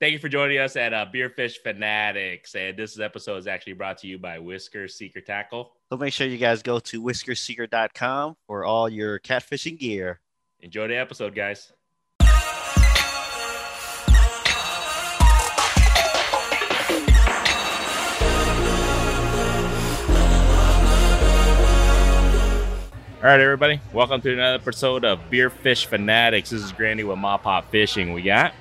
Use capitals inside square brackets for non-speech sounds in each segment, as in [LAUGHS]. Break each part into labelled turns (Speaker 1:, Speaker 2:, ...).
Speaker 1: Thank you for joining us at uh, Beerfish Fanatics. And this episode is actually brought to you by Whisker Seeker Tackle.
Speaker 2: So make sure you guys go to whiskerseeker.com for all your catfishing gear.
Speaker 1: Enjoy the episode, guys. All right, everybody, welcome to another episode of Beer Fish Fanatics. This is Granny with Ma Pop Fishing. We got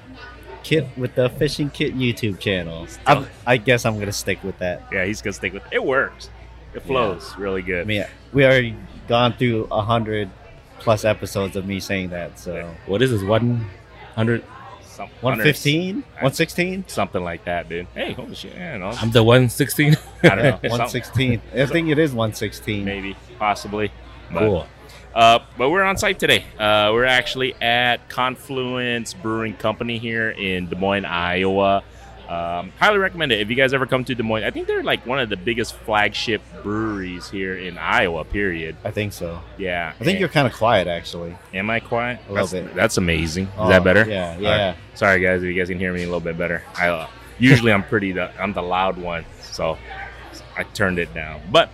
Speaker 2: Kit with the Fishing Kit YouTube channel. I'm, I guess I'm going to stick with that.
Speaker 1: yeah, he's gonna stick with it. Works, it flows really
Speaker 2: I
Speaker 1: good.
Speaker 2: mean, we already gone through a 100 plus episodes of me saying that. So
Speaker 1: Yeah.
Speaker 3: What is this? One hundred?
Speaker 1: Some-
Speaker 2: 115, 116,
Speaker 1: something like that, dude. Hey, holy shit, I don't know.
Speaker 3: I'm the one sixteen. [LAUGHS]
Speaker 1: I don't
Speaker 2: [LAUGHS]
Speaker 1: know. Something-
Speaker 2: 116. I think it is 116.
Speaker 1: maybe, possibly. But-
Speaker 3: Cool.
Speaker 1: Uh, but we're on site today. Uh, we're actually at Confluence Brewing Company here in Des Moines, Iowa. Um, highly recommend it if you guys ever come to Des Moines. I think they're like one of the biggest flagship breweries here in Iowa. Period.
Speaker 2: I think so.
Speaker 1: Yeah.
Speaker 2: I think you're kind of quiet, actually.
Speaker 1: Am I quiet?
Speaker 2: A little
Speaker 1: that's,
Speaker 2: bit.
Speaker 1: That's amazing. Is
Speaker 2: Oh,
Speaker 1: that better?
Speaker 2: Yeah, yeah.
Speaker 1: Sorry, guys, if you guys can hear me a little bit better. I uh, usually I'm pretty the, I'm the loud one, so I turned it down. But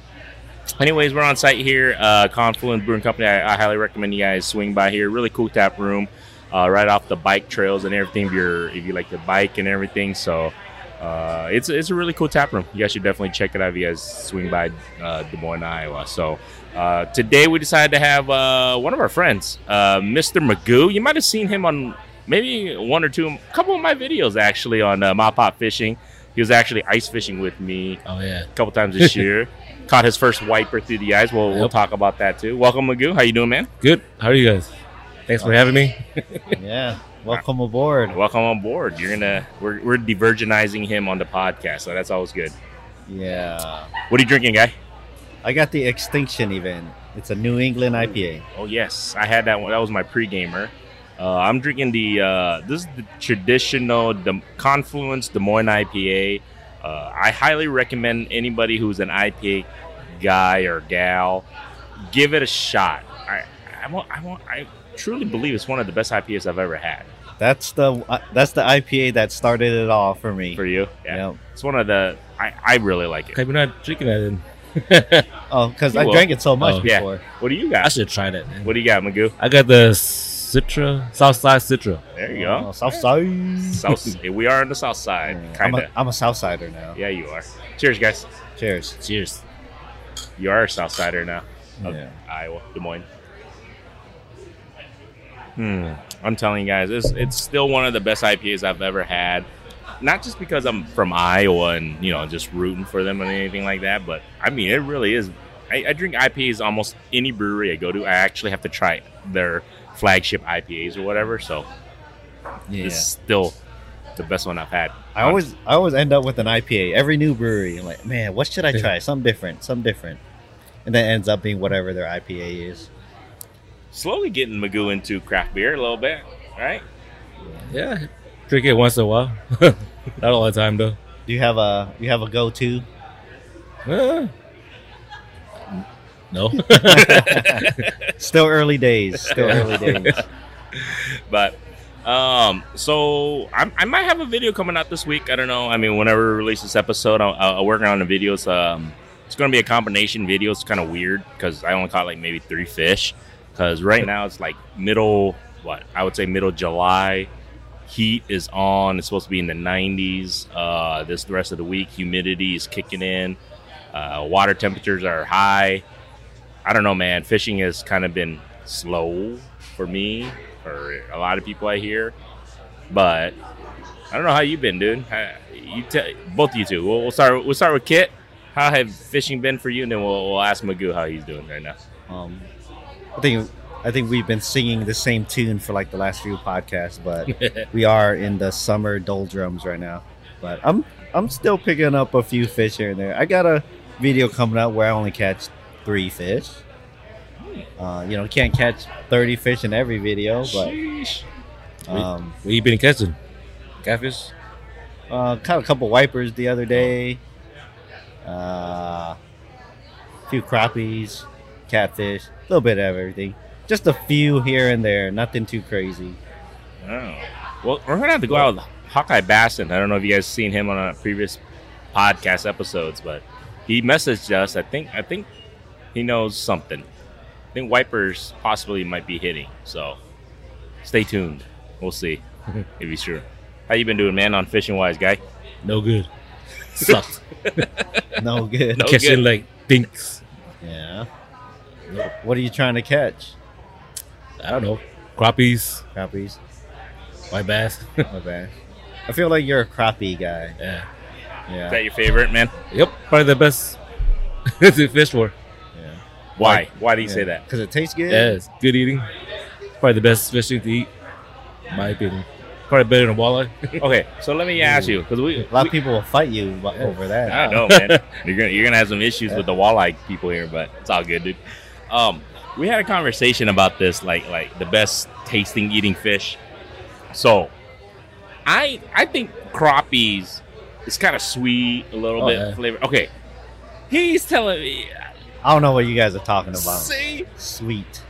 Speaker 1: anyways, we're on site here, uh, Confluence Brewing Company. I, I highly recommend you guys swing by here. Really cool tap room, uh, right off the bike trails and everything. If you're if you like to bike and everything, so. Uh, it's it's a really cool tap room. You guys should definitely check it out if you guys swing by uh, Des Moines, Iowa. So uh, today we decided to have uh, one of our friends, uh, Mr. Magoo. You might have seen him on maybe one or two, a couple of my videos actually on uh, my pop fishing. He was actually ice fishing with me
Speaker 3: Oh yeah.
Speaker 1: a couple times this year. Caught his first wiper through the eyes. We'll, we'll
Speaker 3: Yep.
Speaker 1: talk about that too. Welcome, Magoo. How you doing, man?
Speaker 3: Good. How are you guys? Thanks for having me.
Speaker 2: [LAUGHS] yeah. Welcome aboard.
Speaker 1: Welcome on board. You're gonna we're we're divergenizing him on the podcast, so that's always good.
Speaker 2: Yeah.
Speaker 1: What are you drinking, guy?
Speaker 2: I got the Extinction event. It's a New England IPA.
Speaker 1: Oh yes, I had that one. That was my pre-gamer. Uh, I'm drinking the uh, this is the traditional Dem- Confluence Des Moines IPA. Uh, I highly recommend anybody who's an IPA guy or gal give it a shot. I I, won't, I, won't, I truly believe it's one of the best IPAs I've ever had.
Speaker 2: That's the uh, that's the IPA that started it all for me.
Speaker 1: For you, yeah,
Speaker 2: Yep.
Speaker 1: it's one of the I, I really like it.
Speaker 3: Okay, we're not drinking that. Then.
Speaker 2: Oh, because
Speaker 1: You
Speaker 2: I
Speaker 1: will.
Speaker 2: drank it so much
Speaker 3: Oh.
Speaker 1: Yeah.
Speaker 2: before.
Speaker 1: What do you
Speaker 3: I
Speaker 1: got?
Speaker 3: should try that. man.
Speaker 1: What do you got, Magoo?
Speaker 3: I got the Citra Southside Citra.
Speaker 1: There you
Speaker 2: Oh,
Speaker 1: go.
Speaker 2: South Side.
Speaker 1: South, [LAUGHS] we are on the south side,
Speaker 2: [LAUGHS] I'm
Speaker 1: kind
Speaker 2: a,
Speaker 1: of.
Speaker 2: I'm a Southsider now.
Speaker 1: Yeah, you are. Cheers, guys.
Speaker 2: Cheers.
Speaker 3: Cheers.
Speaker 1: You are a south sider now. Okay.
Speaker 2: Yeah.
Speaker 1: Iowa, Des Moines. Hmm. I'm telling you guys, it's it's still one of the best IPAs I've ever had. Not just because I'm from Iowa and you know just rooting for them and anything like that, but I mean it really is. I, I drink IPAs almost any brewery I go to. I actually have to try their flagship IPAs or whatever. So
Speaker 2: Yeah.
Speaker 1: it's still the best one I've had.
Speaker 2: I always I always end up with an IPA. Every new brewery, I'm like, man, what should I try? Something different. Something different. And that ends up being whatever their IPA is.
Speaker 1: Slowly getting Magoo into craft beer a little bit, right?
Speaker 3: Yeah. Drink it once in a while. [LAUGHS] not all the time though.
Speaker 2: Do you have a you have a
Speaker 1: [LAUGHS]
Speaker 2: go to?
Speaker 3: Uh, no. [LAUGHS]
Speaker 2: Still early days. Still early days.
Speaker 1: [LAUGHS] but um so I, I might have a video coming out this week i don't know i mean whenever we release this episode i'll, I'll I'll work on the videos um it's gonna be a combination video it's kind of weird because i only caught like maybe three fish because right now it's like middle what i would say middle july heat is on it's supposed to be in the 90s uh this the rest of the week humidity is kicking in uh water temperatures are high i don't know man fishing has kind of been slow for me or a lot of people I hear. But I don't know how you've been, dude. How- You tell both you two. We'll, we'll start. We'll start with Kit. How have fishing been for you? And then we'll, we'll ask Magoo how he's doing right now.
Speaker 2: Um, I think I think we've been singing the same tune for like the last few podcasts, but we are in the summer doldrums right now. But I'm I'm still picking up a few fish here and there. I got a video coming out where I only catch three fish. Uh, you know, can't catch thirty fish in every video, but
Speaker 1: Sheesh.
Speaker 2: um,
Speaker 3: what you been catching? Catfish.
Speaker 2: uh, caught a couple wipers the other day. Uh, a few crappies, catfish, a little bit of everything. Just a few here and there, nothing too crazy.
Speaker 1: Oh. Well, we're gonna have to go out Hawkeye Basson. I don't know if you guys seen him on a previous podcast episodes, but he messaged us. I think I think he knows something. I think wipers possibly might be hitting. So stay tuned. We'll see if he's sure. How you been doing, man? On fishing wise, guy.
Speaker 3: No good. Sucked.
Speaker 1: [LAUGHS]
Speaker 2: No good.
Speaker 1: No
Speaker 3: Catching
Speaker 1: good.
Speaker 3: like dinks.
Speaker 2: Yeah. What are you trying to catch?
Speaker 3: I don't know. Crappies,
Speaker 2: Crappies.
Speaker 3: white bass. [LAUGHS]
Speaker 2: My bad. I feel like you're a crappie guy.
Speaker 3: yeah.
Speaker 1: Is
Speaker 2: Yeah.
Speaker 1: that your favorite, man?
Speaker 3: Yep. Probably the best [LAUGHS] to fish for.
Speaker 2: yeah.
Speaker 1: Why? Why do you say that?
Speaker 2: Because it tastes good.
Speaker 3: Yeah, it's good eating. Probably the best fishing to eat, in my opinion. Probably better than walleye. [LAUGHS]
Speaker 1: Okay, so let me ask you because
Speaker 2: [LAUGHS]
Speaker 1: we
Speaker 2: A lot of people will fight you wa- over
Speaker 1: [LAUGHS]
Speaker 2: that.
Speaker 1: I know, man. You're gonna you're gonna have some issues with the walleye people here, but it's all good, dude. Um, we had a conversation about this, like like the best tasting eating fish. So, I I think crappies is kind of sweet, a little
Speaker 3: Oh,
Speaker 1: bit
Speaker 3: yeah.
Speaker 1: flavor. Okay, he's telling me.
Speaker 2: I don't know what you guys are talking about.
Speaker 1: See,
Speaker 2: Sweet,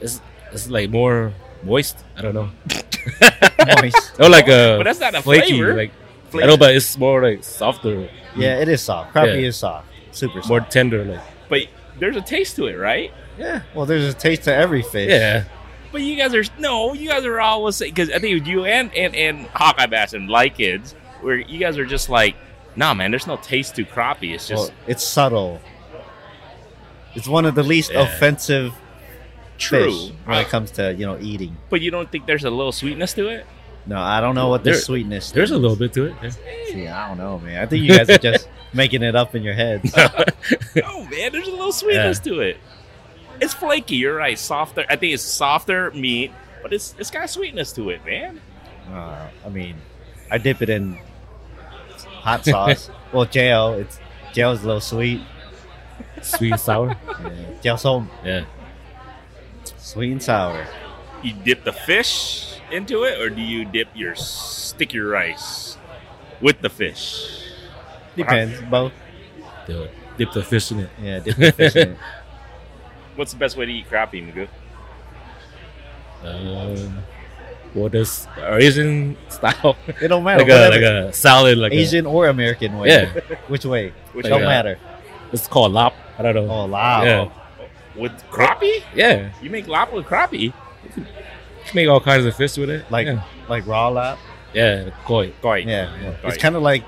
Speaker 3: It's, it's like more moist. I don't know.
Speaker 2: moist.
Speaker 3: Or like a
Speaker 1: But that's not a
Speaker 3: flaky.
Speaker 1: flavor.
Speaker 3: Like I
Speaker 1: Flavor.
Speaker 3: know, but it's more like softer,
Speaker 2: yeah, it is soft. Crappie
Speaker 3: Yeah.
Speaker 2: is soft. Super soft.
Speaker 3: more tender. Like
Speaker 1: but there's a taste to it, right?
Speaker 2: yeah. Well, there's a taste to every fish.
Speaker 3: yeah,
Speaker 1: But you guys are no, you guys are always because I think you and and and Hawkeye Bass and Light Kids, where you guys are just like, nah, man. There's no taste to crappie. It's just
Speaker 2: Well, it's subtle. It's one of the least
Speaker 3: Yeah.
Speaker 2: offensive
Speaker 1: true.
Speaker 2: fish when it comes to you know eating.
Speaker 1: But you don't think there's a little sweetness to
Speaker 2: [LAUGHS]
Speaker 1: it?
Speaker 2: No, I don't know what the
Speaker 3: There-
Speaker 2: sweetness.
Speaker 3: there's a
Speaker 2: is.
Speaker 3: little bit to it. yeah.
Speaker 2: See, I don't know, man. I think you guys are
Speaker 3: [LAUGHS]
Speaker 2: just making it up in your heads.
Speaker 1: no, man, there's a little sweetness to it. It's flaky. You're right. Softer. I think it's softer meat, but it's it's got sweetness to it, man.
Speaker 2: Uh, I mean, I dip it in hot
Speaker 3: [LAUGHS]
Speaker 2: sauce. well, jail. It's jail's a little sweet.
Speaker 3: Sweet, sour. [LAUGHS]
Speaker 2: Yeah. Jail's so
Speaker 3: Yeah,
Speaker 2: sweet and sour.
Speaker 1: You dip the fish into it, or do you dip your sticky rice with the fish?
Speaker 2: Depends. Both.
Speaker 3: They'll dip the fish in it.
Speaker 2: Yeah, dip the fish in it.
Speaker 1: What's the best way to eat crappie, Magoo?
Speaker 3: Um, what is Asian style? [LAUGHS]
Speaker 2: It don't matter.
Speaker 3: like a like
Speaker 2: whatever.
Speaker 3: a salad. Like a,
Speaker 2: Asian or American way.
Speaker 3: Yeah.
Speaker 2: [LAUGHS] Which way?
Speaker 1: Which
Speaker 3: Like
Speaker 2: don't
Speaker 3: a-
Speaker 2: matter.
Speaker 3: it's called lap. I don't know.
Speaker 2: Oh, wow.
Speaker 3: Yeah,
Speaker 1: with crappie?
Speaker 3: yeah.
Speaker 1: You make lap with crappie?
Speaker 3: Make all kinds of fish with it.
Speaker 2: Like
Speaker 3: yeah,
Speaker 2: like raw lap.
Speaker 3: yeah koi.
Speaker 1: Koi.
Speaker 2: Yeah. yeah.
Speaker 1: Koi.
Speaker 2: It's kind of like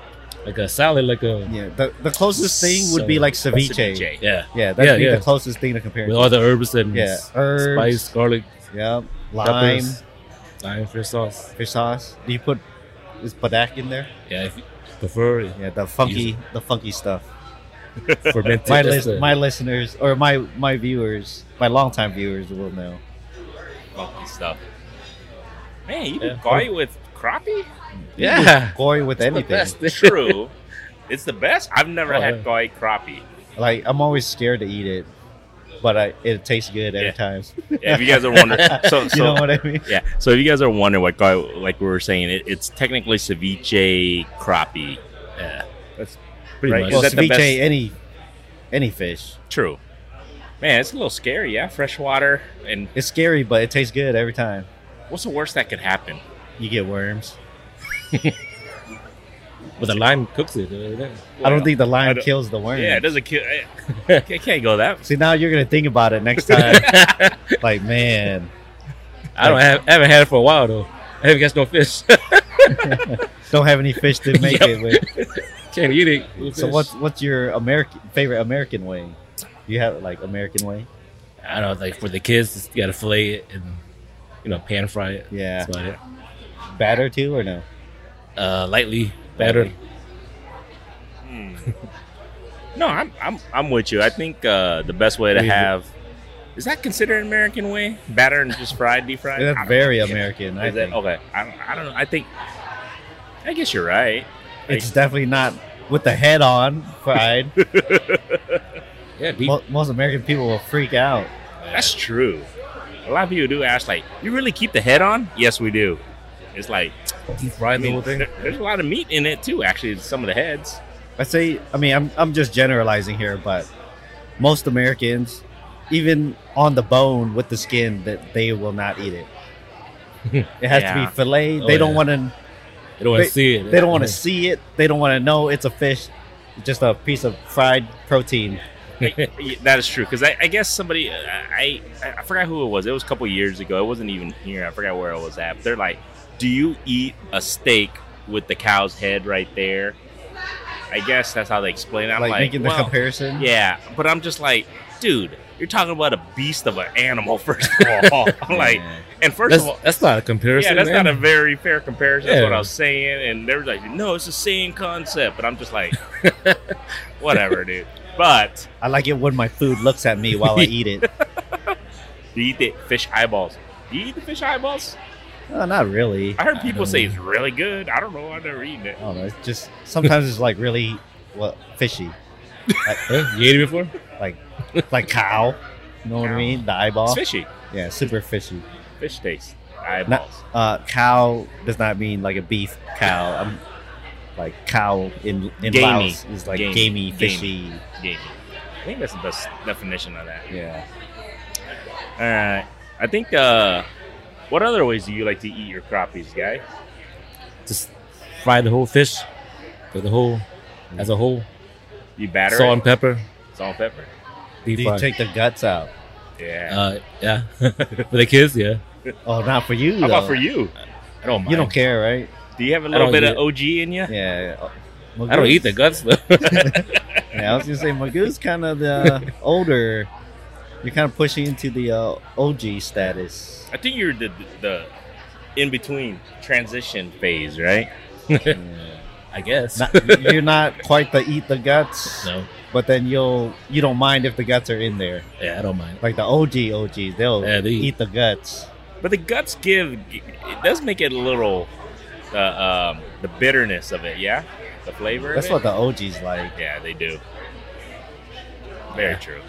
Speaker 3: Like a salad. Like a
Speaker 2: yeah. The, the closest thing would be
Speaker 3: So-
Speaker 2: like
Speaker 1: That's
Speaker 2: ceviche.
Speaker 1: a DJ.
Speaker 3: yeah.
Speaker 2: Yeah, that'd
Speaker 3: Yeah,
Speaker 2: be
Speaker 3: yeah.
Speaker 2: the closest thing to compare.
Speaker 3: With
Speaker 2: to.
Speaker 3: all the herbs and
Speaker 2: Yeah, herbs.
Speaker 3: spice, garlic,
Speaker 2: Yep. Lime,
Speaker 3: peppers, lime fish sauce.
Speaker 2: fish sauce. Do you put is padak in there?
Speaker 3: Yeah, if you prefer yeah.
Speaker 2: Yeah, the funky, the funky stuff. [LAUGHS]
Speaker 3: fermented.
Speaker 2: my
Speaker 3: that's
Speaker 2: list,
Speaker 3: the-
Speaker 2: my listeners or my my viewers, my longtime viewers will know.
Speaker 1: Funky stuff. Man, you do
Speaker 3: Yeah.
Speaker 1: koi with crappie?
Speaker 3: yeah.
Speaker 2: Gory with
Speaker 3: It's the
Speaker 2: anything.
Speaker 3: best.
Speaker 1: True. it's the best. I've never
Speaker 3: Oh,
Speaker 1: had
Speaker 3: yeah.
Speaker 1: koi crappie.
Speaker 2: Like I'm always scared to eat it, but I, it tastes good every
Speaker 1: Yeah.
Speaker 2: time.
Speaker 1: Yeah, if you guys are wondering, so,
Speaker 2: you know
Speaker 1: so
Speaker 2: what I mean?
Speaker 1: yeah. So if you guys are wondering what koi, like we were saying, it, it's technically ceviche crappie.
Speaker 3: Yeah.
Speaker 1: That's
Speaker 3: pretty much.
Speaker 2: Well,
Speaker 1: Is that the
Speaker 2: ceviche,
Speaker 1: best?
Speaker 2: any any fish.
Speaker 1: True. Man, it's a little scary. Yeah, freshwater. And
Speaker 2: It's scary, but it tastes good every time.
Speaker 1: what's the worst that could happen?
Speaker 2: You get worms.
Speaker 3: But the lime cooks it. uh, yeah.
Speaker 2: I don't think the
Speaker 1: I
Speaker 2: lime
Speaker 1: don't-
Speaker 2: kills the worm.
Speaker 1: Yeah, it doesn't kill. eh, [LAUGHS] It can't go that.
Speaker 2: See, now you're gonna think about it next
Speaker 1: [LAUGHS]
Speaker 2: time. like, man,
Speaker 3: I don't have, I haven't had it for a while though. I haven't catch no fish. [LAUGHS]
Speaker 2: don't have any fish to make
Speaker 3: Yep.
Speaker 2: it with.
Speaker 3: Can't eat it. No
Speaker 2: So
Speaker 3: fish.
Speaker 2: what's what's your American favorite American way? You have like American way?
Speaker 3: I don't know, like for the kids, just you gotta fillet it and you know pan fry it.
Speaker 2: Yeah.
Speaker 3: That's about it.
Speaker 2: Batter too or no?
Speaker 3: Uh, lightly battered.
Speaker 1: Hmm. No, I'm, I'm I'm with you. I think uh, the best way to
Speaker 3: Wait,
Speaker 1: have is that considered an American way? Batter and just fried, deep fried. I
Speaker 2: That's
Speaker 1: don't-
Speaker 2: very
Speaker 1: yeah.
Speaker 2: American. I
Speaker 1: Is that
Speaker 2: think.
Speaker 1: okay? I don't, I don't know. I think I guess you're right.
Speaker 2: It's definitely not with the head on
Speaker 1: [LAUGHS]
Speaker 2: fried.
Speaker 3: Yeah, deep.
Speaker 2: Mo- Most American people will freak out.
Speaker 1: That's true. A lot of people do ask, like, you really keep the head on? Yes, we do. It's like
Speaker 3: deep fried
Speaker 1: I mean,
Speaker 3: the whole thing.
Speaker 1: there- there's a lot of meat in it too. Actually, in some of the heads.
Speaker 2: I say, I mean, I'm I'm just generalizing here, but most Americans, even on the bone with the
Speaker 1: [LAUGHS]
Speaker 2: skin, that they will not eat it. It has to
Speaker 1: Yeah.
Speaker 2: be fillet.
Speaker 3: Oh,
Speaker 2: they don't
Speaker 3: yeah.
Speaker 2: want to
Speaker 3: They don't want to see it.
Speaker 2: They don't want to see it. They don't want to know it's a fish. It's just a piece of fried protein.
Speaker 1: Yeah, that is true because I, I guess somebody uh, I, I I forgot who it was. It was a couple years ago. It wasn't even here. I forgot where it was at. But they're like, "Do you eat a steak with the cow's head right there?" I guess that's how they explain it. I'm
Speaker 2: like,
Speaker 1: like,
Speaker 2: making the
Speaker 1: well,
Speaker 2: comparison.
Speaker 1: yeah, but I'm just like, dude, you're talking about a beast of an animal. [LAUGHS] First of all, I'm like,
Speaker 2: Yeah.
Speaker 1: and first
Speaker 3: That's,
Speaker 1: of all,
Speaker 3: that's not a comparison.
Speaker 1: yeah, that's
Speaker 3: man.
Speaker 1: not a very fair comparison. That's what
Speaker 3: Yeah.
Speaker 1: I was saying. And they were like, no, it's the same concept. But I'm just
Speaker 3: [LAUGHS]
Speaker 1: like, whatever, dude. But
Speaker 2: I like it when my food looks at
Speaker 1: [LAUGHS]
Speaker 2: me while I eat it.
Speaker 1: Do you eat the fish eyeballs? Do you eat the fish eyeballs?
Speaker 2: Oh, not really.
Speaker 1: I heard
Speaker 3: I
Speaker 1: people
Speaker 3: don't
Speaker 1: say
Speaker 3: know.
Speaker 1: it's really good. I don't know. I've never eaten it.
Speaker 2: I don't know. It's just sometimes it's like really what fishy,
Speaker 3: Huh? You ate it before?
Speaker 2: like cow. You know what I
Speaker 1: Cow.
Speaker 2: mean? The
Speaker 1: It's
Speaker 2: eyeball.
Speaker 1: fishy.
Speaker 2: Yeah, super fishy.
Speaker 1: Fish taste. Eyeballs.
Speaker 2: Uh, cow does not mean like a beef cow. I'm like cow in in
Speaker 1: Gamey.
Speaker 2: Laos is like
Speaker 1: Gamey.
Speaker 2: gamey,
Speaker 1: Gamey.
Speaker 2: fishy.
Speaker 1: Gamey. I think that's the best definition of that.
Speaker 2: Yeah.
Speaker 1: All right. I think, uh, what other ways do you like to eat your crappies, guy?
Speaker 3: Just fry the whole fish, the the whole, as a whole,
Speaker 1: You batter
Speaker 3: salt
Speaker 1: it?
Speaker 3: and pepper,
Speaker 1: Salt and pepper.
Speaker 3: deep
Speaker 2: Do you
Speaker 3: fry.
Speaker 2: take the guts out?
Speaker 1: Yeah.
Speaker 3: uh, yeah, [LAUGHS] for the kids, yeah.
Speaker 2: Oh, not for you.
Speaker 1: How about
Speaker 2: though.
Speaker 1: for you?
Speaker 3: I don't mind.
Speaker 2: You don't care, right?
Speaker 1: Do you have a
Speaker 3: I
Speaker 1: little
Speaker 3: don't
Speaker 1: bit
Speaker 3: eat
Speaker 1: of
Speaker 3: it.
Speaker 1: OG in you?
Speaker 2: Yeah. Oh,
Speaker 3: [LAUGHS] I don't
Speaker 2: Magoo's-
Speaker 3: eat the guts though.
Speaker 2: Yeah, I was gonna say Magoo's kind of
Speaker 3: [LAUGHS]
Speaker 2: the older. You're kind of pushing into the uh, OG status.
Speaker 1: I think you're the, the in between transition phase, right?
Speaker 2: Yeah.
Speaker 3: [LAUGHS] I guess.
Speaker 2: Not- you're not quite the eat the guts,
Speaker 3: [LAUGHS] no.
Speaker 2: but then you'll you don't mind if the guts are in there.
Speaker 3: Yeah, I don't mind.
Speaker 2: Like the OG OGs, they'll
Speaker 3: Yeah, they eat.
Speaker 2: eat the guts.
Speaker 1: But the guts give it does make it a little uh, um, the bitterness of it, yeah, the flavor.
Speaker 2: That's
Speaker 1: of
Speaker 2: what
Speaker 1: it?
Speaker 2: the OGs like.
Speaker 1: Yeah, they do. Very true.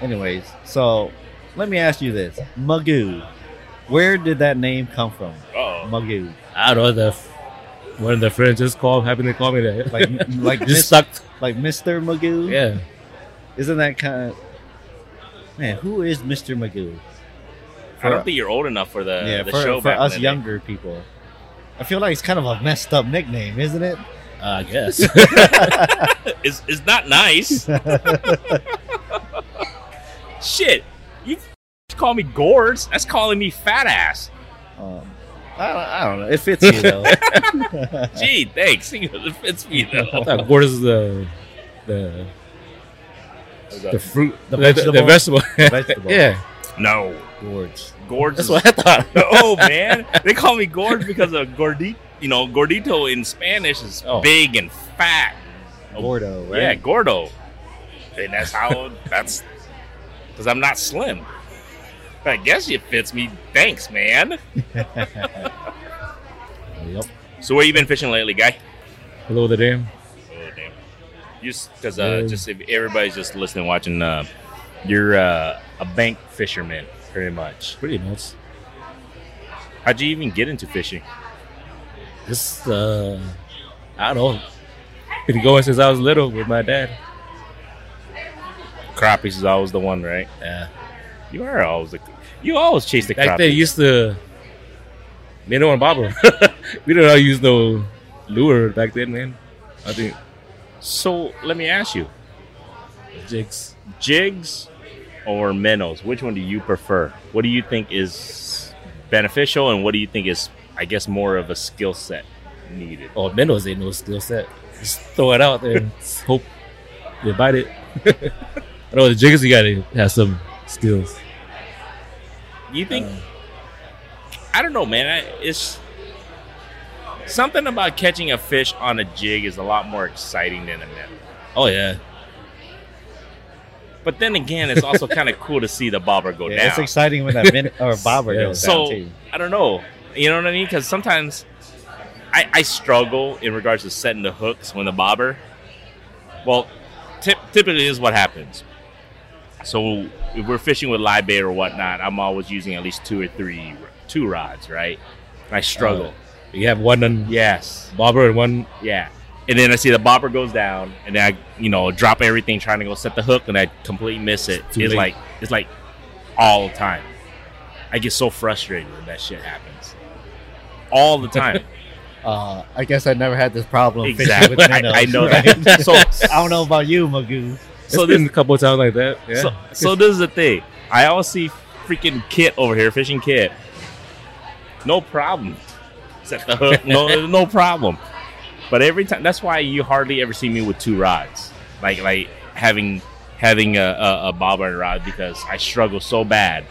Speaker 2: Anyways, so let me ask you this: Magoo, where did that name come from?
Speaker 1: Oh,
Speaker 2: Magoo,
Speaker 3: I don't know the one of the friends just called, happened to call me that.
Speaker 2: like
Speaker 1: [LAUGHS]
Speaker 2: like
Speaker 3: [LAUGHS] just
Speaker 2: Mis-
Speaker 3: stuck.
Speaker 2: like Mr. Magoo.
Speaker 3: Yeah,
Speaker 2: Isn't that kind of man? Who is Mr. Magoo?
Speaker 1: I don't think you're old enough for the,
Speaker 2: yeah,
Speaker 1: the
Speaker 2: for,
Speaker 1: show
Speaker 2: for
Speaker 1: back in
Speaker 2: us
Speaker 1: the day.
Speaker 2: younger people, I feel like it's kind of a messed up nickname, isn't it?
Speaker 3: Uh, I [LAUGHS] guess.
Speaker 1: It's, it's not
Speaker 3: [LAUGHS]
Speaker 1: nice. Shit, you f- call me Gourds. That's calling me fat
Speaker 3: [LAUGHS]
Speaker 1: ass.
Speaker 2: Um, I, don't, I don't know. It fits
Speaker 1: [LAUGHS]
Speaker 2: you though.
Speaker 1: Gee, thanks. [LAUGHS] It fits me
Speaker 3: I
Speaker 1: though.
Speaker 3: thought gourd is the the the fruit,
Speaker 2: The
Speaker 3: the vegetable. [LAUGHS]
Speaker 2: Vegetable.
Speaker 3: yeah,
Speaker 1: [LAUGHS] No,
Speaker 2: Gorge.
Speaker 1: Gourds.
Speaker 3: that's
Speaker 1: is
Speaker 3: what I thought.
Speaker 1: [LAUGHS] oh man, they call me Gorge because of gordito. You know, gordito in Spanish is
Speaker 3: Oh.
Speaker 1: big and fat.
Speaker 2: Gordo, right?
Speaker 1: Oh, Yeah, gordo. And that's how. that's because I'm not slim. I guess it fits me. Thanks, man.
Speaker 3: Yep.
Speaker 1: So where you been fishing lately, guy?
Speaker 3: Below the dam.
Speaker 1: Oh damn. Just because uh,
Speaker 3: Yeah.
Speaker 1: just if everybody's just listening, watching, uh, you're uh, a bank fisherman, pretty much.
Speaker 3: Pretty much.
Speaker 1: How'd you even get into fishing?
Speaker 3: Just uh, I don't know. Been going since I was little with my dad.
Speaker 1: Crappies is always the one, right?
Speaker 3: Yeah.
Speaker 1: You are always the. You always chase the
Speaker 3: Back
Speaker 1: crappies.
Speaker 3: then, used to. They don't bobber. [LAUGHS] we don't know use no lure back then, man. I think
Speaker 1: So let me ask you,
Speaker 3: jigs.
Speaker 1: jigs or minnows? Which one do you prefer? What do you think is beneficial, and what do you think is, I guess, more of a skill set needed?
Speaker 3: Oh, minnows ain't no skill set. Just throw it out
Speaker 1: [LAUGHS]
Speaker 3: there and s- hope they bite it. [LAUGHS] I know the jiggers, you gotta have some skills.
Speaker 1: You think?
Speaker 3: Uh,
Speaker 1: I don't know, man. I, it's something about catching a fish on a jig is a lot more exciting than a minnow.
Speaker 3: oh, yeah.
Speaker 1: But then again, it's also
Speaker 2: [LAUGHS]
Speaker 1: kind of cool to see the bobber go
Speaker 2: Yeah,
Speaker 1: down.
Speaker 2: it's exciting when that min-
Speaker 1: [LAUGHS]
Speaker 2: or bobber
Speaker 3: Yeah.
Speaker 2: goes
Speaker 1: So-
Speaker 2: down too.
Speaker 1: I don't know. You know what I mean? Because sometimes I, I struggle in regards to setting the hooks when the bobber. Well, tip, typically is what happens. So if we're fishing with live bait or whatnot, I'm always using at least two or three two rods, right? I
Speaker 2: Oh.
Speaker 1: struggle.
Speaker 3: You have one on
Speaker 1: yes.
Speaker 3: bobber and one.
Speaker 1: Yeah. And then I see the bobber goes down, and then I, you know, drop everything trying to go set the hook, and I completely miss it.
Speaker 3: It's
Speaker 1: It's,
Speaker 3: too late.
Speaker 1: like it's like all the time. I get so frustrated when that shit happens. all the
Speaker 2: [LAUGHS]
Speaker 1: time.
Speaker 2: Uh, I guess I never had this problem. fishing
Speaker 1: exactly. [LAUGHS]
Speaker 2: with
Speaker 1: I,
Speaker 2: minnows,
Speaker 1: I know
Speaker 2: right?
Speaker 1: that. So,
Speaker 2: [LAUGHS] I don't know about you, Magoo.
Speaker 1: so
Speaker 3: it's
Speaker 1: this,
Speaker 3: been a couple of times like that. Yeah.
Speaker 1: so, so this is the thing. I always see freaking Kit over here, fishing Kit. No problem. He's at the hook. No, no problem. But every time, that's why you hardly ever see me with two rods. Like, like having having a, a, a bobber rod because I struggle so bad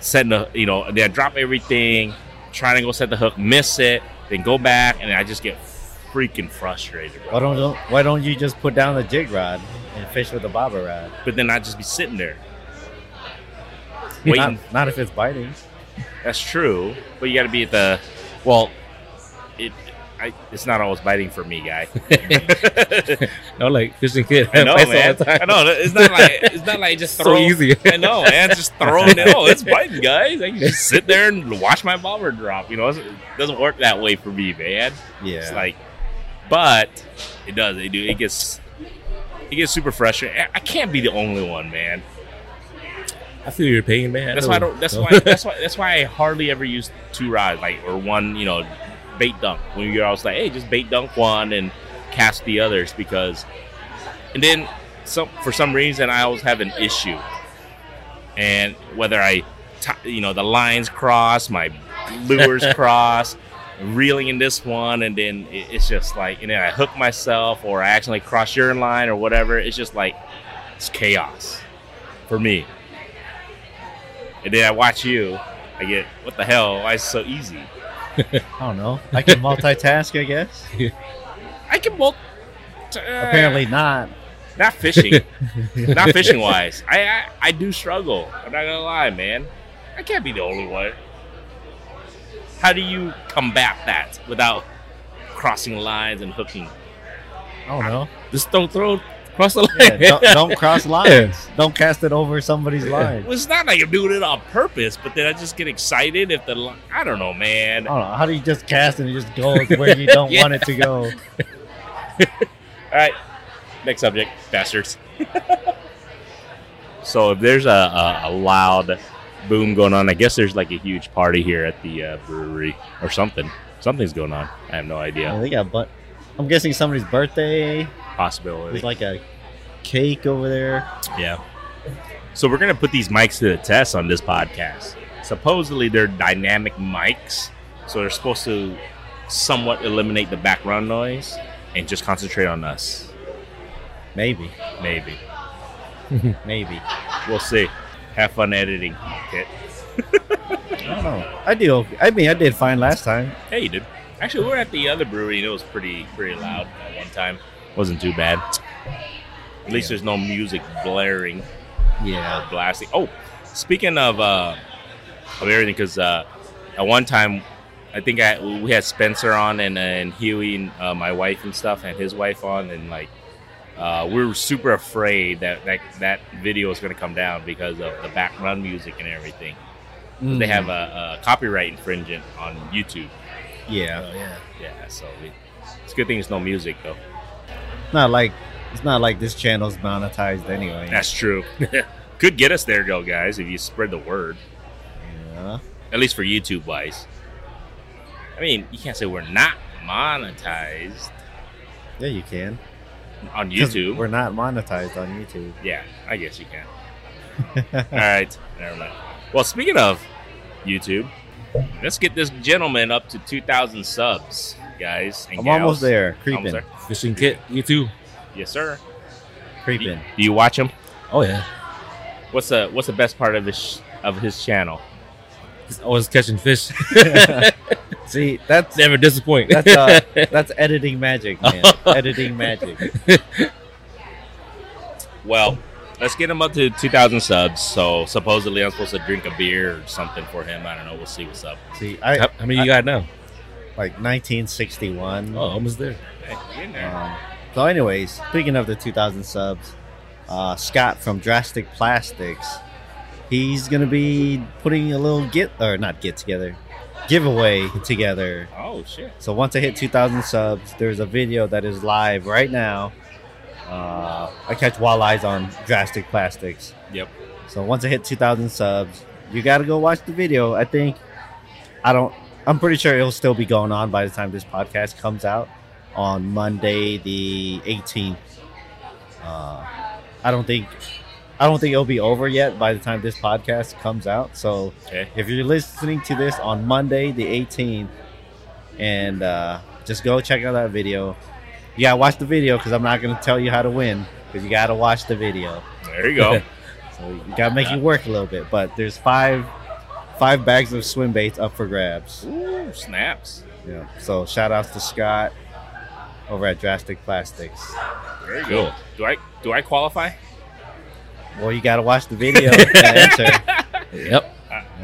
Speaker 1: setting the, you know, then I drop everything, trying to go set the hook, miss it, then go back, and I just get freaking frustrated. Bro.
Speaker 2: Why don't you- Why don't you just put down the jig rod and fish with a bobber rod?
Speaker 1: But then I just be sitting there. Waiting.
Speaker 2: Not, not if it's biting.
Speaker 1: That's true, but you got to be at the. Well, it I, it's not always biting for me,
Speaker 3: [LAUGHS]
Speaker 1: guy.
Speaker 3: I was like fishing kid.
Speaker 1: I know,
Speaker 3: [LAUGHS] That's all
Speaker 1: man.
Speaker 3: the time.
Speaker 1: I know. It's not like it's not like just
Speaker 3: [LAUGHS] So
Speaker 1: throw.
Speaker 3: easy.
Speaker 1: I know, man. Just throwing it. Oh, it's biting, guys. I can just sit there and watch my bobber drop. You know, it's- it doesn't work that way for me, man.
Speaker 2: Yeah.
Speaker 1: It's like, but it does. It do. It gets. It gets super frustrating. I- I can't be the only one, man.
Speaker 3: I feel your pain, man.
Speaker 1: That's
Speaker 3: know.
Speaker 1: why. I don't, that's
Speaker 3: So-
Speaker 1: why. That's why. That's why I hardly ever use two rods, like or one. You know, bait dunk. When you're always like, hey, just bait dunk one and cast the others because, and then some for some reason I always have an issue, and whether I, ti- you know, the lines cross, my lures cross. Reeling in this one, and then it- it's just like, and then I hook myself, or I accidentally cross your line, or whatever. It's just like, it's chaos for me. And then I watch you. I get, what the hell? Why it's so easy?
Speaker 2: I don't know. I can multitask,
Speaker 1: [LAUGHS]
Speaker 2: I guess.
Speaker 1: I can multi.
Speaker 2: Apparently not.
Speaker 1: not fishing, not fishing wise. I, I I do struggle. I'm not gonna lie, man. I can't be the only one. How do you combat that without crossing lines and hooking?
Speaker 2: I
Speaker 1: [LAUGHS]
Speaker 2: don't know.
Speaker 3: Just don't throw across the [LAUGHS] line.
Speaker 2: Yeah, don't, don't cross lines. Don't cast it over somebody's line.
Speaker 1: Well, it's not like I'm doing it on purpose, but then I just get excited if the li- I don't know, man.
Speaker 2: I don't know. How do you just cast and it just
Speaker 1: [LAUGHS]
Speaker 2: goes where you don't
Speaker 3: Yeah.
Speaker 2: want it to go?
Speaker 1: All right, next subject, bastards. [LAUGHS] so if there's a, a, a loud boom going on, I guess there's like a huge party here at the uh, brewery or something. Something's going on. I have no
Speaker 2: Yeah,
Speaker 1: idea.
Speaker 2: they got but. I'm guessing somebody's birthday.
Speaker 1: Possibility.
Speaker 2: There's like a cake over there.
Speaker 1: yeah. So we're gonna put these mics to the test on this podcast. Supposedly they're dynamic mics, so they're supposed to somewhat eliminate the background noise and just concentrate on us.
Speaker 2: Maybe.
Speaker 1: Maybe
Speaker 2: Maybe.
Speaker 1: we'll see. Have fun editing. Kit.
Speaker 2: I don't know. I do. okay. I mean, I did fine last time.
Speaker 1: Hey, you did. Actually, we were at the other brewery and it was pretty pretty loud at one time. Wasn't too bad. At least there's no music blaring or blasting. Oh, speaking of uh, of everything, because uh, at one time, I think I we had Spencer on and and Huey and uh, my wife and stuff and his wife on and like. Uh, we were super afraid that, that that video was going to come down because of the background music and everything.
Speaker 2: Mm-hmm.
Speaker 1: They have a, a copyright infringement on YouTube.
Speaker 2: Yeah. yeah.
Speaker 1: Oh, Yeah, so we, it's a good thing it's no music though.
Speaker 2: Not like it's not like this channel's monetized anyway.
Speaker 1: That's true. [LAUGHS] Could get us there though, guys, if you spread the word.
Speaker 2: Yeah.
Speaker 1: At least for YouTube wise. I mean, you can't say we're not monetized
Speaker 2: Yeah, you can.
Speaker 1: on
Speaker 2: [LAUGHS] 'Cause
Speaker 1: YouTube.
Speaker 2: We're not monetized on YouTube.
Speaker 1: Yeah, I guess you can. All right, never mind. Well, speaking of YouTube, let's get this gentleman up to 2,000 subs, guys. And
Speaker 2: I'm
Speaker 1: gals.
Speaker 2: almost there.
Speaker 1: Almost
Speaker 2: Creeping.
Speaker 1: there.
Speaker 3: Fishing kid, you too.
Speaker 1: Yes, sir. Do, [LAUGHS]
Speaker 2: Creeping. [LAUGHS]
Speaker 1: do you watch him?
Speaker 3: Oh yeah.
Speaker 1: What's the What's the best part of his of his channel?
Speaker 3: He's always catching fish. [LAUGHS]
Speaker 2: See, that's
Speaker 3: Never disappoint.
Speaker 2: that's
Speaker 1: [LAUGHS]
Speaker 2: uh, that's editing magic, man. editing magic.
Speaker 1: Well, let's get him up to 2,000 subs. So supposedly I'm supposed to drink a beer or something for him. I don't know. We'll see what's up.
Speaker 2: See, I
Speaker 3: how, how many you got now?
Speaker 2: like 1961.
Speaker 3: Oh, almost there.
Speaker 1: Hey, get in there.
Speaker 2: Um, so, anyways, speaking of the 2,000 subs, uh, Scott from Drastic Plastics, he's gonna be putting a little get or not get together, giveaway together.
Speaker 1: Oh, shit.
Speaker 2: So once I hit 2,000 subs, there's a video that is live right now. Uh, I catch walleyes on Drastic Plastics.
Speaker 1: Yep.
Speaker 2: So once I hit 2,000 subs, you gotta go watch the video. I think I don't. I'm pretty sure it'll still be going on by the time this podcast comes out on Monday the 18th. Uh, I don't think I don't think it'll be over yet by the time this podcast comes out. So
Speaker 1: Okay.
Speaker 2: if you're listening to this on Monday the 18th, and uh, just go check out that video. You gotta watch the video because I'm not gonna tell you how to win because you gotta watch the video.
Speaker 1: There you go.
Speaker 2: So you gotta make it work a little bit. But there's five five bags of swim baits up for grabs.
Speaker 1: [LAUGHS] Ooh, snaps.
Speaker 2: Yeah. So shout outs to Scott over at Drastic Plastics.
Speaker 1: There you go. Do I do I qualify?
Speaker 2: Well, you gotta watch the video to answer.
Speaker 3: Yep.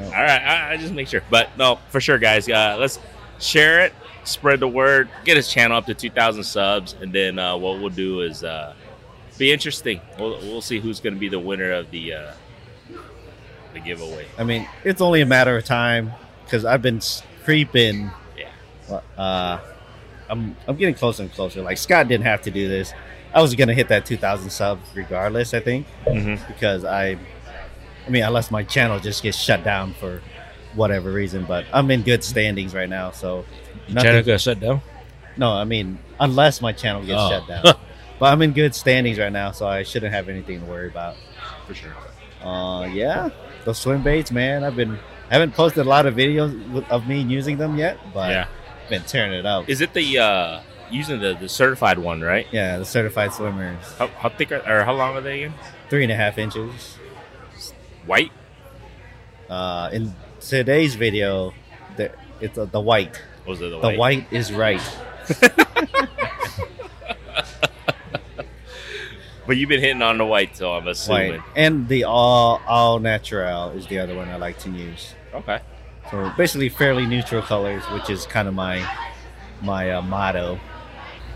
Speaker 1: All right, I, I just make sure. But no, for sure, guys. Uh, let's share it, spread the word, get his channel up to 2,000 subs, and then uh, what we'll do is uh, be interesting. We'll, we'll see who's going to be the winner of the uh, the giveaway.
Speaker 2: I mean, it's only a matter of time because I've been s- creeping.
Speaker 1: Yeah.
Speaker 2: Uh, I'm I'm getting closer and closer. Like Scott didn't have to do this. I was gonna hit that 2,000 subs regardless. I think
Speaker 1: Mm-hmm.
Speaker 2: because I, I mean, unless my channel just gets shut down for whatever reason, but I'm in good standings right now. So
Speaker 3: Your
Speaker 2: nothing-
Speaker 3: channel got shut down.
Speaker 2: No, I mean, unless my channel gets
Speaker 3: Oh.
Speaker 2: shut
Speaker 3: [LAUGHS]
Speaker 2: down. but I'm in good standings right now, so I shouldn't have anything to worry about.
Speaker 1: For sure.
Speaker 2: Uh, yeah, those swim baits, man. I've been I haven't posted a lot of videos w- of me using them yet, but
Speaker 1: Yeah.
Speaker 2: I've been tearing it up.
Speaker 1: Is it the uh, using the, the certified one, right?
Speaker 2: yeah, the certified swimmers,
Speaker 1: How, how thick are, or how long are they again?
Speaker 2: three and a half inches.
Speaker 1: White?
Speaker 2: Uh, in today's video, the, it's uh, the white.
Speaker 1: What was it? The
Speaker 2: The
Speaker 1: white?
Speaker 2: white is right.
Speaker 1: But you've been hitting on the white, so I'm assuming.
Speaker 2: White, and the all all natural is the other one I like to use.
Speaker 1: Okay.
Speaker 2: So basically, fairly neutral colors, which is kind of my my uh, motto.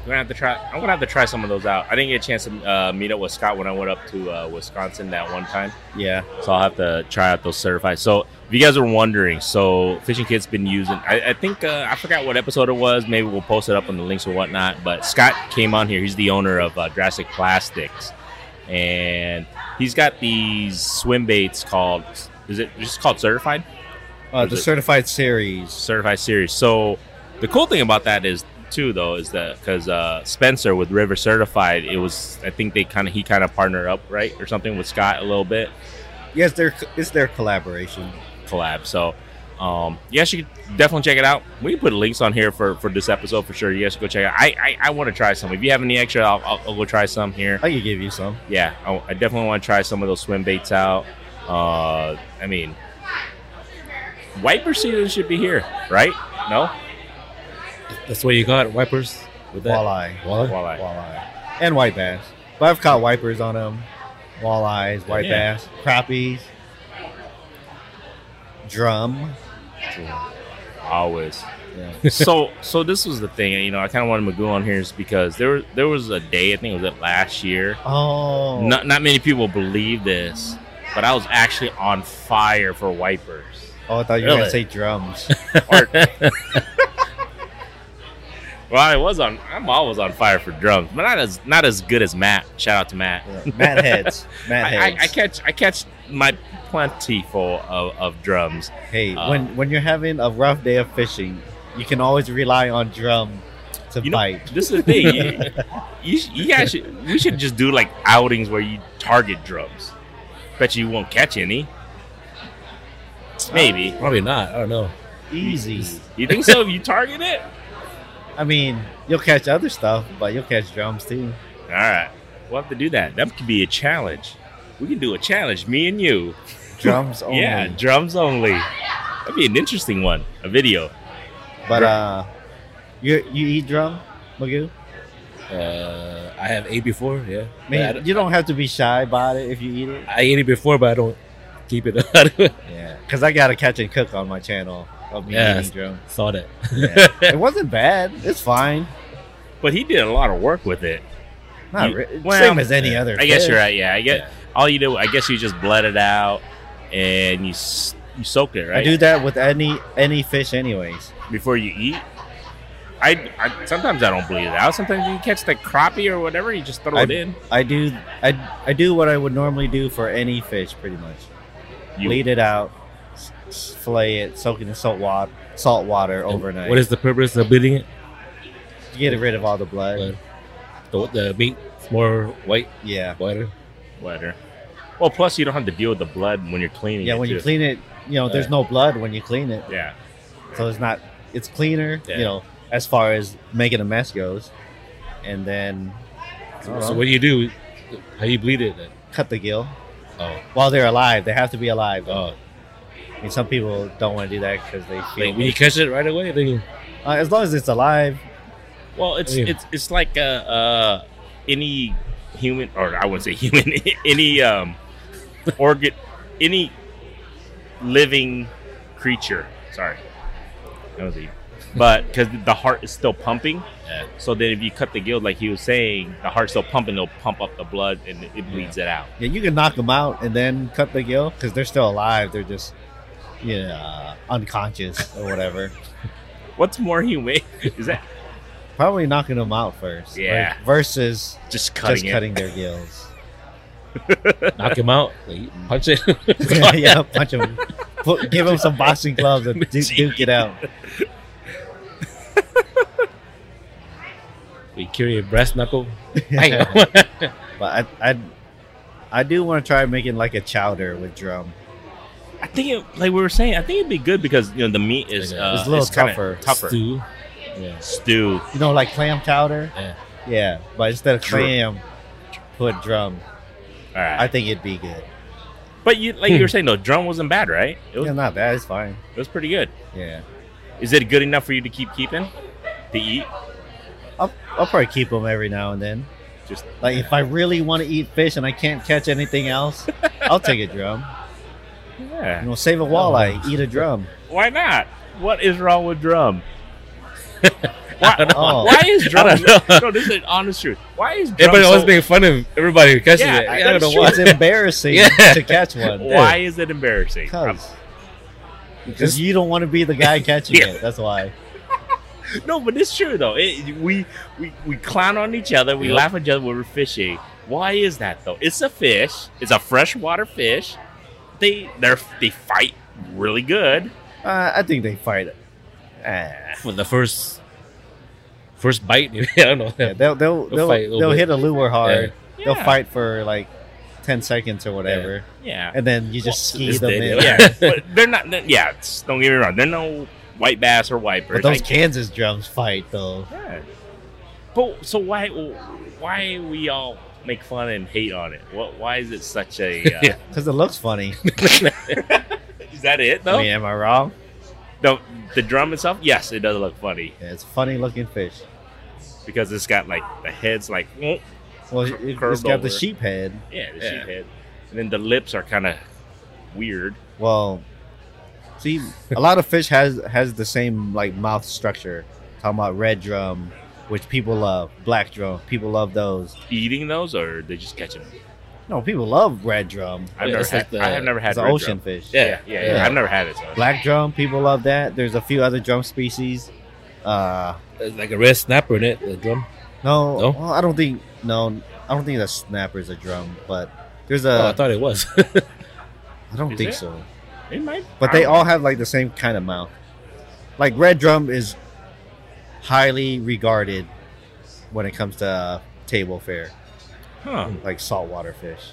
Speaker 1: I'm gonna have to try. I'm gonna have to try some of those out. I didn't get a chance to uh, meet up with Scott when I went up to uh, Wisconsin that one time,
Speaker 2: Yeah,
Speaker 1: so I'll have to try out those certified. So if you guys are wondering, so Fishing Kid's been using. I, I think uh, I forgot what episode it was. Maybe we'll post it up on the links or whatnot. But Scott came on here. He's the owner of uh, Drastic Plastics, and he's got these swim baits called. Is it just called Certified?
Speaker 2: uh,
Speaker 1: Is
Speaker 2: the
Speaker 1: it-
Speaker 2: certified series.
Speaker 1: certified series. So the cool thing about that is too though is that because uh, Spencer with River Certified, it was I think they kind of he kind of partnered up right or something with Scott a little bit
Speaker 2: Yes, they're, it's their collaboration.
Speaker 1: collab. So um, you guys should definitely check it out. We can put links on here for for this episode for sure. You guys should go check it out. I I, I want to try some. If you have any extra, I'll, I'll, I'll go try some here.
Speaker 2: I could give you some.
Speaker 1: yeah, I, I definitely want to try some of those swim baits out. Uh, I mean, wiper season should be here, right? No,
Speaker 3: That's what you got wipers with that.
Speaker 2: Walleye,
Speaker 3: Walleye?
Speaker 1: walleye.
Speaker 2: walleye, and white bass. But I've caught wipers on them, walleyes, white
Speaker 1: Yeah.
Speaker 2: bass, crappies, drum.
Speaker 1: Always.
Speaker 2: Yeah.
Speaker 1: so so this was the thing, you know, I kind of wanted Magoo on here is because there there was a day, I think it was it last year.
Speaker 2: [LAUGHS] Oh,
Speaker 1: Not not many people believe this, but I was actually on fire for wipers.
Speaker 2: oh, I thought you were
Speaker 1: Really?
Speaker 2: gonna
Speaker 1: [LAUGHS]
Speaker 2: say drums.
Speaker 1: Or- well, I was on. I'm always on fire for drums, but not as not as good as Matt. Shout out to Matt.
Speaker 2: Yeah. Mad heads, mad
Speaker 1: I, I, I
Speaker 2: heads.
Speaker 1: catch I catch my plentiful of, of drums.
Speaker 2: hey,
Speaker 1: uh,
Speaker 2: when when you're having a rough day of fishing, you can always rely on drum to
Speaker 1: You know-
Speaker 2: bite.
Speaker 1: This is the thing. You,
Speaker 2: [LAUGHS]
Speaker 1: you, sh- you guys should, we should just do like outings where you target drums. Bet you won't catch any.
Speaker 2: Uh,
Speaker 1: Maybe.
Speaker 3: Probably not. I don't know.
Speaker 2: Easy.
Speaker 1: You think so? If you target it?
Speaker 2: I mean, you'll catch other stuff, but you'll catch
Speaker 1: [LAUGHS]
Speaker 2: drums too.
Speaker 1: All right. We'll have to do that. That could be a challenge. We can do a challenge, me and you.
Speaker 2: Drums only.
Speaker 1: Yeah, drums only. That'd be an interesting one. A video.
Speaker 2: But uh, you you eat drum, Magoo?
Speaker 3: Uh, I have ate before. Yeah.
Speaker 2: I
Speaker 3: But I,
Speaker 2: mean,
Speaker 3: don't-
Speaker 2: you don't have to be shy about it if you eat it.
Speaker 3: I ate it before, but I don't keep it. [LAUGHS] I
Speaker 2: Yeah, because I got a catch and cook on my channel of me
Speaker 3: Yeah.
Speaker 1: [LAUGHS]
Speaker 2: eating drum.
Speaker 3: saw that. [LAUGHS]
Speaker 2: Yeah. it wasn't bad. It's fine.
Speaker 1: But he did a lot of work with it.
Speaker 2: Not
Speaker 1: You-
Speaker 2: re-
Speaker 1: well,
Speaker 2: same as any other.
Speaker 1: I guess
Speaker 2: fish.
Speaker 1: you're right. Yeah, I guess
Speaker 3: Yeah.
Speaker 1: all you do. I guess you just bled it out and you s- you soaked it, right?
Speaker 2: I do that with any any fish, anyways.
Speaker 1: before you eat. I, I sometimes I don't bleed it out. Sometimes you catch the crappie or whatever, you just throw
Speaker 2: I-
Speaker 1: it in.
Speaker 2: I do I I do what I would normally do for any fish, pretty much.
Speaker 1: You
Speaker 2: Bleed it out, s- fillet it, soak it in salt water, salt water overnight.
Speaker 3: What is the purpose of bleeding it?
Speaker 2: to get rid of all the blood?
Speaker 3: Blood. The, the meat is more white,
Speaker 2: Yeah,
Speaker 3: whiter.
Speaker 1: Water. Well, plus you don't have to deal with the blood when you're cleaning.
Speaker 2: yeah.
Speaker 1: it,
Speaker 2: When you
Speaker 1: too.
Speaker 2: clean it, you know, there's
Speaker 3: Yeah.
Speaker 2: no blood when you clean it,
Speaker 1: Yeah.
Speaker 2: so it's not. It's cleaner,
Speaker 3: Yeah.
Speaker 2: you know, as far as making a mess goes. And then
Speaker 3: So,
Speaker 2: I
Speaker 3: so
Speaker 2: don't
Speaker 3: what
Speaker 2: know,
Speaker 3: do you do? How you bleed it? Then?
Speaker 2: cut the gill
Speaker 3: Oh,
Speaker 2: while they're alive. They have to be alive. Though.
Speaker 3: oh.
Speaker 2: I mean, some people don't want to do that because they feel.
Speaker 3: Like, when you catch it right away, then you,
Speaker 2: uh, as long as it's alive,
Speaker 1: Well, it's
Speaker 3: Yeah.
Speaker 1: it's it's like uh, uh, any human, or I wouldn't say [LAUGHS] human, any um, organ, any living creature. Sorry, that was a But because the heart is still pumping,
Speaker 3: Yeah.
Speaker 1: so that if you cut the gill, like he was saying, the heart's still pumping, it'll pump up the blood and it, it bleeds it out.
Speaker 2: Yeah, you can knock them out and then cut the gill because they're still alive. They're just, you know, uh, unconscious or whatever.
Speaker 1: What's more humane [LAUGHS] is that
Speaker 2: Probably knocking them out first.
Speaker 1: Yeah.
Speaker 2: like, versus
Speaker 1: just cutting
Speaker 2: just
Speaker 1: it.
Speaker 2: cutting their gills. [LAUGHS]
Speaker 3: knock him out, like, you punch it. [LAUGHS]
Speaker 2: yeah, punch them. Put, give them some boxing gloves and duke, duke it out.
Speaker 3: you carry a brass knuckle. Bang.
Speaker 2: but
Speaker 3: [LAUGHS]
Speaker 2: I, I, I do want to try making like a chowder with drum.
Speaker 1: I think, it, like we were saying, I think it'd be good because you know the meat is
Speaker 3: It's
Speaker 1: uh,
Speaker 2: a little
Speaker 1: kinda
Speaker 2: tougher.
Speaker 1: tougher
Speaker 3: Stew. Yeah.
Speaker 1: stew.
Speaker 2: You know, like clam chowder.
Speaker 3: Yeah.
Speaker 2: Yeah, but instead of
Speaker 1: Drum.
Speaker 2: clam, put drum.
Speaker 1: All right.
Speaker 2: I think it'd be good.
Speaker 1: But you like you
Speaker 3: Hmm.
Speaker 1: were saying though, drum wasn't bad, right? It was,
Speaker 2: Yeah, not bad. It's fine.
Speaker 1: it was pretty good.
Speaker 2: Yeah.
Speaker 1: Is it good enough for you to keep keeping to eat?
Speaker 2: I'll, I'll probably keep them every now and then.
Speaker 1: Just
Speaker 2: Like if I really want to eat fish and I can't catch anything else, I'll take a drum. You
Speaker 1: yeah.
Speaker 2: know, save a walleye, eat a drum.
Speaker 1: Why not? What is wrong with drum?
Speaker 3: [LAUGHS]
Speaker 1: why,
Speaker 2: Oh,
Speaker 1: why is drum?
Speaker 3: I don't know.
Speaker 1: No, this is honest truth. Why is drum?
Speaker 3: Everybody
Speaker 1: so-
Speaker 3: always making fun of everybody who catches
Speaker 1: Yeah,
Speaker 3: it.
Speaker 1: I-
Speaker 3: I, don't know
Speaker 1: that's true.
Speaker 3: why.
Speaker 2: it's embarrassing
Speaker 3: Yeah.
Speaker 2: to catch one
Speaker 1: why is it embarrassing?
Speaker 2: because because you don't want to be the guy catching
Speaker 1: Yeah.
Speaker 2: it. That's why.
Speaker 1: No, but it's true though. It, we, we we clown on each other. We
Speaker 3: Yep.
Speaker 1: laugh at each other when we're fishing. Why is that though? It's a fish. It's a freshwater fish. They they they fight really good.
Speaker 2: Uh, I think they fight it. Ah.
Speaker 3: For the first first bite, [LAUGHS] maybe. I don't know.
Speaker 2: Yeah, they'll they'll
Speaker 3: They'll
Speaker 2: they'll,
Speaker 3: fight a
Speaker 2: they'll,
Speaker 3: little bit.
Speaker 2: hit a lure hard. They'll
Speaker 1: Yeah.
Speaker 2: fight for like ten seconds or whatever,
Speaker 1: Yeah.
Speaker 2: and then you just
Speaker 3: Well,
Speaker 2: ski
Speaker 3: this
Speaker 2: them
Speaker 3: did,
Speaker 2: in.
Speaker 1: yeah, [LAUGHS] but they're not. They're, yeah, it's- don't get me wrong. They're no white bass or wipers.
Speaker 2: But those
Speaker 1: I-
Speaker 2: Kansas drums fight though.
Speaker 1: yeah. But so why why we all make fun and hate on it? What? Why is it such
Speaker 2: [LAUGHS]
Speaker 1: a? Uh, [LAUGHS]
Speaker 3: Yeah.
Speaker 2: Because it looks
Speaker 3: [LAUGHS]
Speaker 2: funny.
Speaker 1: Is that it though?
Speaker 2: I mean, am I wrong?
Speaker 1: the the drum itself? Yes, it does look funny
Speaker 2: Yeah, it's a funny looking fish.
Speaker 1: because it's got like the heads like yeah,
Speaker 2: Well,
Speaker 1: Cur-
Speaker 2: it, it's
Speaker 1: curved
Speaker 2: got
Speaker 1: over.
Speaker 2: the sheep head.
Speaker 1: the
Speaker 3: Yeah.
Speaker 1: sheep head, and then the lips are kind of weird.
Speaker 2: Well, see, a lot of fish has has the same like mouth structure. Talking about red drum, which people love, black drum, people love those.
Speaker 1: Eating those or they just catching them?
Speaker 2: No, people love red drum.
Speaker 1: I've
Speaker 3: Yeah,
Speaker 1: never
Speaker 3: it's
Speaker 1: had.
Speaker 3: like the-
Speaker 1: I have never had
Speaker 2: It's an
Speaker 1: red
Speaker 2: ocean
Speaker 1: drum.
Speaker 2: fish.
Speaker 1: Yeah yeah, yeah,
Speaker 3: Yeah.
Speaker 1: I've never had it. So.
Speaker 2: Black drum, people love that. There's a few other drum species. Uh,
Speaker 3: There's like a red snapper in it, the drum.
Speaker 2: no,
Speaker 3: No?
Speaker 2: well, I don't think. No, I don't think the snapper's a drum, but there's
Speaker 1: Uh,
Speaker 3: oh, I
Speaker 2: a.
Speaker 3: thought it was. [LAUGHS]
Speaker 2: I don't
Speaker 1: Is
Speaker 2: think
Speaker 1: it?
Speaker 2: so.
Speaker 1: It might-
Speaker 2: But
Speaker 1: I
Speaker 2: they
Speaker 1: don't
Speaker 2: all have like the same kind of mouth. Like red drum is highly regarded when it comes to uh, table fare,
Speaker 1: Huh.
Speaker 2: like saltwater fish.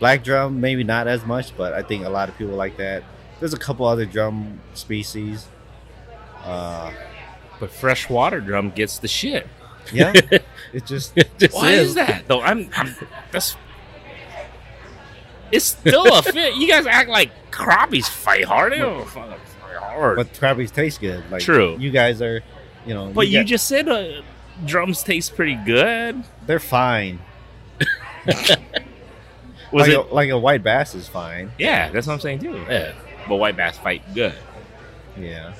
Speaker 2: Black drum maybe not as much, but I think a lot of people like that. There's a couple other drum species. Uh,
Speaker 1: But freshwater drum gets the shit.
Speaker 2: yeah, it just
Speaker 3: Just
Speaker 1: Why is that though? I'm, I'm that's. It's still a fit. You guys act like crappies fight hard. They don't fucking fight hard. But,
Speaker 2: but crappies taste good. Like
Speaker 1: True.
Speaker 2: you guys are, you know,
Speaker 1: you,
Speaker 2: got-
Speaker 1: just said uh, drums taste pretty good.
Speaker 2: they're fine.
Speaker 1: Was
Speaker 2: like,
Speaker 1: it?
Speaker 2: A, like a white bass is fine.
Speaker 1: yeah, that's what I'm saying too.
Speaker 3: Yeah.
Speaker 1: But white bass fight good.
Speaker 2: Yeah,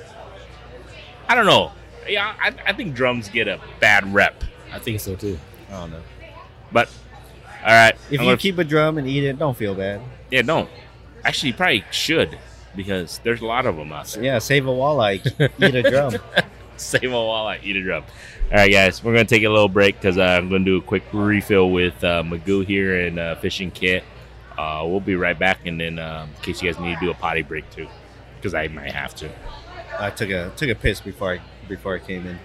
Speaker 1: I don't know. Yeah, I, I think drums get a bad rep.
Speaker 3: I think so too.
Speaker 2: I don't know.
Speaker 1: But all right,
Speaker 2: If
Speaker 1: I'm
Speaker 2: you
Speaker 1: gonna-
Speaker 2: keep a drum and eat it, don't feel bad.
Speaker 1: yeah, don't. Actually, you probably should because there's a lot of them out there.
Speaker 2: Yeah, save a walleye, eat a
Speaker 1: [LAUGHS]
Speaker 2: drum.
Speaker 1: Same old walleye, eat it up. All right, guys, we're gonna take a little break because uh, I'm gonna do a quick refill with uh, Magoo here and uh, fishing kit. Uh, we'll be right back, and then um in case you guys need to do a potty break too. because I might have to.
Speaker 2: I took a took a piss before I before I came in.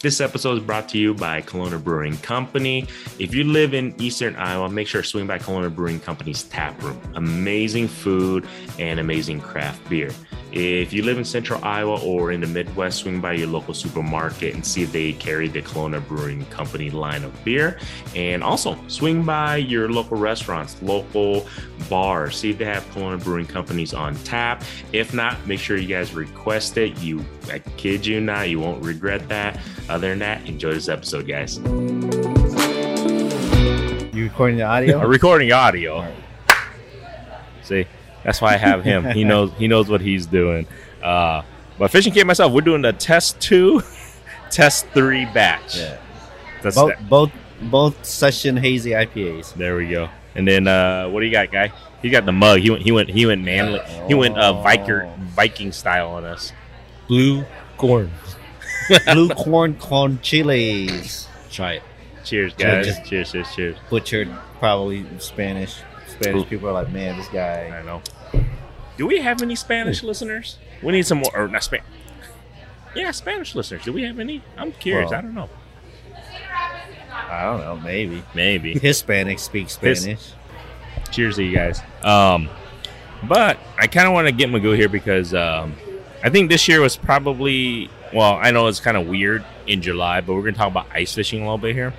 Speaker 1: This episode is brought to you by Kelowna Brewing Company. If you live in Eastern Iowa, make sure to swing by Kelowna Brewing Company's tap room. Amazing food and amazing craft beer. If you live in Central Iowa or in the Midwest, swing by your local supermarket and see if they carry the Kelowna Brewing Company line of beer. And also swing by your local restaurants, local bars, see if they have Kelowna Brewing Companies on tap. If not, make sure you guys request it. You, I kid you not, you won't regret that. Other than that, enjoy this episode, guys.
Speaker 2: You recording
Speaker 1: [LAUGHS]
Speaker 2: the audio?
Speaker 1: recording
Speaker 2: All
Speaker 1: audio.
Speaker 2: right.
Speaker 1: See, that's why I have him. [LAUGHS] He knows he knows what he's doing. Uh, but fishing kid myself, we're doing the test two, [LAUGHS] test three batch.
Speaker 2: Yeah.
Speaker 1: That's
Speaker 2: Both
Speaker 1: that.
Speaker 2: both both session hazy IPAs.
Speaker 1: There we go. And then uh, what do you got, guy? He got the mug. He went. He went. He went manly. He went uh, Viker Viking style on us.
Speaker 3: Blue corn.
Speaker 2: Blue corn con chiles.
Speaker 3: Try it.
Speaker 1: Cheers,
Speaker 2: Yeah,
Speaker 1: guys.
Speaker 2: just-
Speaker 1: cheers, cheers, cheers.
Speaker 2: Butchered probably Spanish. Spanish people are like, man, this guy.
Speaker 1: I know. Hmm. Do we have any Spanish listeners? We need some more. Or not Spanish. Yeah, Spanish listeners. Do we have any? I'm curious.
Speaker 2: Well,
Speaker 1: I don't know.
Speaker 2: I don't know,
Speaker 1: [LAUGHS]
Speaker 2: maybe.
Speaker 1: Maybe.
Speaker 2: Hispanic speaks
Speaker 1: His-
Speaker 2: Spanish.
Speaker 1: cheers to you guys. Um, but I kind of want to get Magoo here because um, I think this year was probably well. I know it's kind of weird in July, but we're gonna talk about ice fishing a little bit here.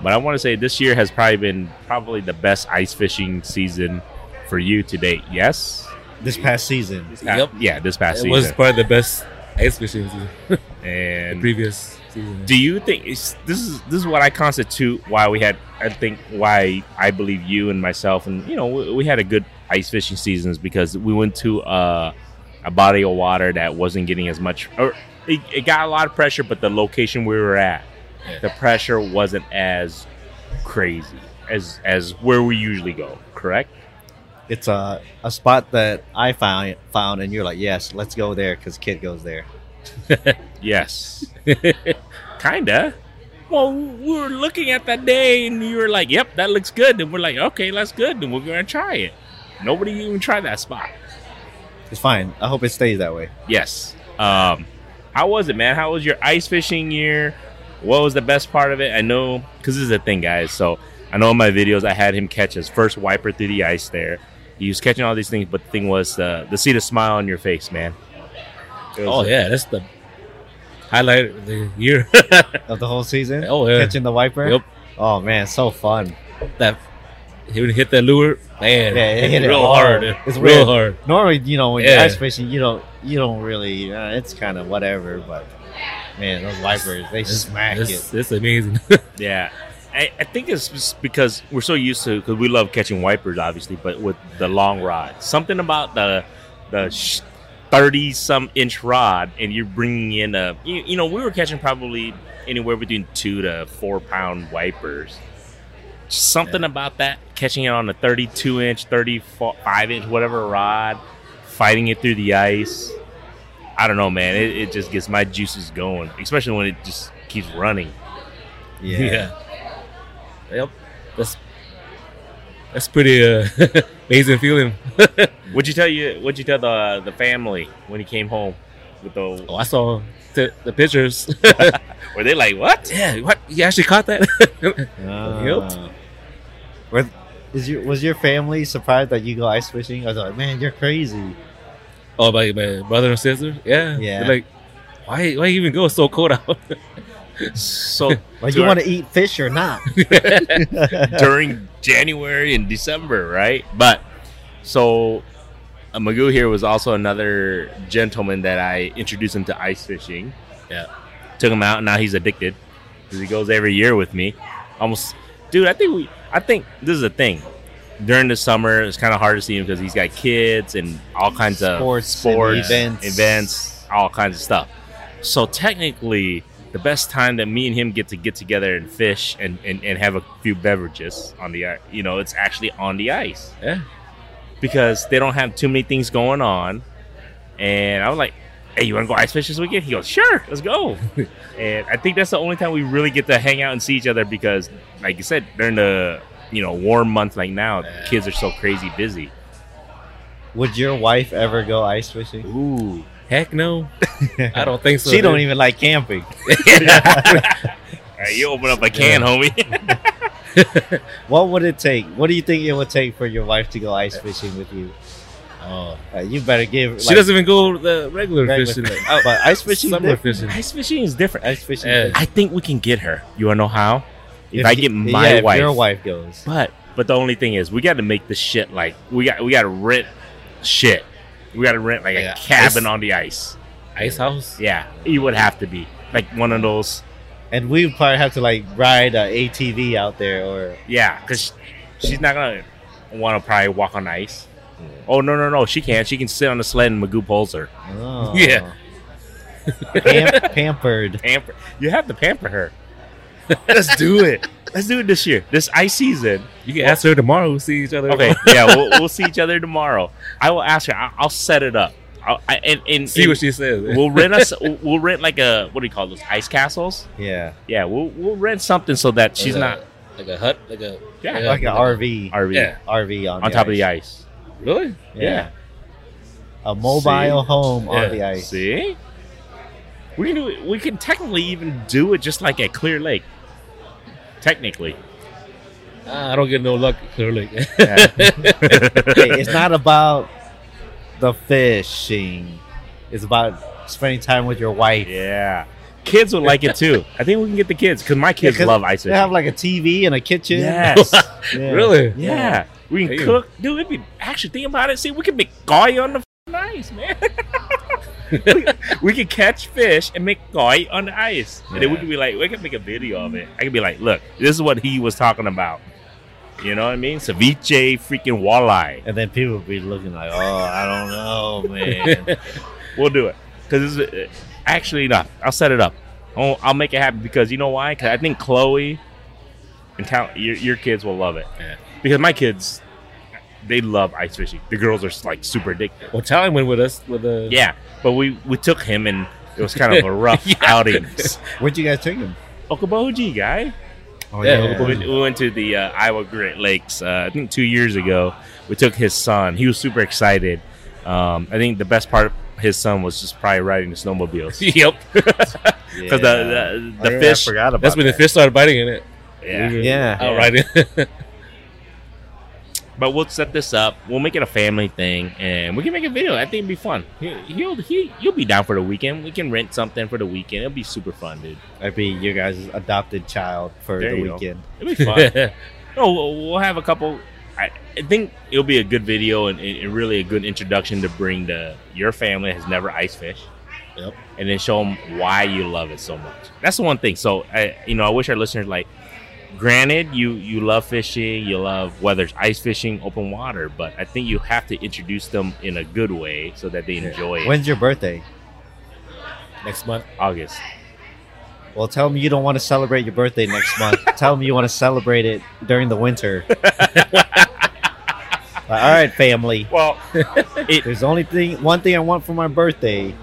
Speaker 1: But I want to say this year has probably been probably the best ice fishing season for you to date. Yes.
Speaker 2: This past season.
Speaker 3: Yep.
Speaker 1: Yeah, this past
Speaker 3: it was
Speaker 1: season.
Speaker 3: probably the best ice fishing season. the
Speaker 1: And
Speaker 3: previous season.
Speaker 1: do you think it's, this is this is what I constitute why we had I think why I believe you and myself and you know we, we had a good ice fishing season is because we went to uh, a body of water that wasn't getting as much or it, it got a lot of pressure but the location we were at
Speaker 3: Yeah.
Speaker 1: the pressure wasn't as crazy as as where we usually go correct
Speaker 2: It's a, a spot that I found found and you're like, yes, let's go there because kid goes there.
Speaker 1: yes [LAUGHS] kinda well we were looking at that day and you were like yep that looks good and we're like okay that's good and we're gonna try it nobody even tried that spot
Speaker 2: It's fine. I hope it stays that way.
Speaker 1: yes um how was it man how was your ice fishing year what was the best part of it i know because this is the thing guys so i know in my videos i had him catch his first wiper through the ice there he was catching all these things but the thing was uh, to see the smile on your face man It
Speaker 3: Oh
Speaker 1: was-
Speaker 3: yeah, that's the highlight of the year. [LAUGHS]
Speaker 2: Of the whole season?
Speaker 3: oh yeah,
Speaker 2: Catching the wiper?
Speaker 3: Yep.
Speaker 2: Oh man, so fun.
Speaker 3: that he would hit that lure, man.
Speaker 2: Yeah, it hit it
Speaker 3: real
Speaker 2: hard.
Speaker 3: hard.
Speaker 2: It's
Speaker 3: It's
Speaker 2: weird.
Speaker 3: real hard.
Speaker 2: Normally, you know, when
Speaker 3: Yeah.
Speaker 2: you're ice fishing, you don't you don't really uh, it's kinda whatever, but man, those wipers, they smack
Speaker 3: it's,
Speaker 2: it.
Speaker 3: It's amazing. [LAUGHS]
Speaker 1: Yeah. I, I think it's just because we're so used to because we love catching wipers, obviously, but with the long rod, something about the the thirty some inch rod, and you're bringing in a you, you know we were catching probably anywhere between two to four pound wipers. Just Something about that catching it on a thirty two inch, thirty five inch, whatever rod, fighting it through the ice. I don't know, man. It, it just gets my juices going, especially when it just keeps running.
Speaker 2: Yeah.
Speaker 3: Yep. That's that's pretty uh, [LAUGHS] amazing feeling. [LAUGHS]
Speaker 1: What'd you tell you? What'd you tell the the family when he came home? With the
Speaker 3: Oh, I saw the, the pictures. [LAUGHS]
Speaker 1: were they like what?
Speaker 3: yeah, what you actually caught that? [LAUGHS]
Speaker 2: Ah. Were- is your was your family surprised that you go ice fishing? I was like, man, you're crazy.
Speaker 3: oh, my, my brother and sister. Yeah,
Speaker 2: Yeah.
Speaker 3: They're Like, why why even go? It's so cold out. [LAUGHS]
Speaker 1: [LAUGHS] So
Speaker 2: Like,
Speaker 1: Sure.
Speaker 2: you want to eat fish or not?
Speaker 1: [LAUGHS] during January and December, right? But so uh, Magoo here was also another gentleman that I introduced him to ice fishing.
Speaker 3: Yeah.
Speaker 1: took him out. and Now he's addicted 'cause he goes every year with me. Almost, dude. I think we. I think this is a thing. During the summer, it's kind of hard to see him because he's got kids and all kinds of
Speaker 2: Sports and events.
Speaker 1: events, all kinds of stuff. So technically, the best time that me and him get to get together and fish and, and, and have a few beverages on the ice, you know, it's actually on the ice
Speaker 3: yeah.
Speaker 1: because they don't have too many things going on. And I was like, hey, you want to go ice fish this weekend? He goes, sure, let's go. and I think that's the only time we really get to hang out and see each other because, like you said, during the, you know, warm months like now,
Speaker 3: Yeah.
Speaker 1: kids are so crazy busy.
Speaker 2: Would your wife ever go ice fishing?
Speaker 1: Ooh.
Speaker 3: Heck
Speaker 2: [LAUGHS]
Speaker 3: no. I don't think so.
Speaker 2: she don't
Speaker 3: dude.
Speaker 2: even like camping.
Speaker 1: [LAUGHS] Hey, you open up a can, homie.
Speaker 2: What would it take? What do you think it would take for your wife to go ice fishing with you?
Speaker 3: Oh.
Speaker 2: Uh, you better give.
Speaker 3: she
Speaker 2: like,
Speaker 3: doesn't even go the regular,
Speaker 2: regular-
Speaker 3: fishing. Like,
Speaker 2: Oh, [LAUGHS] but ice fishing.
Speaker 3: summer
Speaker 2: diff- [LAUGHS]
Speaker 3: fishing.
Speaker 1: [LAUGHS] Ice fishing is different.
Speaker 2: Ice fishing.
Speaker 3: Yeah.
Speaker 2: diff-
Speaker 1: I think we can get her. You wanna know how? If, I
Speaker 2: you-
Speaker 1: get my
Speaker 2: yeah, if
Speaker 1: wife,
Speaker 2: your wife goes.
Speaker 1: But but the only thing is we got to make the shit like we got we got to rent shit. We got to rent like
Speaker 3: Yeah,
Speaker 1: a cabin
Speaker 3: ice-
Speaker 1: on the ice.
Speaker 3: Ice house.
Speaker 1: Yeah, it would have to be like one of those.
Speaker 2: And we would probably have to like ride an ATV out there, or
Speaker 1: Yeah, because she's not gonna want to probably walk on ice. Oh no no no, she can. She can sit on the sled and Magoo pulls her.
Speaker 2: oh.
Speaker 3: Yeah.
Speaker 2: Pam- pampered.
Speaker 1: Pamper. You have to pamper her. Let's do it. [LAUGHS] Let's do it this year. This ice season.
Speaker 3: You can ask her tomorrow. We'll see each other.
Speaker 1: Okay. Yeah, we'll, we'll see each other tomorrow. I will ask her. I'll, I'll set it up. I'll, I, and, and
Speaker 3: [LAUGHS] See
Speaker 1: and-
Speaker 3: what she says.
Speaker 1: we'll rent us. We'll rent like a what do you call those ice castles?
Speaker 2: Yeah,
Speaker 1: Yeah, we'll we'll rent something so that she's not
Speaker 3: like a hut, like a
Speaker 1: Yeah,
Speaker 2: like an RV,
Speaker 1: RV
Speaker 3: Yeah.
Speaker 2: RV on,
Speaker 1: on top of the ice.
Speaker 3: really.
Speaker 1: Yeah.
Speaker 2: a mobile
Speaker 1: See?
Speaker 2: home
Speaker 3: Yeah.
Speaker 2: on the ice.
Speaker 1: See, we can do. It, we can technically even do it just like at Clear Lake. Technically,
Speaker 3: Ah, I don't get no luck clearly.
Speaker 2: Hey, it's not about the fishing. It's about spending time with your
Speaker 1: [LAUGHS]
Speaker 2: wife.
Speaker 1: yeah. Kids would like it too. I think we can get the kids because my kids
Speaker 2: 'cause
Speaker 1: love ice
Speaker 2: They
Speaker 1: fishing.
Speaker 2: have like a TV and a kitchen.
Speaker 1: yes,
Speaker 2: [LAUGHS] Yeah.
Speaker 3: Really?
Speaker 1: yeah. We can
Speaker 3: Damn.
Speaker 1: cook, dude. It'd be actually think about it. See, we can make goi on the f***ing ice, man. [LAUGHS] we, we can catch fish and make goi on the ice, and then we
Speaker 2: Yeah.
Speaker 1: can be like, we can make a video of it. I can be like, look, this is what he was talking about. You know what I mean? Ceviche, freaking walleye.
Speaker 2: And then people would be looking like, oh, I don't
Speaker 1: [LAUGHS]
Speaker 2: know, man.
Speaker 1: We'll do it because uh, actually, not. I'll set it up. I'll, I'll make it happen because you know why? Because I think Chloe and Cal- your, your kids will love it.
Speaker 3: Yeah.
Speaker 1: Because my kids, they love ice fishing. The girls are like super addicted.
Speaker 3: [LAUGHS] Well, Talon went with us with a
Speaker 1: Yeah, but we we took him and it was kind of a rough outing.
Speaker 2: Where'd you guys take them?
Speaker 1: Okoboji guy.
Speaker 2: Oh,
Speaker 3: Yeah,
Speaker 1: We, went- we went to the uh, Iowa Great Lakes. Uh, I think two years ago. We took his son. He was super excited. Um, I think the best part of his son was just probably riding the snowmobiles [LAUGHS]
Speaker 3: yep.
Speaker 1: because the the, the
Speaker 2: Yeah, I
Speaker 1: fish.
Speaker 2: forgot Mm-hmm. about
Speaker 3: That's when the
Speaker 2: that.
Speaker 3: fill started biting in it.
Speaker 1: Yeah.
Speaker 2: Yeah.
Speaker 3: All [LAUGHS] right.
Speaker 1: But we'll set this up. We'll make it a family thing, and we can make a video. I think it'd be fun. He, he'll he you'll be down for the weekend. We can rent something for the weekend. It'll be super fun, dude.
Speaker 2: I'd be your guys' adopted child for
Speaker 1: There
Speaker 2: the
Speaker 1: you go.
Speaker 2: weekend.
Speaker 1: It'll be
Speaker 3: [LAUGHS]
Speaker 1: fun. No, we'll- we'll have a couple. I I think it'll be a good video and, and and really a good introduction to bring the your family has never ice fished.
Speaker 3: Yep.
Speaker 1: And then show them why you love it so much. That's the one thing. So I, you know, I wish our listeners like. Granted, you you love fishing, you love whether it's ice fishing, open water, but I think you have to introduce them in a good way so that they enjoy it.
Speaker 2: When's your birthday?
Speaker 3: Next month.
Speaker 1: August.
Speaker 2: Well, tell them you don't want to celebrate your birthday
Speaker 1: [LAUGHS]
Speaker 2: next month. tell them you want to celebrate it during the winter. Like, all right, family.
Speaker 1: Well,
Speaker 2: There's only thing, one thing I want for my birthday.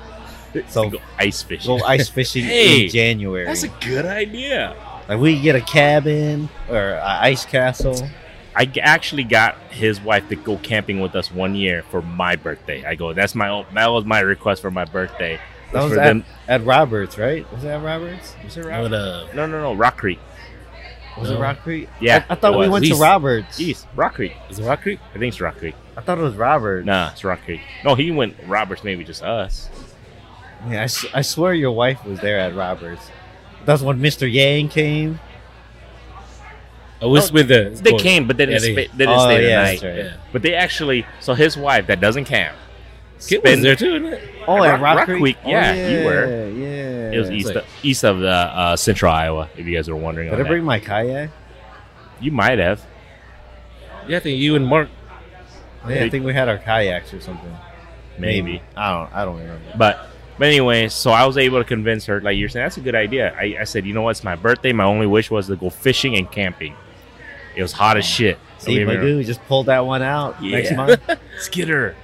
Speaker 2: So
Speaker 1: go ice fishing.
Speaker 2: go ice fishing
Speaker 1: Hey,
Speaker 2: in January.
Speaker 1: That's a good idea.
Speaker 2: like we get a cabin or an ice castle.
Speaker 1: I g- actually got his wife to go camping with us one year for my birthday. I go, that's my own, that was my request for my birthday.
Speaker 2: That was
Speaker 1: for
Speaker 2: at, at Roberts, right? Was it at Roberts?
Speaker 1: Was it
Speaker 3: With uh,
Speaker 1: Rock?
Speaker 3: a
Speaker 1: No, no, no, Rock Creek.
Speaker 2: Was it
Speaker 3: No.
Speaker 2: Rock Creek?
Speaker 1: Yeah,
Speaker 2: I, I thought
Speaker 1: it
Speaker 2: we
Speaker 1: was.
Speaker 2: went to
Speaker 3: Least.
Speaker 2: Roberts.
Speaker 1: Jeez, Rock Creek.
Speaker 3: is it Rock Creek?
Speaker 1: I think it's Rock Creek.
Speaker 2: I thought it was Roberts.
Speaker 1: Nah, it's Rock Creek. No, he went Roberts, maybe just us.
Speaker 2: Yeah, I, s- I swear your wife was there at Roberts. That's when Mr. Yang came.
Speaker 3: I was
Speaker 1: No,
Speaker 3: Oh, with the.
Speaker 1: They came, but they didn't,
Speaker 3: Yeah,
Speaker 1: spa-
Speaker 3: they-
Speaker 1: they didn't stay the
Speaker 2: Oh, yeah,
Speaker 1: night.
Speaker 2: that's right.
Speaker 3: Yeah.
Speaker 1: But they actually, so his wife that doesn't camp.
Speaker 3: Kid
Speaker 1: spend-
Speaker 3: was there too, isn't it?
Speaker 2: Oh,
Speaker 1: Rock-
Speaker 2: at Rock,
Speaker 1: Rock
Speaker 2: Creek.
Speaker 1: Creek,
Speaker 2: Oh,
Speaker 1: yeah, you were.
Speaker 2: Yeah,
Speaker 1: It was
Speaker 2: Did
Speaker 1: east,
Speaker 3: like-
Speaker 1: east of the uh, central Iowa, if you guys were wondering.
Speaker 2: I
Speaker 1: on that.
Speaker 2: bring my kayak? Oh,
Speaker 1: you might have.
Speaker 3: Yeah, I think you and Mark.
Speaker 2: Yeah, I think we had our kayaks or something.
Speaker 1: maybe.
Speaker 2: I don't. I don't remember.
Speaker 1: But but anyway, so I was able to convince her, like you're saying, that's a good idea. I, I said, you know what, it's my birthday. My only wish was to go fishing and camping. It was hot as shit. So
Speaker 2: See,
Speaker 1: we
Speaker 2: my
Speaker 1: were-
Speaker 2: dude just pulled that one out
Speaker 1: [LAUGHS]
Speaker 2: next
Speaker 1: Yeah.
Speaker 2: month.
Speaker 1: Let's get her.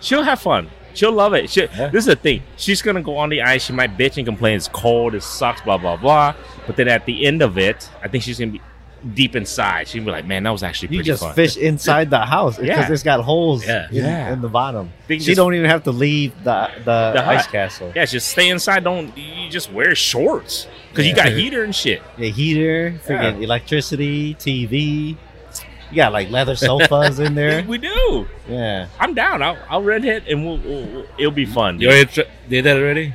Speaker 1: She'll have fun. She'll love it. She,
Speaker 3: Yeah.
Speaker 1: This is the thing. She's gonna go on the ice. She might bitch and complain it's cold, it sucks, blah blah blah. But then at the end of it, I think she's gonna be deep inside. She'd be like, "Man, that was actually pretty
Speaker 2: You just
Speaker 1: fun."
Speaker 2: fish inside the house because
Speaker 1: Yeah.
Speaker 2: it's got holes
Speaker 3: Yeah.
Speaker 2: In,
Speaker 1: Yeah.
Speaker 2: in the bottom.
Speaker 1: They
Speaker 2: She
Speaker 1: just-
Speaker 2: don't even have to leave the the,
Speaker 1: The
Speaker 2: ice
Speaker 1: hut.
Speaker 2: castle.
Speaker 1: Yeah, just stay inside. Don't you just wear shorts because you
Speaker 2: Yeah.
Speaker 1: got heater and shit.
Speaker 2: The heater, freaking electricity, TV. You got like leather sofas
Speaker 1: [LAUGHS]
Speaker 2: in there.
Speaker 1: We do.
Speaker 2: Yeah.
Speaker 1: I'm down. I'll, I'll red hit and we'll, we'll, we'll- it'll be fun. dude.
Speaker 3: You already tr- did that already?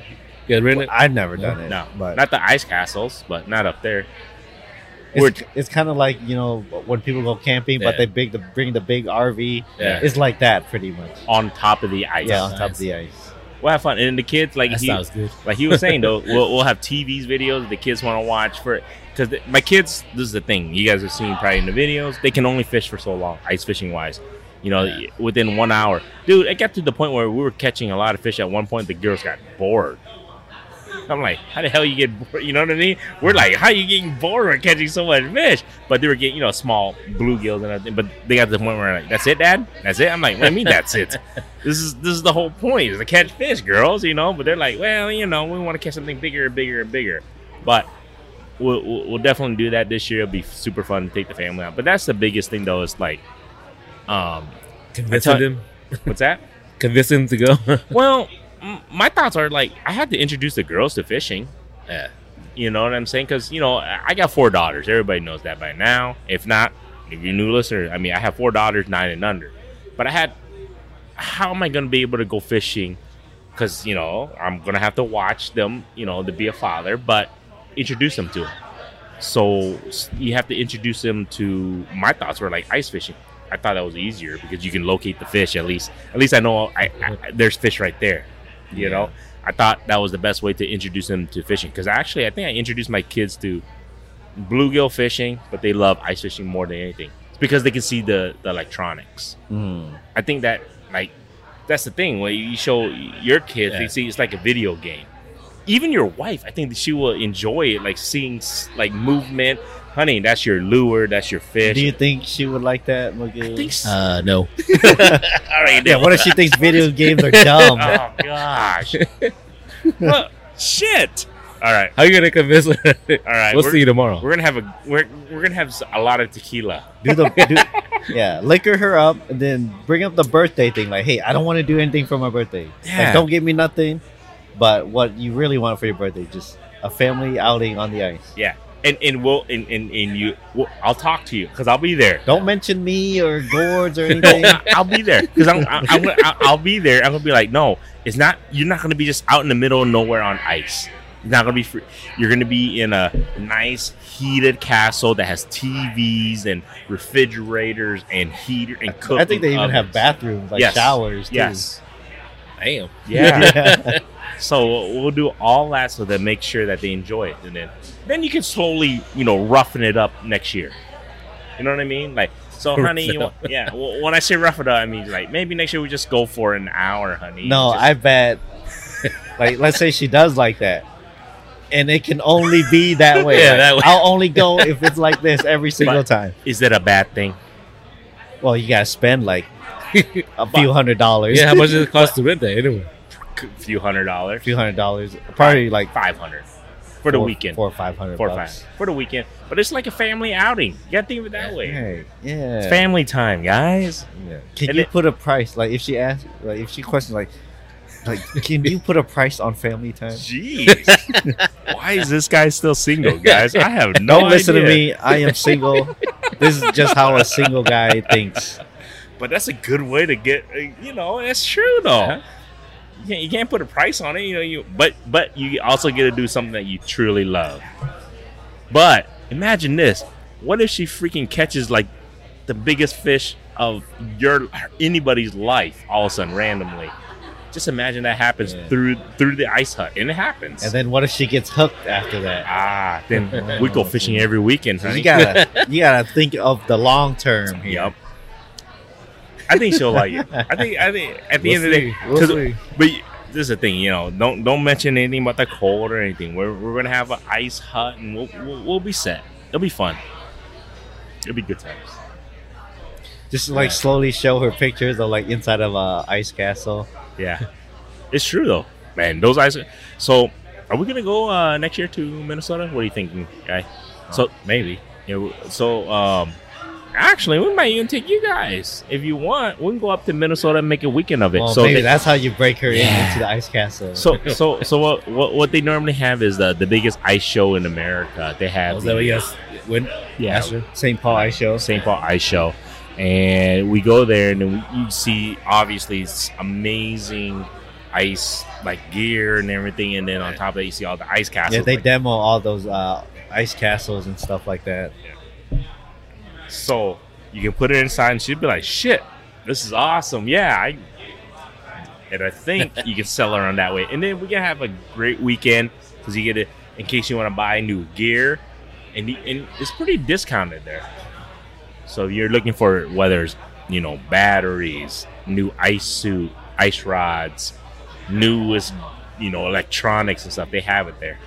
Speaker 3: You already
Speaker 2: Well, I've never done it.
Speaker 1: No,
Speaker 2: but
Speaker 1: not the ice castles, but not up there.
Speaker 2: it's, it's kind of like you know when people go camping, but
Speaker 3: Yeah.
Speaker 2: they big the, bring the big RV.
Speaker 3: Yeah.
Speaker 2: It's like that pretty much.
Speaker 1: On top of the ice.
Speaker 2: Yeah, on
Speaker 3: nice.
Speaker 2: top of the ice.
Speaker 1: We'll have fun. And the kids, like
Speaker 3: that
Speaker 1: he,
Speaker 3: sounds good.
Speaker 1: like he was saying though, [LAUGHS] we'll, we'll have TVs videos the kids want to watch for because my kids. This is the thing you guys have seen probably in the videos. They can only fish for so long, ice fishing wise. You know,
Speaker 3: Yeah.
Speaker 1: within one hour, dude. It got to the point where we were catching a lot of fish. At one point, the girls got bored. I'm like, how the hell you get bored? You know what I mean? We're like, how you getting bored with catching so much fish? But they were getting, you know, small bluegills and everything. But they got to the point where like, that's it, Dad. That's it. I'm like, what do you mean that's it? this is this is the whole point is to catch fish, girls. You know. But they're like, well, you know, we want to catch something bigger and bigger and bigger. But we'll, we'll we'll definitely do that this year. It'll be super fun to take the family out. But that's the biggest thing though. Is like, um,
Speaker 3: Convincing them,
Speaker 1: what's that?
Speaker 3: convincing them to go. [LAUGHS]
Speaker 1: well, m- my thoughts are like I had to introduce the girls to fishing.
Speaker 3: yeah,
Speaker 1: You know what I'm saying? Because you know I I got four daughters. Everybody knows that by now. If not, if you're a new listener, I mean I have four daughters, nine and under. But I had, how am I going to be able to go fishing? Because you know I'm going to have to watch them. You know to be a father, but introduce them to it. So s- you have to introduce them to my thoughts were like ice fishing. I thought that was easier because you can locate the fish at least. At least I know I, I, I- there's fish right there. You know, I thought that was the best way to introduce them to fishing because actually I think I introduced my kids to bluegill fishing, but they love ice fishing more than anything. It's because they can see the the electronics.
Speaker 2: Mm.
Speaker 1: I think that like that's the thing when you show your kids,
Speaker 3: Yeah.
Speaker 1: they see it's like a video game. Even your wife, I think that she will enjoy it, like seeing s- like movement. Honey, that's your lure, that's your fish.
Speaker 2: Do you think she would like that? Miguel?
Speaker 1: I think so.
Speaker 3: uh, no.
Speaker 1: All right,
Speaker 2: yeah.
Speaker 1: then.
Speaker 2: What if she thinks video games are
Speaker 1: [LAUGHS]
Speaker 2: dumb?
Speaker 1: Oh gosh. Well, shit. All right,
Speaker 3: How you gonna convince [LAUGHS] her?
Speaker 1: all right.
Speaker 3: we'll
Speaker 1: we're,
Speaker 3: see you tomorrow.
Speaker 1: We're gonna have a we're, we're gonna have a lot of tequila.
Speaker 2: do the do, yeah liquor her up and then bring up the birthday thing like hey i don't want to do anything for my birthday
Speaker 1: Yeah.
Speaker 2: like don't give me nothing but what you really want for your birthday just a family outing on the ice
Speaker 1: And and we'll and and, and you, we'll, I'll talk to you because I'll be there.
Speaker 2: don't mention me or gourds or anything
Speaker 1: I'll be there because I'm, I'm, I'm gonna, I'll I'll be there. I'm gonna be like, no, it's not. You're not gonna be just out in the middle of nowhere on ice. It's not gonna be free. You're gonna be in a nice heated castle that has TVs and refrigerators and heater and cooking.
Speaker 2: i think they even have
Speaker 1: ovens.
Speaker 2: bathrooms like
Speaker 1: Yes.
Speaker 2: showers too. [LAUGHS]
Speaker 1: Yes.
Speaker 3: Damn.
Speaker 1: Yeah. [LAUGHS] so we'll do all that so that make sure that they enjoy it, and then then you can slowly, you know, roughen it up next year. You know what I mean? Like, so,
Speaker 3: Rough
Speaker 1: honey,
Speaker 3: it
Speaker 1: you,
Speaker 2: [LAUGHS]
Speaker 1: want- yeah. Well, when I say rough it up, I mean like maybe next year we just go for an hour, honey.
Speaker 2: no
Speaker 1: Just-
Speaker 2: i bet like let's say she does like that and it can only be
Speaker 1: [LAUGHS]
Speaker 2: that way.
Speaker 3: Yeah,
Speaker 2: Like,
Speaker 3: that way.
Speaker 2: I'll only go if it's like this every single
Speaker 1: But-
Speaker 2: time.
Speaker 1: is that a bad thing?
Speaker 2: Well, you gotta spend
Speaker 1: [LAUGHS]
Speaker 2: like a few hundred dollars.
Speaker 3: Yeah, how much does it cost to rent that anyway?
Speaker 1: A few hundred dollars,
Speaker 2: [LAUGHS] few hundred dollars, probably like
Speaker 1: five hundred for the
Speaker 2: four-
Speaker 1: weekend,
Speaker 2: four or five hundred,
Speaker 1: four or five
Speaker 2: bucks.
Speaker 1: for the weekend. But it's like a family outing. You gotta think of it that way.
Speaker 2: Hey,
Speaker 1: It's
Speaker 2: yeah.
Speaker 1: family time, guys.
Speaker 2: yeah. Can
Speaker 1: And
Speaker 2: you
Speaker 1: it-
Speaker 2: put a price? Like if she asks, like if she questions, like, like can you put a price on family time?
Speaker 1: Jeez, [LAUGHS] why is this guy still single, guys? I have no.
Speaker 2: Don't listen to
Speaker 1: idea.
Speaker 2: me. I
Speaker 1: [LAUGHS]
Speaker 2: am single. this is just how a single guy thinks.
Speaker 1: But that's a good way to get, uh, you know, that's true though.
Speaker 2: Uh-huh.
Speaker 3: Yeah.
Speaker 1: You, can't, you can't put a price on it, you know. You but but you also get to do something that you truly love. But imagine this: what if she freaking catches like the biggest fish of your anybody's life all of a sudden randomly? Just imagine that happens
Speaker 2: Yeah.
Speaker 1: through through the ice hut, and it happens.
Speaker 2: And then what if she gets hooked after that?
Speaker 1: ah, then
Speaker 2: [LAUGHS]
Speaker 1: we go fishing every weekend,
Speaker 2: So you
Speaker 1: honey. [LAUGHS]
Speaker 2: gotta, you gotta think of the long term here.
Speaker 1: Yep. I think she'll like it. I think I think at the
Speaker 3: We'll
Speaker 1: end of the day,
Speaker 3: see. We'll
Speaker 1: 'cause-
Speaker 3: see.
Speaker 1: but y- this is the thing, you know, don't don't mention anything about the cold or anything. We're, we're gonna have an ice hut and we'll, we'll we'll be set. It'll be fun. It'll be good times.
Speaker 2: Just like slowly show her pictures of like inside of a ice castle.
Speaker 3: [LAUGHS]
Speaker 1: Yeah, it's true though, man. Those ice. So, are we gonna go uh, next year to Minnesota? What are you thinking, guy? So maybe Yeah, w- so um, actually, we might even take you guys if you want. We can go up to Minnesota and make a weekend of it.
Speaker 2: Well,
Speaker 1: so
Speaker 2: maybe
Speaker 1: they-
Speaker 2: that's how you break her in
Speaker 3: Yeah.
Speaker 2: into the ice castle.
Speaker 1: so so so what, what what they normally have is the the biggest ice show in America. They have
Speaker 3: Oh, is that what
Speaker 1: the-
Speaker 3: you guys went?
Speaker 1: yeah,
Speaker 3: Astro?
Speaker 2: St. Paul Ice Show.
Speaker 1: St. Paul Ice Show. And we go there, and then we, you see obviously it's amazing ice like gear and everything. And then on top of that, you see all the ice castles.
Speaker 2: Yeah, they
Speaker 1: like,
Speaker 2: demo all those uh, ice castles and stuff like that.
Speaker 1: so you can put it inside, and she'd be like, "Shit, this is awesome! Yeah." I, and I think you can sell her on that way. And then we can have a great weekend because you get it in case you want to buy new gear, and you- and it's pretty discounted there. So if you're looking for whether it's you know batteries, new ice suit, ice rods, newest you know electronics and stuff, they have it there.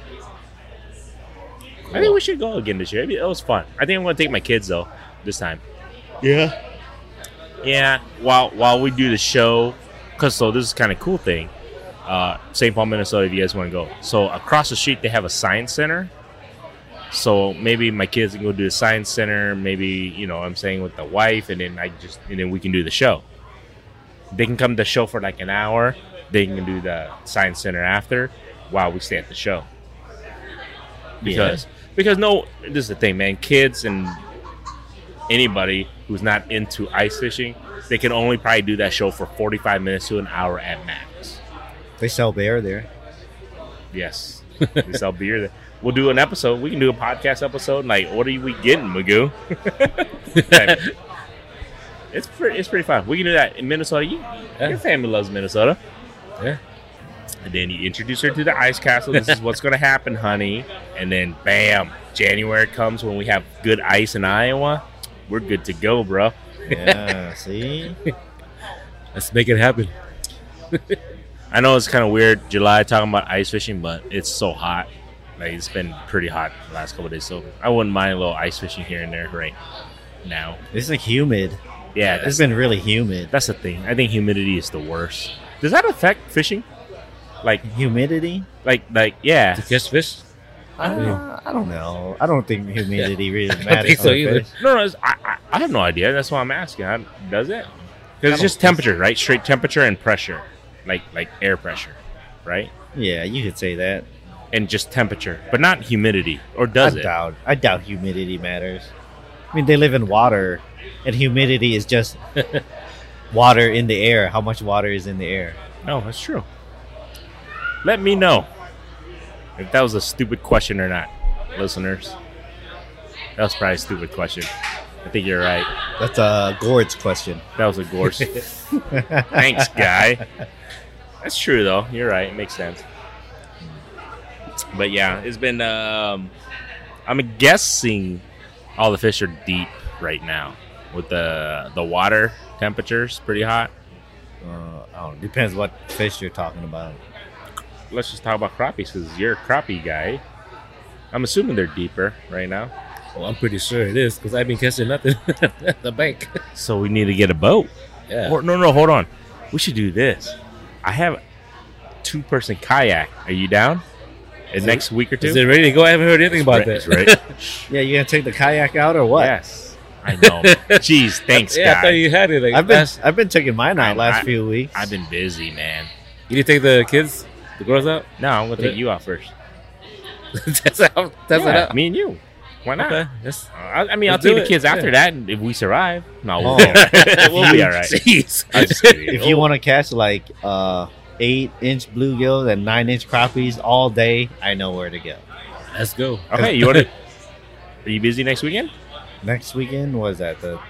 Speaker 1: I think we should go again this year. It'd be- It was fun. I think I'm going to take my kids though this time.
Speaker 2: Yeah.
Speaker 1: Yeah, while while we do the show, cause so this is kind of cool thing. Uh, St. Paul, Minnesota. If you guys want to go, so across the street they have a science center. So maybe my kids can go do the science center. Maybe you know I'm saying with the wife, and then I just and then we can do the show. They can come to the show for like an hour. They can do the science center after, while we stay at the show. Because because no, this is the thing, man. Kids and anybody who's not into ice fishing, they can only probably do that show for 45 minutes to an hour at max.
Speaker 2: They sell
Speaker 1: [LAUGHS]
Speaker 2: beer there.
Speaker 1: Yes. we sell beer. there. We'll do an episode. We can do a podcast episode. Like, what are we getting, Magoo? [LAUGHS] Like, it's pretty. It's pretty fun. We can do that in Minnesota. You,
Speaker 3: Yeah.
Speaker 1: Your family loves Minnesota.
Speaker 3: Yeah.
Speaker 1: And then you introduce her to the ice castle. This is what's going to happen, honey. And then, bam! January comes when we have good ice in Iowa. We're good to go, bro.
Speaker 2: Yeah. see.
Speaker 3: Let's make it happen.
Speaker 1: I know it's kind of weird, July talking about ice fishing, but it's so hot. Like it's been pretty hot the last couple of days, so I wouldn't mind a little ice fishing here and there right now.
Speaker 2: It's like humid.
Speaker 1: Yeah,
Speaker 2: It's
Speaker 1: that's,
Speaker 2: been really humid.
Speaker 1: that's the thing. I think humidity is the worst. Does that affect fishing? Like,
Speaker 2: Humidity?
Speaker 1: like, like, yeah.
Speaker 3: To catch fish?
Speaker 2: I
Speaker 3: don't
Speaker 2: know. I don't know. I don't think
Speaker 1: [LAUGHS]
Speaker 2: humidity really matters.
Speaker 3: don't think so
Speaker 2: on a
Speaker 3: either.
Speaker 2: fish.
Speaker 1: No, no, it's, I, I, I have no idea. That's why I'm asking. I, does it? Because
Speaker 2: don't-
Speaker 1: it's just temperature, right? Straight temperature and pressure, like, like air pressure, right?
Speaker 2: Yeah, you could say that.
Speaker 1: And just temperature, but not humidity. Or does
Speaker 2: I
Speaker 1: it?
Speaker 2: doubt. I doubt humidity matters. I mean, they live in water, and humidity is
Speaker 1: [LAUGHS]
Speaker 2: just water in the air. How much water is in the air?
Speaker 1: No, Oh, that's true. Let me know if that was a stupid question or not, listeners. That was probably a stupid question. I think you're right.
Speaker 2: That's a Gord's question.
Speaker 1: That was a gorse. Thanks, guy. That's true, though. You're right. It makes sense. But yeah, it's been. Um, I'm guessing all the fish are deep right now with the the water temperatures pretty hot.
Speaker 2: Uh, I don't, depends what fish you're talking about.
Speaker 1: let's just talk about crappies because you're a crappie guy. I'm assuming they're deeper right now.
Speaker 3: Well, I'm pretty sure it is because I've been catching nothing [LAUGHS] at the bank.
Speaker 1: So we need to get a boat.
Speaker 3: Yeah.
Speaker 1: Or, no, no, hold on. We should do this. I have a two person kayak. Are you down? In
Speaker 3: Is it-
Speaker 1: next week or two?
Speaker 3: Is it ready to go? I haven't heard anything about
Speaker 1: It's
Speaker 3: that.
Speaker 1: right.
Speaker 3: [LAUGHS]
Speaker 2: Yeah, you gonna take the kayak out or what?
Speaker 1: Yes. I
Speaker 3: [LAUGHS]
Speaker 1: know. Jeez, thanks,
Speaker 3: yeah, I
Speaker 1: guy.
Speaker 3: thought you had it. Like,
Speaker 2: I've been
Speaker 3: last-
Speaker 2: I've been taking mine out
Speaker 1: I-
Speaker 2: last
Speaker 1: I-
Speaker 2: few weeks.
Speaker 1: I've been busy, man.
Speaker 3: you didn't take the kids, the girls out. [LAUGHS]
Speaker 1: No, I'm gonna take you out first.
Speaker 3: that's out. That's
Speaker 1: Yeah,
Speaker 3: out.
Speaker 1: Me and you. Why not? Uh,
Speaker 3: Okay. That's,
Speaker 1: I, I mean,
Speaker 3: Let's
Speaker 1: I'll
Speaker 3: do
Speaker 1: take the
Speaker 3: it.
Speaker 1: kids after
Speaker 3: Yeah.
Speaker 1: that, and if we survive, no,
Speaker 3: [LAUGHS]
Speaker 1: we'll,
Speaker 2: Oh.
Speaker 1: be all right. we'll be all right.
Speaker 3: Jeez.
Speaker 1: I'm just kidding.
Speaker 2: [LAUGHS] if you want to catch like uh, eight inch bluegills and nine inch crappies all day, I know where to go.
Speaker 3: Let's go.
Speaker 1: Okay, you want to? [LAUGHS] Are you busy next weekend?
Speaker 2: Next weekend was that the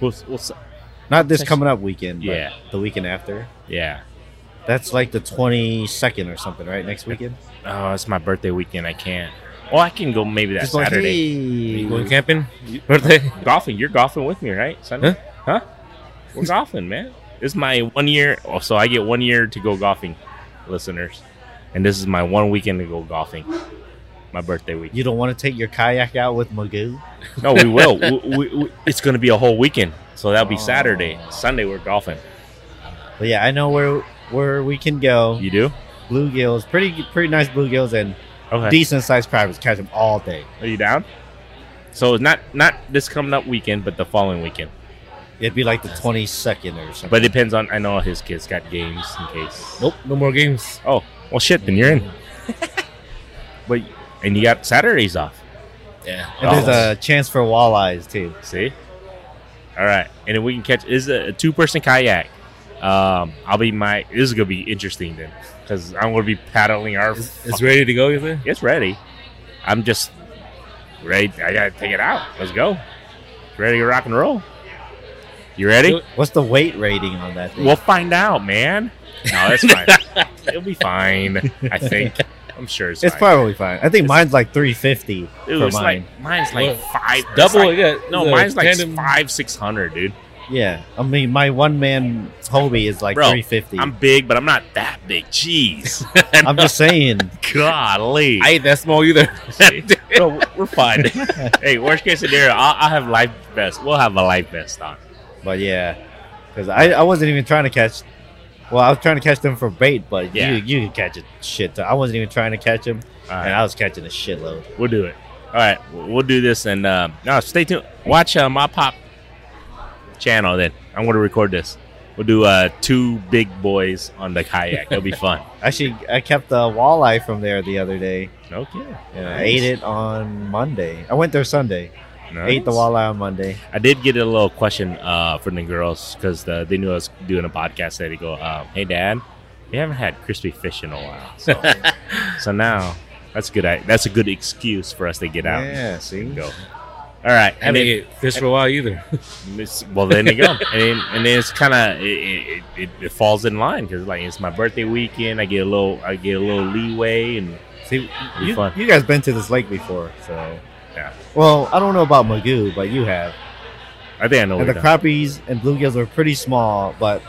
Speaker 1: We'll, we'll, s-
Speaker 2: not this
Speaker 1: Next-
Speaker 2: coming up weekend, but
Speaker 1: Yeah.
Speaker 2: the weekend after.
Speaker 1: yeah.
Speaker 2: That's like the twenty second or something, right? Next weekend.
Speaker 1: Oh, it's my birthday weekend. I can't. Well, I can go maybe that
Speaker 2: Just like,
Speaker 1: Saturday.
Speaker 3: You going
Speaker 2: hey.
Speaker 3: camping? Birthday?
Speaker 1: golfing. You're golfing with me, right? Sunday? Huh? We're golfing, man. This is my one year. Oh, so I get one year to go golfing, listeners. And this is my one weekend to go golfing. My birthday weekend.
Speaker 2: You don't want to take your kayak out with Magoo?
Speaker 1: No, we will. [LAUGHS] we, we, we- it's going to be a whole weekend. So that'll be Saturday.
Speaker 2: Oh.
Speaker 1: Sunday, we're golfing.
Speaker 2: But yeah, I know where where we can go.
Speaker 1: You do?
Speaker 2: Bluegills, pretty pretty nice bluegills and
Speaker 1: Okay.
Speaker 2: decent sized crappies. Catch them all day.
Speaker 1: Are you down? So it's not not this coming up weekend, but the following weekend.
Speaker 2: It'd be like the twenty second or something.
Speaker 1: But it depends on. I know his kids got games in case.
Speaker 3: Nope, no more games.
Speaker 1: Oh well, shit. Then you're in. But and you got Saturdays off.
Speaker 3: Yeah.
Speaker 2: and
Speaker 1: Oh.
Speaker 2: there's a chance for walleyes too.
Speaker 1: See. All right, and if we can catch is a, two person kayak. Um, I'll be my. This is gonna be interesting then, because I'm gonna be paddling our.
Speaker 3: It's, it's ready to go, you think?
Speaker 1: It's ready. I'm just ready. I gotta take it out. Let's go. Ready to rock and roll. You ready?
Speaker 2: What's the weight rating on that thing?
Speaker 1: We'll find out, man. No,
Speaker 3: [LAUGHS]
Speaker 1: that's fine. It'll be fine. I think. I'm sure it's,
Speaker 2: it's
Speaker 1: fine.
Speaker 2: probably fine. I think
Speaker 1: It's-
Speaker 2: mine's like three fifty
Speaker 1: Dude,
Speaker 2: for
Speaker 1: it's
Speaker 2: mine.
Speaker 1: like mine's like
Speaker 3: Well,
Speaker 1: five it's
Speaker 3: Double
Speaker 1: like-
Speaker 3: yeah.
Speaker 1: no,
Speaker 3: the
Speaker 1: mine's like
Speaker 3: tandem-
Speaker 1: five six hundred, dude.
Speaker 2: yeah, I mean my one man hobby is like
Speaker 1: Bro,
Speaker 2: three fifty.
Speaker 1: I'm big, but I'm not that big.
Speaker 3: [LAUGHS]
Speaker 1: Jeez,
Speaker 2: I'm just saying.
Speaker 1: golly. [LAUGHS]
Speaker 3: I [LAUGHS] ain't that small either.
Speaker 1: See? Bro, we're fine. hey, worst case scenario, I'll, I'll have life vest. We'll have a life vest on.
Speaker 2: But yeah, because I, I wasn't even trying to catch. Well, I was trying to catch them for bait, but
Speaker 1: Yeah.
Speaker 2: you you can catch a shit. ton. I wasn't even trying to catch them,
Speaker 1: All right.
Speaker 2: and I was catching a shitload.
Speaker 1: We'll do it. All right, we'll we'll do this, and um, no, stay tuned. Watch uh, my pop channel. Then I'm going to record this. We'll do uh, two big boys on the kayak.
Speaker 2: [LAUGHS]
Speaker 1: It'll be fun.
Speaker 2: Actually, I kept a walleye from there the other day.
Speaker 1: Okay,
Speaker 2: And I
Speaker 1: Nice.
Speaker 2: ate it on Monday. I went there Sunday.
Speaker 1: Nice.
Speaker 2: Ate the walleye on Monday.
Speaker 1: I did get a little question uh, from the girls because the, they knew I was doing a podcast. They go, um, "Hey, Dad, we haven't had crispy fish in a
Speaker 2: [LAUGHS]
Speaker 1: while, so, so now that's good. I, that's a good excuse for us to get out
Speaker 2: Yeah, see.
Speaker 1: and go." All right,
Speaker 3: I
Speaker 1: and
Speaker 3: didn't
Speaker 1: then-
Speaker 3: get fish for a while either.
Speaker 1: It's- well, there you go, and then, and then it's kind of it, it, it, it falls in line because like it's my birthday weekend. I get a little I get a little leeway, and
Speaker 2: See,
Speaker 1: It'll be
Speaker 2: you,
Speaker 1: fun.
Speaker 2: you guys been to this lake before, so
Speaker 1: Yeah.
Speaker 2: Well, I don't know about Magoo, but you have.
Speaker 1: I think I know
Speaker 2: And
Speaker 1: what
Speaker 2: the
Speaker 1: crowd-
Speaker 2: crappies and bluegills were pretty small, but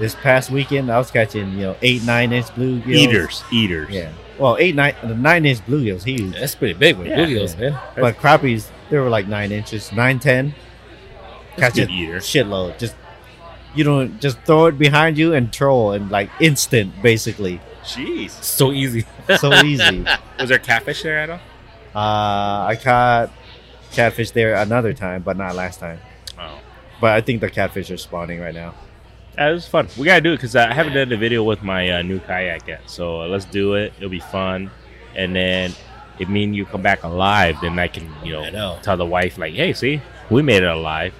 Speaker 2: this past weekend I was catching you know eight nine inch bluegills.
Speaker 1: eaters, eaters.
Speaker 2: Yeah. Well, eight nine the nine inch bluegills huge,
Speaker 3: That's pretty big with
Speaker 1: Yeah.
Speaker 3: bluegills, man.
Speaker 2: but crappies they were like nine inches, nine ten.
Speaker 1: That's
Speaker 2: Catch
Speaker 1: good
Speaker 2: it
Speaker 1: eater.
Speaker 2: shitload. Just you don't just throw it behind you and troll and like instant basically.
Speaker 1: Jeez,
Speaker 3: So easy.
Speaker 1: [LAUGHS]
Speaker 2: So easy. uh,
Speaker 1: was there catfish there at all?
Speaker 2: I caught catfish there another time, but not last time.
Speaker 1: Oh,
Speaker 2: But I think the catfish are spawning right now.
Speaker 1: that was fun. We gotta do it because I haven't done a video with my uh, new kayak yet. So uh, let's do it. It'll be fun, and then if me and you come back alive, then I can you know
Speaker 3: know.
Speaker 1: tell the wife like, "Hey, see, we made it alive.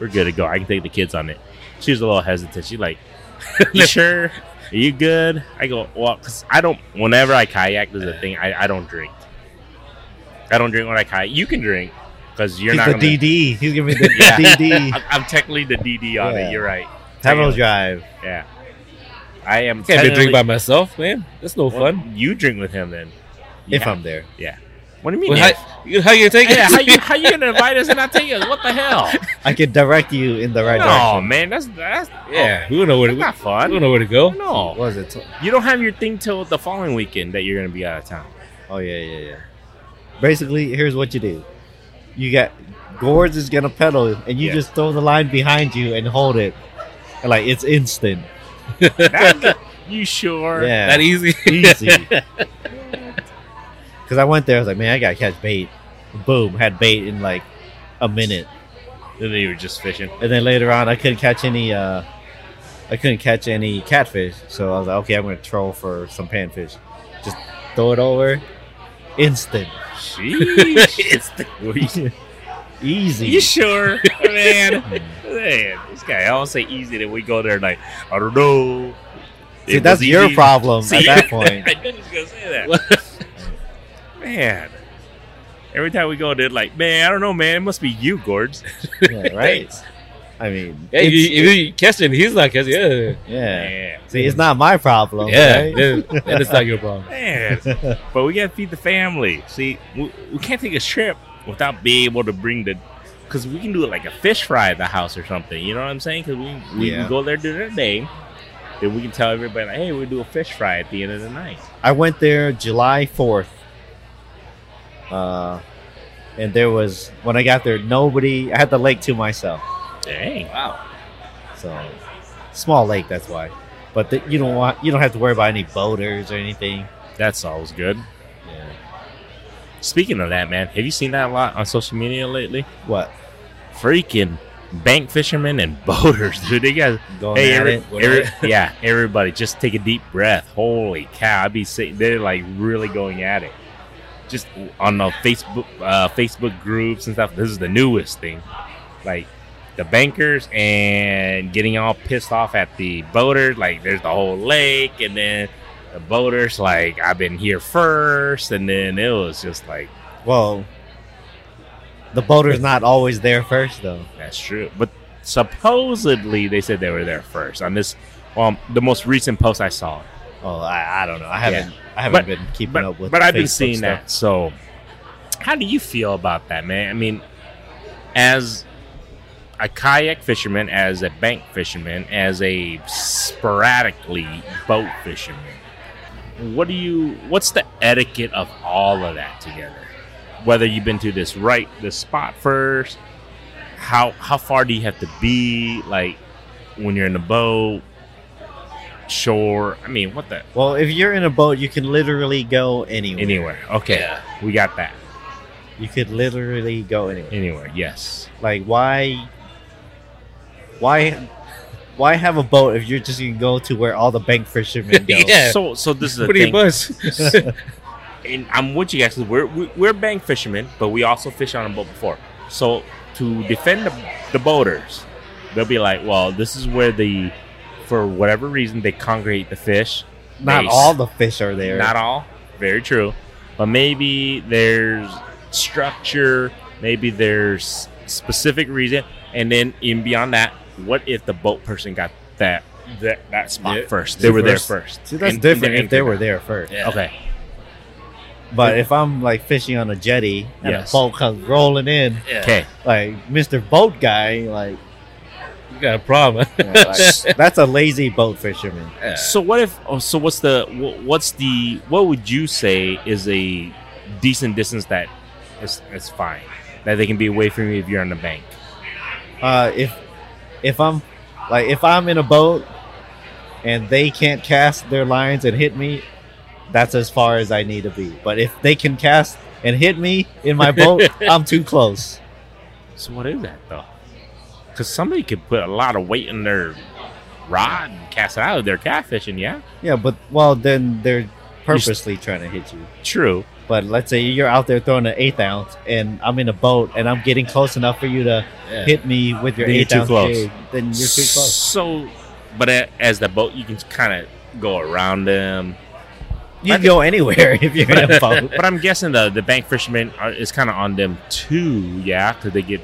Speaker 1: We're good to go. I can take the kids on it." She was a little hesitant. She like, [LAUGHS] "You sure? Are you good?" I go, "Well, because I don't. Whenever I kayak, there's a thing. I, I don't drink. I don't drink when I kayak. You can drink because you're
Speaker 2: He's
Speaker 1: not
Speaker 2: the
Speaker 1: gonna-
Speaker 2: DD. He's giving me the
Speaker 1: [LAUGHS] Yeah.
Speaker 2: DD.
Speaker 1: I'm, I'm technically the DD on
Speaker 2: Yeah.
Speaker 1: it. You're right.
Speaker 2: Paddle drive.
Speaker 1: Yeah, I am.
Speaker 3: Can't be drink
Speaker 1: technically-
Speaker 3: by myself, man. That's no
Speaker 1: Well,
Speaker 3: fun.
Speaker 1: You drink with him then.
Speaker 2: If
Speaker 1: Yeah.
Speaker 2: I'm there,
Speaker 1: What do you mean?
Speaker 3: Well,
Speaker 1: [LAUGHS] if?
Speaker 3: how, you- how you take it?
Speaker 1: yeah, how you how you gonna invite us and not take us? What the
Speaker 2: [LAUGHS]
Speaker 1: hell?
Speaker 2: I can direct you in the right
Speaker 1: No,
Speaker 2: direction.
Speaker 1: man, that's that's
Speaker 3: [LAUGHS] Yeah, we don't know where to.
Speaker 1: that's not fun.
Speaker 3: We don't know where to go.
Speaker 2: What
Speaker 1: No,
Speaker 2: was it? Tw-
Speaker 1: you don't have your thing till the following weekend that you're gonna be out of
Speaker 2: [LAUGHS]
Speaker 1: town.
Speaker 2: Oh yeah, yeah, yeah. Basically, here's what you do. You got Gores is gonna pedal, and you
Speaker 1: Yeah.
Speaker 2: just throw the line behind you and hold it, and like it's instant.
Speaker 1: That- you sure?
Speaker 2: Yeah,
Speaker 3: That easy. [LAUGHS]
Speaker 2: easy.
Speaker 1: [LAUGHS]
Speaker 2: [LAUGHS] Because I went there, I was like, man, I gotta catch bait. Boom, had bait in like a minute,
Speaker 1: Then you were just
Speaker 2: [LAUGHS]
Speaker 1: fishing.
Speaker 2: and then later on, I couldn't catch any. uh I couldn't catch any catfish, so I was like, okay, I'm gonna troll for some panfish. Just throw it over, instant, [LAUGHS]
Speaker 1: Sheesh. it's the,
Speaker 2: easy.
Speaker 1: you sure,
Speaker 2: [LAUGHS]
Speaker 1: man?
Speaker 2: Hmm.
Speaker 1: man, this guy. I always say easy. Then we go there like I don't know.
Speaker 2: See,
Speaker 1: It
Speaker 2: that's
Speaker 1: was
Speaker 2: your
Speaker 1: easy.
Speaker 2: problem
Speaker 1: See?
Speaker 2: at that
Speaker 1: [LAUGHS]
Speaker 2: point.
Speaker 1: I knew he was gonna say that. man. Every time we go, they're like, man, I don't know, man. It must be you, Gords.
Speaker 2: Yeah, right? I mean,
Speaker 3: Yeah,
Speaker 2: it's-
Speaker 3: you, if you catch it, and he's not catching. Yeah,
Speaker 2: yeah.
Speaker 1: Man.
Speaker 2: See, it's not my problem.
Speaker 3: yeah,
Speaker 2: right?
Speaker 3: then, then it's not your problem.
Speaker 1: Man. but we got to feed the family. See, we, we can't take a trip without being able to bring the. Because we can do it like a fish fry at the house or something. You know what I'm saying? Because we, we
Speaker 2: Yeah.
Speaker 1: go there during the day. Then we can tell everybody, like, hey, we do a fish fry at the end of the night.
Speaker 2: I went there July 4th. Uh, and there was, when I got there, nobody, I had the lake to myself.
Speaker 1: Dang. [LAUGHS] Wow.
Speaker 2: So, small lake, that's why. But the, you don't want, you don't have to worry about any boaters or anything.
Speaker 1: That's always good.
Speaker 2: Yeah.
Speaker 1: Speaking of that, man, have you seen that a lot on social media lately?
Speaker 2: What?
Speaker 1: Freaking bank fishermen and [LAUGHS] boaters, dude. They got
Speaker 2: Going
Speaker 1: hey,
Speaker 2: at
Speaker 1: every-
Speaker 2: it.
Speaker 1: every- [LAUGHS] yeah, everybody, just take a deep breath. Holy cow! I'd be sitting. They're like really going at it, just on the Facebook uh, Facebook groups and stuff. This is the newest thing, like the bankers and getting all pissed off at the boaters. Like there's the whole lake, and then the boaters like I've been here first, and then it was just like
Speaker 2: Well, the boater's not always there first, though.
Speaker 1: That's true. But supposedly they said they were there first on this um the most recent post I saw.
Speaker 2: Oh, I, I don't know. I haven't. I
Speaker 1: But-
Speaker 2: haven't been keeping
Speaker 1: But,
Speaker 2: up with.
Speaker 1: but I've been
Speaker 2: Facebook
Speaker 1: seeing
Speaker 2: stuff.
Speaker 1: that. So how do you feel about that, man? I mean, as a kayak fisherman, as a bank fisherman, as a sporadically boat fisherman, what do you what's the etiquette of all of that together? Whether you've been to this right this spot first, how how far do you have to be like when you're in the boat? Shore. I mean, what the
Speaker 2: Well, if you're in a boat, you can literally go anywhere.
Speaker 1: anywhere. Okay. We got that.
Speaker 2: You could literally go anywhere.
Speaker 1: Anywhere, yes.
Speaker 2: Like why? Why? Why have a boat if you're just gonna go to where all the
Speaker 1: [LAUGHS]
Speaker 2: bank fishermen go?
Speaker 3: Yeah.
Speaker 1: So so this is the
Speaker 3: What do you
Speaker 1: thing.
Speaker 3: buzz?
Speaker 1: and I'm with you guys. 'cause We're we- we're bank fishermen, but we also fish on a boat before. So to defend the, the boaters, they'll be like, "Well, this is where the, for whatever reason, they congregate the fish.
Speaker 2: Not
Speaker 1: Nice.
Speaker 2: all the fish are there.
Speaker 1: Not all. Very true. But maybe there's structure, maybe there's specific reason, and then in beyond that, what if the boat person got that that, that spot
Speaker 3: Yeah.
Speaker 1: first? They
Speaker 3: They
Speaker 1: were
Speaker 3: first.
Speaker 1: there first.
Speaker 2: See, that's
Speaker 1: And-
Speaker 2: different
Speaker 1: and
Speaker 2: if they
Speaker 1: then-
Speaker 2: were there first.
Speaker 3: Yeah.
Speaker 1: Okay.
Speaker 2: But if I'm like fishing on a jetty and
Speaker 1: Yes.
Speaker 2: a boat comes rolling in,
Speaker 3: Yeah.
Speaker 1: Okay.
Speaker 2: like Mr. Boat Guy, like,
Speaker 3: You got a problem.
Speaker 2: [LAUGHS]
Speaker 3: [LAUGHS]
Speaker 2: yeah, like, that's a lazy boat fisherman.
Speaker 3: Yeah.
Speaker 1: So what if? Oh, so what's the wh- what's the what would you say is a decent distance that is is fine that they can be away from you if you're on the bank?
Speaker 2: Uh, if if I'm like if I'm in a boat and they can't cast their lines and hit me, that's as far as I need to be. But if they can cast and hit me in my boat, I'm too close.
Speaker 1: So what is that though? Because somebody could put a lot of weight in their rod and cast it out of their catfishing. Yeah,
Speaker 2: Yeah, but well, then they're purposely trying to hit you.
Speaker 1: true.
Speaker 2: But let's say you're out there throwing an eighth ounce, and I'm in a boat, and I'm getting close enough for you to
Speaker 3: Yeah.
Speaker 2: hit me with your
Speaker 1: Then you're
Speaker 2: eighth
Speaker 1: too
Speaker 2: ounce
Speaker 1: close.
Speaker 2: jig, then you're too close.
Speaker 1: [LAUGHS] So, but a- as the boat, you can kind of go around them.
Speaker 2: You can go anywhere if you're [LAUGHS] in a boat.
Speaker 1: But I'm guessing the the bank fishermen are, is kind of on them too. Yeah, because they get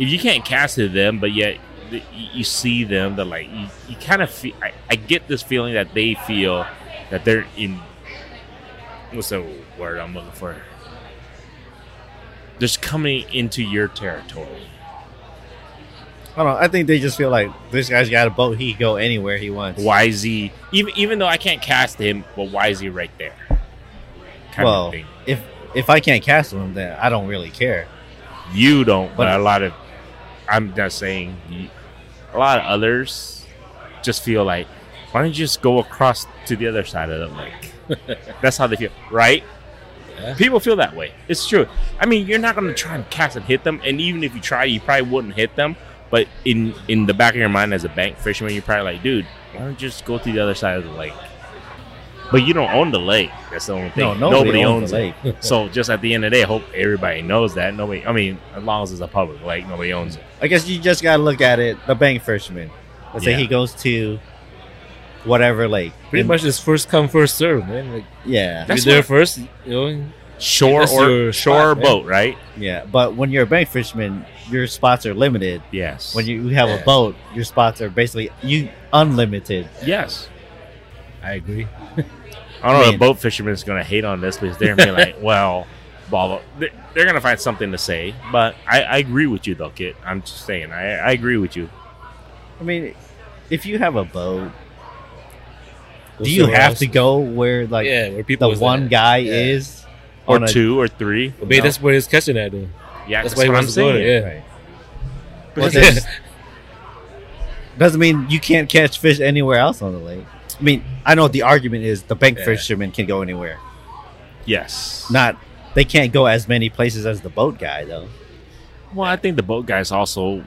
Speaker 1: if you can't cast to them, but yet the, you you see them, they're like you, you kind of feel. I, I get this feeling that they feel that they're in. What's the word I'm looking for? They're just coming into your territory.
Speaker 2: I don't know. I think they just feel like this guy's got a boat. He can go anywhere he wants.
Speaker 1: Why is he even even though I can't cast him? Well, why is he right there? Kind
Speaker 2: Well,
Speaker 1: of thing.
Speaker 2: if if I can't cast him, then I don't really care.
Speaker 1: you don't, but,
Speaker 2: But-
Speaker 1: a lot of I'm not saying you, a lot of others just feel like why don't you just go across to the other side of the lake?
Speaker 2: [LAUGHS]
Speaker 1: That's how they feel, right?
Speaker 3: Yeah.
Speaker 1: People feel that way. It's true. I mean, you're not going to try and cast and hit them, and even if you try, you probably wouldn't hit them. But in in the back of your mind, as a bank fisherman, you're probably like, dude, why don't you just go to the other side of the lake? But you don't own the lake. That's the only thing.
Speaker 2: No, nobody, owns,
Speaker 1: it.
Speaker 2: the lake.
Speaker 1: So just at the end of the day, I hope everybody knows that. Nobody, I mean, as long as it's a public lake, nobody owns it.
Speaker 2: I guess you just gotta look at it. The bank fisherman. Let's
Speaker 1: Yeah.
Speaker 2: say he goes to whatever lake.
Speaker 3: Pretty
Speaker 2: And-
Speaker 3: much it's first come, first serve, man. Like,
Speaker 2: Yeah,
Speaker 1: That's
Speaker 3: you're there
Speaker 1: what-
Speaker 3: first, you know,
Speaker 1: Shore
Speaker 3: That's
Speaker 1: or
Speaker 3: your
Speaker 1: shore or
Speaker 3: spot, man.
Speaker 1: boat, right?
Speaker 2: yeah. But when you're a bank fisherman, your spots are limited.
Speaker 1: Yes.
Speaker 2: When you have
Speaker 3: Yeah.
Speaker 2: a boat, your spots are basically you unlimited.
Speaker 1: yes.
Speaker 3: I agree.
Speaker 1: I don't know. The
Speaker 2: Man.
Speaker 1: boat fisherman's going to hate on this because they're going to be
Speaker 3: [LAUGHS]
Speaker 1: like, well, blah, blah. They- They're going to find something to say. But I, I agree with you, though, Kit. I'm just saying. I, I agree with you.
Speaker 2: I mean, if you have a boat,
Speaker 3: Go
Speaker 2: do you
Speaker 3: somewhere
Speaker 2: have
Speaker 3: else.
Speaker 2: to go where like
Speaker 3: yeah, where people
Speaker 2: the
Speaker 3: was
Speaker 2: one
Speaker 3: at.
Speaker 2: guy
Speaker 3: Yeah.
Speaker 2: is
Speaker 1: Or
Speaker 2: on a-
Speaker 1: two or three.
Speaker 3: But
Speaker 2: No.
Speaker 3: that's where he's catching at, though.
Speaker 1: Yeah,
Speaker 3: That's
Speaker 1: that's,
Speaker 3: why he
Speaker 1: what I'm
Speaker 3: wants to go
Speaker 1: saying.
Speaker 3: there.
Speaker 2: Right.
Speaker 1: Because
Speaker 2: Well, there's- [LAUGHS] doesn't mean you can't catch fish anywhere else on the lake. I mean, I know the argument is the bank
Speaker 3: Yeah.
Speaker 2: fisherman can go anywhere,
Speaker 1: Yes.
Speaker 2: not They can't go as many places as the boat guy though.
Speaker 1: Well, I think the boat guys also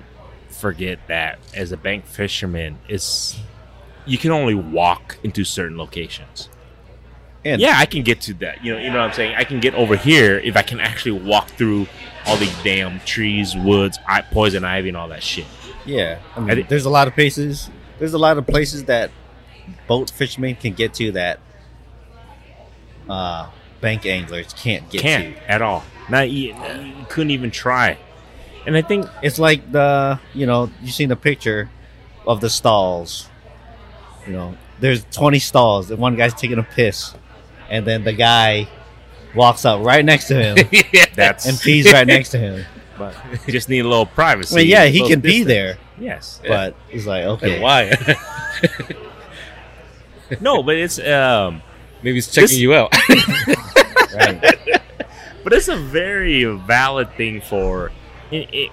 Speaker 1: forget that as a bank fisherman, it's you can only walk into certain locations.
Speaker 2: And
Speaker 1: yeah, I can get to that. You know, you know what I'm saying. I can get over here if I can actually walk through all these damn trees, woods, I, poison ivy, and all that shit.
Speaker 2: yeah, I mean,
Speaker 1: I di-
Speaker 2: there's a lot of places. There's a lot of places that boat fishermen can get to that uh, bank anglers can't get
Speaker 1: Can't
Speaker 2: to.
Speaker 1: at all. Not e- you couldn't even try. And I think
Speaker 2: It's like the you know you seen the picture of the stalls. You know, there's 20 stalls, and one guy's taking a piss, and then the guy walks up right next to him
Speaker 1: that's
Speaker 2: and pees right next to him.
Speaker 1: But you [LAUGHS] just need a little privacy.
Speaker 2: I mean, yeah,
Speaker 1: a
Speaker 2: he
Speaker 1: little
Speaker 2: can be
Speaker 1: distance.
Speaker 2: there, [LAUGHS]
Speaker 1: Yes,
Speaker 2: but it's like okay,
Speaker 3: Like, why?
Speaker 1: [LAUGHS] no, but it's um,
Speaker 3: Maybe it's checking
Speaker 1: This-
Speaker 3: you out. [LAUGHS]
Speaker 2: right.
Speaker 1: but it's a very valid thing for it, it,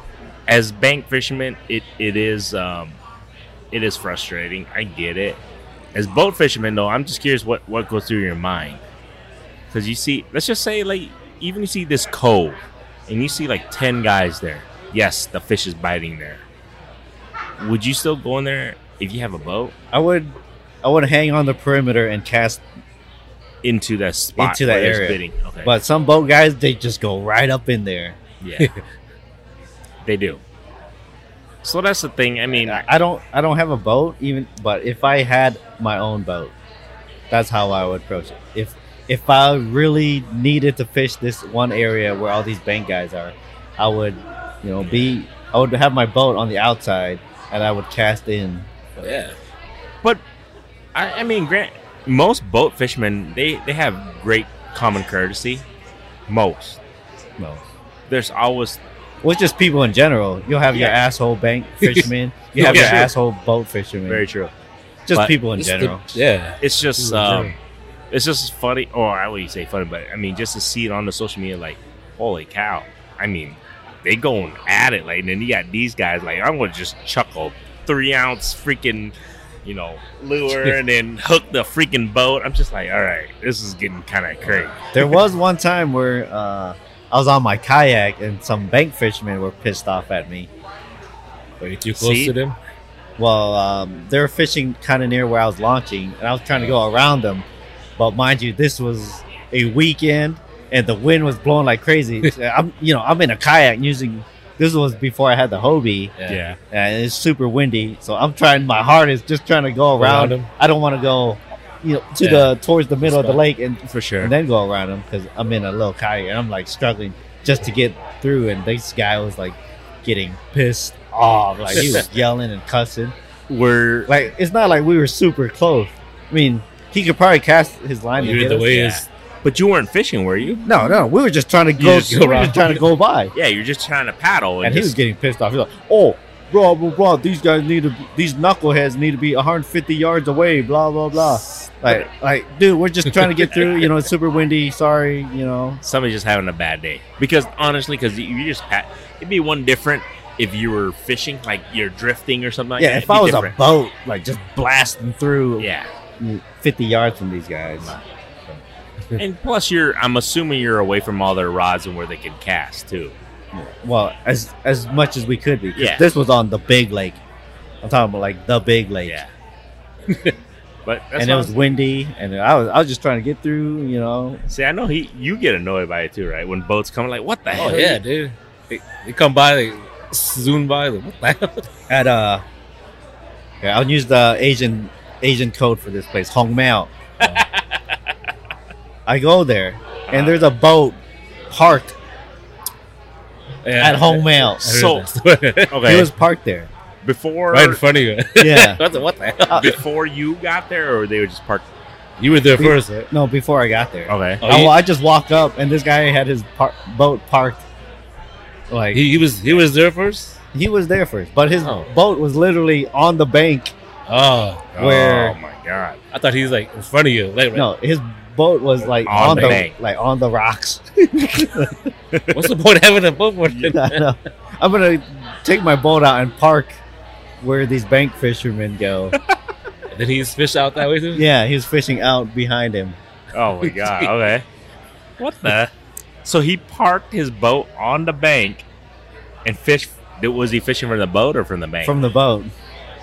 Speaker 1: as bank fishermen it, it is um, it is frustrating i get it as boat fishermen though i'm just curious what, what goes through your mind because you see let's just say like even you see this cove and you see like 10 guys there yes the fish is biting there would you still go in there if you have a boat
Speaker 2: I would, I would hang on the perimeter and cast,
Speaker 1: into that spot
Speaker 2: Into that
Speaker 1: where there's
Speaker 2: area.
Speaker 1: bidding? okay
Speaker 2: but some boat guys they just go right up in there.
Speaker 1: yeah [LAUGHS] they do so that's the thing i mean
Speaker 2: I don't, I don't have a boat even, but if I had my own boat, that's how I would approach it. If if I really needed to fish this one area where all these bank guys are, I would, you know, be, I would have my boat on the outside and I would cast in.
Speaker 3: yeah.
Speaker 1: But I, I mean, grant most boat fishermen they they have great common courtesy. Most
Speaker 2: You know,
Speaker 1: there's always
Speaker 2: Well, it's just people in general. You'll have your
Speaker 1: Yeah. [LAUGHS]
Speaker 2: asshole bank fishermen. You
Speaker 1: Yeah,
Speaker 2: have your
Speaker 1: sure.
Speaker 2: asshole boat fishermen.
Speaker 1: very true.
Speaker 2: just
Speaker 1: but-
Speaker 2: people in
Speaker 3: It's the-
Speaker 2: general.
Speaker 3: yeah.
Speaker 1: It's
Speaker 3: People
Speaker 1: just
Speaker 3: in
Speaker 1: um,
Speaker 3: general.
Speaker 1: it's just funny, or I wouldn't say funny, but I mean just to see it on the social media, like holy cow! I mean they going at it, like and then you got these guys like I'm gonna just chuckle three ounce freaking. You know, lure [LAUGHS] and then hook the freaking boat. I'm just like, all right, this is getting kind of crazy.
Speaker 2: there was one time where uh, I was on my kayak and some bank fishermen were pissed off at me.
Speaker 3: Are you too close
Speaker 1: See?
Speaker 3: to them?
Speaker 2: Well, um, they were fishing kind of near where I was launching, and I was trying to go around them. But mind you, this was a weekend, and the wind was blowing like crazy. So I'm, you know, I'm in a kayak using. This was before I had the Hobie,
Speaker 1: Yeah.
Speaker 2: and it's super windy. So I'm trying my hardest, just trying to go around.
Speaker 3: Around
Speaker 2: them.
Speaker 3: them.
Speaker 2: I don't want to go, you know, to
Speaker 3: Yeah.
Speaker 2: the towards the middle of the
Speaker 3: Spot.
Speaker 2: lake and
Speaker 1: for sure.
Speaker 2: and then go around him because I'm in a little kayak and I'm like struggling just to get through. And this guy was like getting pissed off, like he
Speaker 3: [LAUGHS]
Speaker 2: was yelling and cussing.
Speaker 1: We're
Speaker 2: Like it's not like we were super close. I mean, he could probably cast his line. and
Speaker 3: You're
Speaker 2: get
Speaker 3: the
Speaker 2: us.
Speaker 3: way
Speaker 1: yeah.
Speaker 3: is
Speaker 1: But you weren't fishing, were you?
Speaker 2: No, no, we were just trying to go.
Speaker 3: just go
Speaker 2: we were just
Speaker 3: around.
Speaker 2: trying to go
Speaker 3: [LAUGHS]
Speaker 2: by,
Speaker 1: Yeah, you're just trying to paddle.
Speaker 2: and he was
Speaker 1: just,
Speaker 2: getting pissed off. He's like, "Oh, bro, bro, bro, these guys need to. These knuckleheads need to be 150 yards away. Blah blah blah." Like, like, dude, we're just trying to get through. You know, it's super windy. Sorry, you know.
Speaker 1: somebody's just having a bad day. Because honestly, because you, you just pat, it'd be one different if you were fishing, like you're drifting or something. Like
Speaker 2: yeah,
Speaker 1: that.
Speaker 2: if I was
Speaker 1: different.
Speaker 2: a boat, like just blasting through
Speaker 1: yeah,
Speaker 2: 50 yards from these guys.
Speaker 1: and plus you're, I'm assuming you're away from all their rods and where they can cast too.
Speaker 2: Well, as as much as we could be. 'cause
Speaker 1: Yeah.
Speaker 2: This was on the big lake. I'm talking about like the big lake.
Speaker 1: Yeah, [LAUGHS] but that's
Speaker 2: and it was windy, and I was I was just trying to get through, you know.
Speaker 1: See, I know he, you get annoyed by it too, right? When boats come, like, what the
Speaker 3: Oh
Speaker 1: hell?
Speaker 3: yeah, dude. They, they come by, they zoom by. Like, what the hell?
Speaker 2: At uh, yeah, I'll use the Asian Asian code for this place, Hong
Speaker 1: [LAUGHS]
Speaker 2: Mao. I go there, and there's a boat parked
Speaker 3: Yeah.
Speaker 2: at Hong Mao.
Speaker 3: [LAUGHS] I heard
Speaker 1: So-
Speaker 3: that.
Speaker 1: Okay,
Speaker 2: It was parked there.
Speaker 1: before
Speaker 3: [LAUGHS] right in front of you.
Speaker 1: [LAUGHS]
Speaker 2: Yeah.
Speaker 3: what, the, what the hell?
Speaker 1: before you got there, or they were just parked.
Speaker 3: [LAUGHS] You were there
Speaker 2: We-
Speaker 3: first, right?
Speaker 2: No, before I got there.
Speaker 1: Okay,
Speaker 3: Oh,
Speaker 2: I,
Speaker 3: he-
Speaker 2: well, I just walk up, and this guy had his par- boat parked. Like he,
Speaker 3: He, he was he was there first.
Speaker 2: was there first, but his
Speaker 3: Oh.
Speaker 2: boat was literally on the bank.
Speaker 3: Oh,
Speaker 2: Where-
Speaker 1: oh my god.
Speaker 3: I thought he was like in front of you. Like,
Speaker 2: No, his boat was like on,
Speaker 1: On
Speaker 2: the,
Speaker 1: the bank.
Speaker 2: like on the rocks.
Speaker 3: [LAUGHS]
Speaker 2: [LAUGHS]
Speaker 3: what's the point of having a boat for?
Speaker 2: I know. I'm gonna take my boat out and park where these bank fishermen go.
Speaker 3: Did he fish out that way too? Oh,
Speaker 2: yeah, he was fishing out behind him.
Speaker 1: [LAUGHS] Oh my god. Okay. What the? So he parked his boat on the bank and fished. Was he fishing from the boat or from the bank?
Speaker 2: from the boat.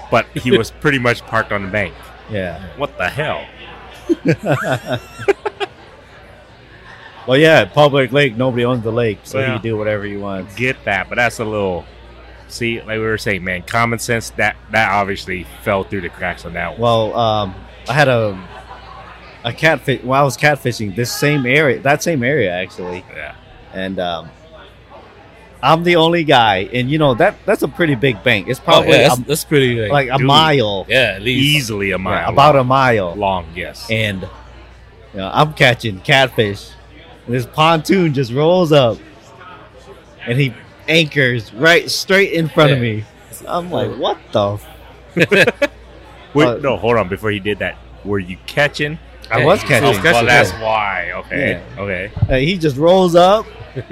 Speaker 1: but he was pretty much parked on the bank.
Speaker 2: Yeah.
Speaker 1: What the hell?
Speaker 2: Well, yeah, public lake. Nobody owns the lake, so
Speaker 1: Yeah.
Speaker 2: you do whatever you want.
Speaker 1: Get that, but that's a little. See, like we were saying, man, common sense that that obviously fell through the cracks on that one.
Speaker 2: Well, um, I had a a catfish while I was catfishing this same area, that same area actually,
Speaker 1: Yeah,
Speaker 2: and um, I'm the only guy, and you know that that's a pretty big bank. It's
Speaker 3: Probably
Speaker 2: probably
Speaker 3: Oh, yeah, that's,
Speaker 2: a-
Speaker 3: that's pretty like,
Speaker 2: like a
Speaker 1: dude.
Speaker 2: mile,
Speaker 3: yeah, at least
Speaker 1: easily a mile,
Speaker 2: Yeah, about a mile,
Speaker 1: long. Yes,
Speaker 2: and you know, I'm catching catfish. And this pontoon just rolls up, and he anchors right straight in front of
Speaker 3: Yeah.
Speaker 2: me. I'm like, what the? F-?
Speaker 1: Wait,
Speaker 2: uh,
Speaker 1: no, hold on. Before he did that, were you catching? Oh,
Speaker 2: I
Speaker 3: Yeah,
Speaker 2: was
Speaker 3: he-
Speaker 2: catching.
Speaker 3: he was catching,
Speaker 1: well, that's why. Okay, okay.
Speaker 2: Uh, he just rolls up, [LAUGHS] and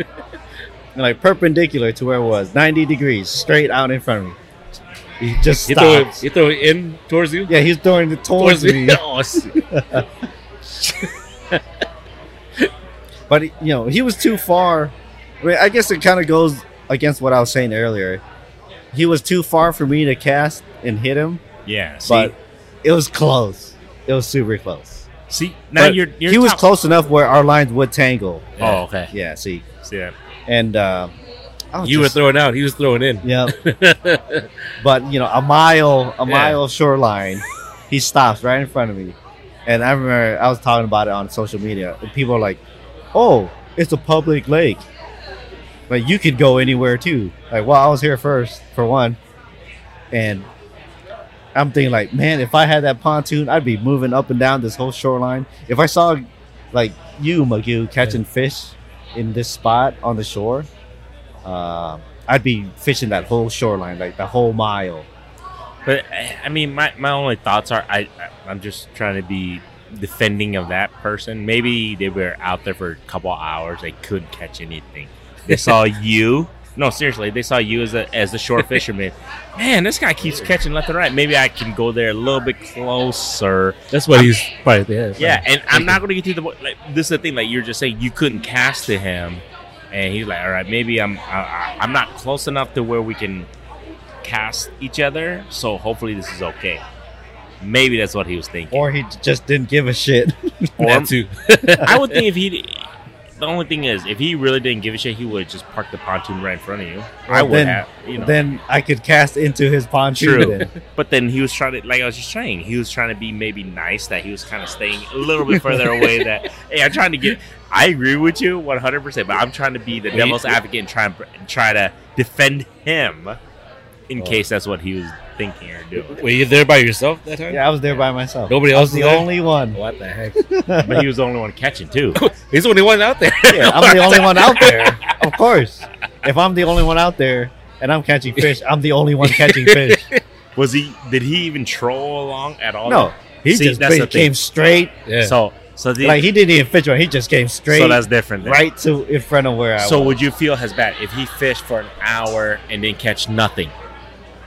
Speaker 2: like perpendicular to where it was, 90 degrees, straight out in front of me. He just
Speaker 3: You throw
Speaker 2: stops.
Speaker 3: it, you throw it in towards you.
Speaker 2: yeah, he's throwing it towards me,
Speaker 3: [LAUGHS] oh, shit.
Speaker 2: but he- you know he was too far. I, mean, I guess it kind of goes against what I was saying earlier. He was too far for me to cast and hit him,
Speaker 1: Yeah, see,
Speaker 2: but it was close. It was super close.
Speaker 1: see, now
Speaker 2: but
Speaker 1: you're, you're
Speaker 2: he was
Speaker 1: talk-
Speaker 2: close enough where our lines would tangle.
Speaker 1: Oh, okay.
Speaker 2: Yeah, see,
Speaker 1: See that?
Speaker 2: and uh, I was
Speaker 3: you were
Speaker 2: just-
Speaker 3: throwing out. He was throwing in.
Speaker 2: Yeah. but you know, a mile, a
Speaker 3: Yeah.
Speaker 2: mile shoreline, he stops right in front of me, and I remember I was talking about it on social media, and people are like, "Oh, it's a public lake. Like you could go anywhere too." Like, well, I was here first for one, and I'm thinking like, man, if I had that pontoon, I'd be moving up and down this whole shoreline. If I saw like you, Magoo, catching fish in this spot on the shore, uh, I'd be fishing that whole shoreline, like the whole mile.
Speaker 1: But I I mean, my, my only thoughts are I I- I'm just trying to be defending of that person. Maybe they were out there for a couple hours. They couldn't catch anything. They saw you. No, seriously, they saw you as a as the shore fisherman. Man, this guy keeps catching left and right. Maybe I can go there a little bit closer.
Speaker 3: That's what he's probably. Yeah,
Speaker 1: Yeah, and I'm
Speaker 3: Thank
Speaker 1: not going to get to the point. Like, this is the thing. Like you're just saying, you couldn't cast to him, and he's like, "All right, maybe I'm I, I- I'm not close enough to where we can cast each other. So hopefully this is okay. Maybe that's what he was thinking.
Speaker 2: Or he just didn't give a shit. [LAUGHS]
Speaker 3: probably. that too.
Speaker 1: I would think if he, the only thing is, if he really didn't give a shit, he would have just parked the pontoon right in front of you. I would
Speaker 2: Then-
Speaker 1: have, you know.
Speaker 2: Then I could cast into his pontoon.
Speaker 1: True.
Speaker 2: then.
Speaker 1: But then he was trying to, like I was just saying, he was trying to be maybe nice that he was kind of staying a little bit further away. That [LAUGHS] hey, I'm trying to get. I agree with you 100, percent but I'm trying to be the
Speaker 3: Yeah,
Speaker 1: devil's
Speaker 3: you-
Speaker 1: advocate and try and try to defend him in
Speaker 2: Oh.
Speaker 1: case that's what he was thinking or
Speaker 3: [LAUGHS]
Speaker 2: [LAUGHS]
Speaker 1: doing.
Speaker 3: Were you there by yourself that time?
Speaker 2: Yeah, I was there by myself.
Speaker 3: Nobody
Speaker 2: I was
Speaker 3: else
Speaker 2: the
Speaker 3: was there? Oh,
Speaker 1: [LAUGHS]
Speaker 2: only one.
Speaker 3: What the heck?
Speaker 1: But he was the only one catching
Speaker 2: [LAUGHS]
Speaker 1: too.
Speaker 3: He's the only one out there. [LAUGHS]
Speaker 2: Yeah, I'm the only one
Speaker 1: [LAUGHS]
Speaker 2: out there. Of course. If I'm the only one out there and I'm catching fish, I'm the only one
Speaker 1: [LAUGHS]
Speaker 2: catching fish.
Speaker 1: Was he? Did he even troll along at all?
Speaker 2: No, he
Speaker 1: See,
Speaker 2: just
Speaker 1: that's the
Speaker 2: came straight.
Speaker 3: Yeah.
Speaker 1: So so the,
Speaker 2: Like he didn't even fish one. He just came straight
Speaker 1: so that's different. then.
Speaker 2: right to in front of where I
Speaker 1: So
Speaker 2: was.
Speaker 1: would you feel as bad if he fished for an hour and didn't catch nothing?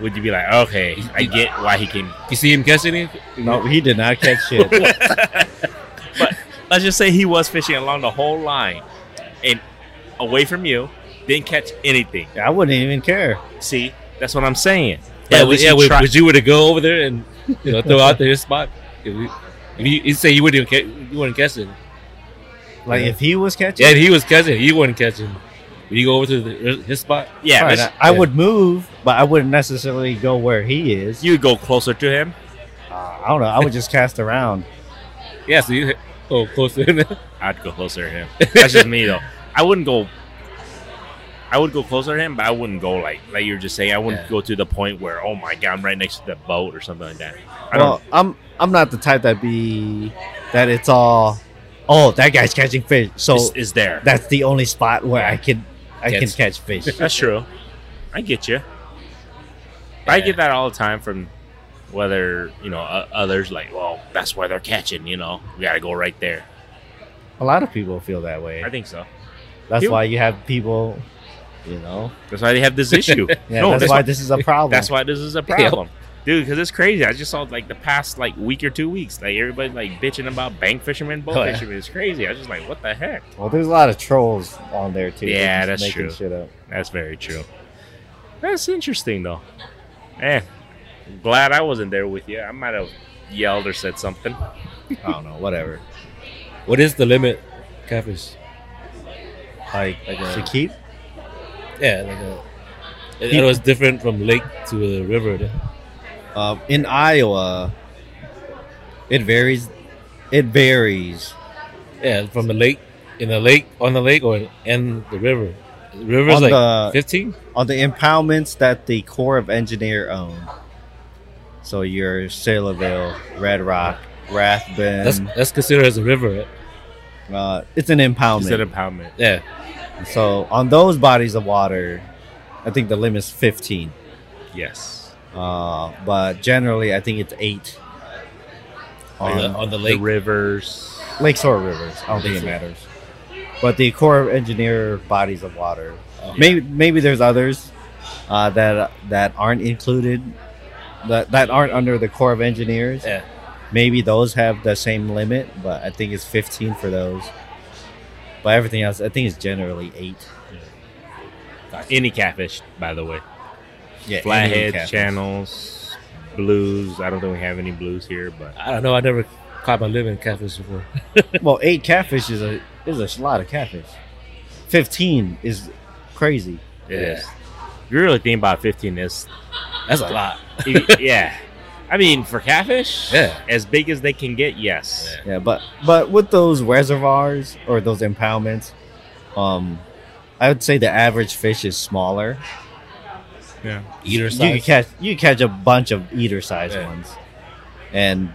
Speaker 1: Would you be like, okay, I get why he came
Speaker 3: you see him catching it?
Speaker 2: No, he did not catch shit.
Speaker 1: [LAUGHS] let's just say he was fishing along the whole line and away from you, didn't catch anything.
Speaker 2: I wouldn't even care.
Speaker 1: See, that's what I'm saying.
Speaker 3: Yeah,
Speaker 1: At
Speaker 3: would,
Speaker 1: least
Speaker 3: yeah
Speaker 1: he
Speaker 3: would,
Speaker 1: tried-
Speaker 3: would you would have go over there and you know [LAUGHS] throw out there his spot? If you, if you, you say you wouldn't even ca- you wouldn't catch it.
Speaker 2: Like
Speaker 3: Yeah.
Speaker 2: if he was catching,
Speaker 3: Yeah, he was catching. it, You wouldn't catch him. Would you go over to the, his spot?
Speaker 1: yeah,
Speaker 2: fine,
Speaker 1: let's-
Speaker 2: I, I
Speaker 3: yeah.
Speaker 2: would move, but I wouldn't necessarily go where he is.
Speaker 1: you go closer to him.
Speaker 2: Uh, I don't know. I would just cast around.
Speaker 3: Yeah, so you go close to him. [LAUGHS]
Speaker 1: I'd go closer to him. That's just me though. I wouldn't go. I would go closer to him, but I wouldn't go like like you were just saying. I wouldn't
Speaker 3: Yeah.
Speaker 1: go to the point where oh my god, I'm right next to the boat or something like that. I
Speaker 2: well, I'm I'm not the type that be that it's all. Oh, that guy's catching fish, so
Speaker 1: don't. Is, is there?
Speaker 2: that's the only spot where I can I
Speaker 3: Catch.
Speaker 2: can
Speaker 1: [LAUGHS]
Speaker 2: catch fish.
Speaker 1: That's true. I get you. I get that all the time from whether you know uh, others like, well, that's why they're catching. You know, we got to go right there.
Speaker 2: A lot of people feel that way.
Speaker 1: I think so.
Speaker 2: That's
Speaker 1: You-
Speaker 2: why you have people, you know.
Speaker 1: That's why they have this issue.
Speaker 2: [LAUGHS] Yeah,
Speaker 1: no,
Speaker 2: that's,
Speaker 1: that's
Speaker 2: why
Speaker 1: why. [LAUGHS]
Speaker 2: this is a problem. [LAUGHS]
Speaker 1: That's why this is a problem. dude, because it's crazy. I just saw like the past like week or two weeks, like everybody like bitching about bank fishermen, boat
Speaker 3: Oh, yeah.
Speaker 1: fishermen. It's crazy. I was just like, what the heck?
Speaker 2: Well, there's a lot of trolls on there too.
Speaker 1: Yeah,
Speaker 2: They're just
Speaker 1: that's
Speaker 2: making
Speaker 1: true.
Speaker 2: Shit
Speaker 1: [LAUGHS]
Speaker 2: up.
Speaker 1: That's very true. That's interesting though. Eh, I'm glad I wasn't there with you. I might have yelled or said something.
Speaker 2: I don't know. Whatever.
Speaker 3: What is the limit, catfish?
Speaker 2: Like,
Speaker 3: Like
Speaker 2: like
Speaker 3: a-
Speaker 2: to keep.
Speaker 3: Yeah, like a. It, it was different from lake to a river.
Speaker 2: Um, in Iowa, it varies. It varies.
Speaker 3: Yeah, from the lake, in the lake, on the lake, or in the river. The river's
Speaker 2: On
Speaker 3: like
Speaker 2: the-
Speaker 3: 15?
Speaker 2: on the impoundments that the Corps of Engineer own. So your Sailorville, Red Rock,
Speaker 3: That's,
Speaker 2: Rathbun.
Speaker 3: that's considered as a river, right?
Speaker 2: Uh, it's an
Speaker 1: Is it
Speaker 2: impoundment.
Speaker 1: impoundment?
Speaker 3: Yeah.
Speaker 2: so on those bodies of water, I think the limit's 15.
Speaker 1: Yes.
Speaker 2: Uh, but generally, I think it's eight.
Speaker 3: On, the,
Speaker 2: On
Speaker 3: uh, on the lake.
Speaker 1: The rivers.
Speaker 2: lakes or rivers. I don't think it matters. But the Corps of Engineer bodies of water.
Speaker 3: Oh.
Speaker 2: Maybe maybe there's others uh, that that aren't included, that, that aren't under the Corps of Engineers.
Speaker 3: Yeah.
Speaker 2: Maybe those have the same limit, but I think it's 15 for those. But everything else, I think it's generally eight.
Speaker 1: Any catfish, by the way.
Speaker 2: Yeah,
Speaker 1: Flatheads, channels, blues. I don't think we have any blues here, but
Speaker 3: I don't know. I never caught my living catfish before.
Speaker 2: [LAUGHS]
Speaker 3: [LAUGHS]
Speaker 2: Well, eight catfish is a is a lot of catfish. 15 is crazy.
Speaker 1: it
Speaker 3: Yeah.
Speaker 1: is. If you really think about 15, is
Speaker 3: That's a lot. [LAUGHS]
Speaker 1: if- yeah. I mean, for catfish,
Speaker 3: Yeah.
Speaker 1: as big as they can get, yes.
Speaker 3: Yeah.
Speaker 2: Yeah, but but with those reservoirs or those impoundments, um, I would say the average fish is smaller.
Speaker 1: Yeah.
Speaker 3: Eater
Speaker 2: You can
Speaker 3: size.
Speaker 2: catch you can catch a bunch of eater sized
Speaker 3: Yeah.
Speaker 2: ones, and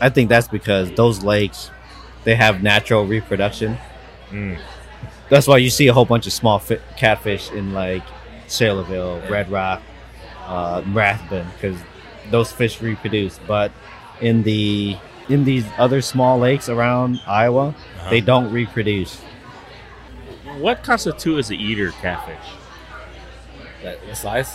Speaker 2: I think that's because those lakes they have natural reproduction.
Speaker 3: Hmm.
Speaker 1: Mm.
Speaker 2: That's why you see a whole bunch of small fi- catfish in like Sailorville,
Speaker 3: Yeah.
Speaker 2: Red Rock, uh, Rathbun, because those fish reproduce. But in the in these other small lakes around Iowa, they
Speaker 3: Uh-huh.
Speaker 2: don't reproduce.
Speaker 1: What constitutes an eater catfish?
Speaker 3: Like, the size?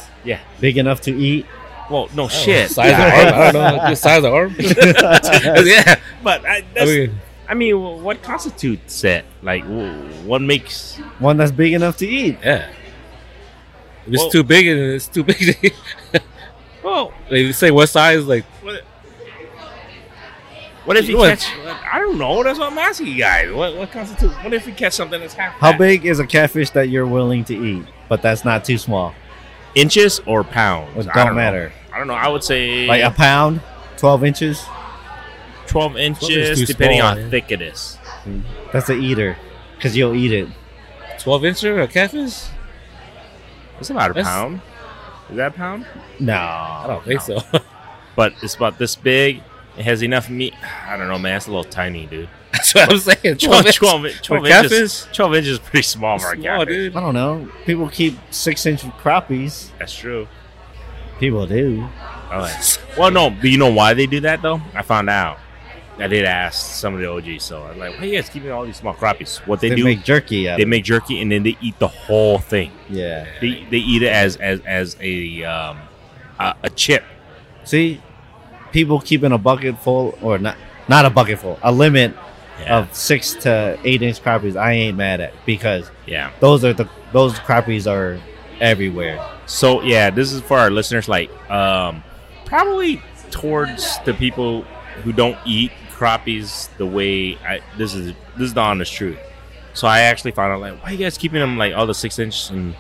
Speaker 2: Big enough to eat.
Speaker 1: Well, no
Speaker 3: I don't know,
Speaker 1: shit.
Speaker 3: Oh, Size
Speaker 1: Yeah,
Speaker 3: of arm? I don't
Speaker 2: [LAUGHS]
Speaker 3: know. like, the size of arm? [LAUGHS] yeah.
Speaker 1: but I,
Speaker 3: I
Speaker 1: that's,
Speaker 3: mean,
Speaker 1: I mean, wh- what constitutes it? Like, wh- what makes?
Speaker 2: One that's big enough to eat.
Speaker 3: yeah. If it's
Speaker 1: Well-
Speaker 3: too big, then it's too big. [LAUGHS]
Speaker 1: Well,
Speaker 3: Like, you say what size? Like,
Speaker 1: what, what if you
Speaker 3: What?
Speaker 1: catch? I don't know. That's what I'm asking you guys. What, what constitutes? What if you catch something that's half?
Speaker 2: How
Speaker 1: that?
Speaker 2: big is a catfish that you're willing to eat? But that's not too small.
Speaker 1: Inches or pounds?
Speaker 2: It
Speaker 1: I
Speaker 2: don't
Speaker 1: know.
Speaker 2: matter.
Speaker 1: I don't know. I would say
Speaker 2: Like a pound, twelve inches.
Speaker 1: 12
Speaker 3: is
Speaker 1: inches,
Speaker 3: too
Speaker 1: depending
Speaker 3: small,
Speaker 1: on
Speaker 3: man.
Speaker 1: thick it is.
Speaker 2: That's a eater, because you'll eat it.
Speaker 3: 12 incher or catfish?
Speaker 1: It's about a
Speaker 3: That's-
Speaker 1: pound. Is that a pound?
Speaker 2: No,
Speaker 3: I don't think so. [LAUGHS]
Speaker 1: But it's about this big. It has enough meat. I don't know, man. It's a little tiny, dude.
Speaker 3: That's what I'm saying.
Speaker 1: 12, [LAUGHS]
Speaker 3: 12,
Speaker 1: 12, in- 12 inches. 12 inches is pretty small for a
Speaker 3: Small,
Speaker 1: catfish.
Speaker 3: dude.
Speaker 2: I don't know. People keep six inch crappies.
Speaker 1: That's true.
Speaker 2: People do.
Speaker 1: All right. Well, no, but you know why they do that though? I found out. I did ask some of the OGs, so I'm like, "Hey, you guys keeping all these small crappies?" What they,
Speaker 2: They,
Speaker 1: do,
Speaker 2: make jerky out
Speaker 1: they
Speaker 2: of
Speaker 1: make jerky and then they eat the whole thing.
Speaker 2: it. Yeah.
Speaker 1: They, they eat it as as as a um, a, a chip.
Speaker 2: See, people keeping a bucket full, or not, not a bucket full, a limit
Speaker 1: Yeah,
Speaker 2: of six to eight inch crappies. I ain't mad at because
Speaker 1: yeah.
Speaker 2: those are the those crappies are everywhere.
Speaker 1: So yeah, this is for our listeners. Like, um, probably towards the people who don't eat crappies the way I. This is this is the honest truth. So I actually found out like, why you guys keeping them like all the six inch and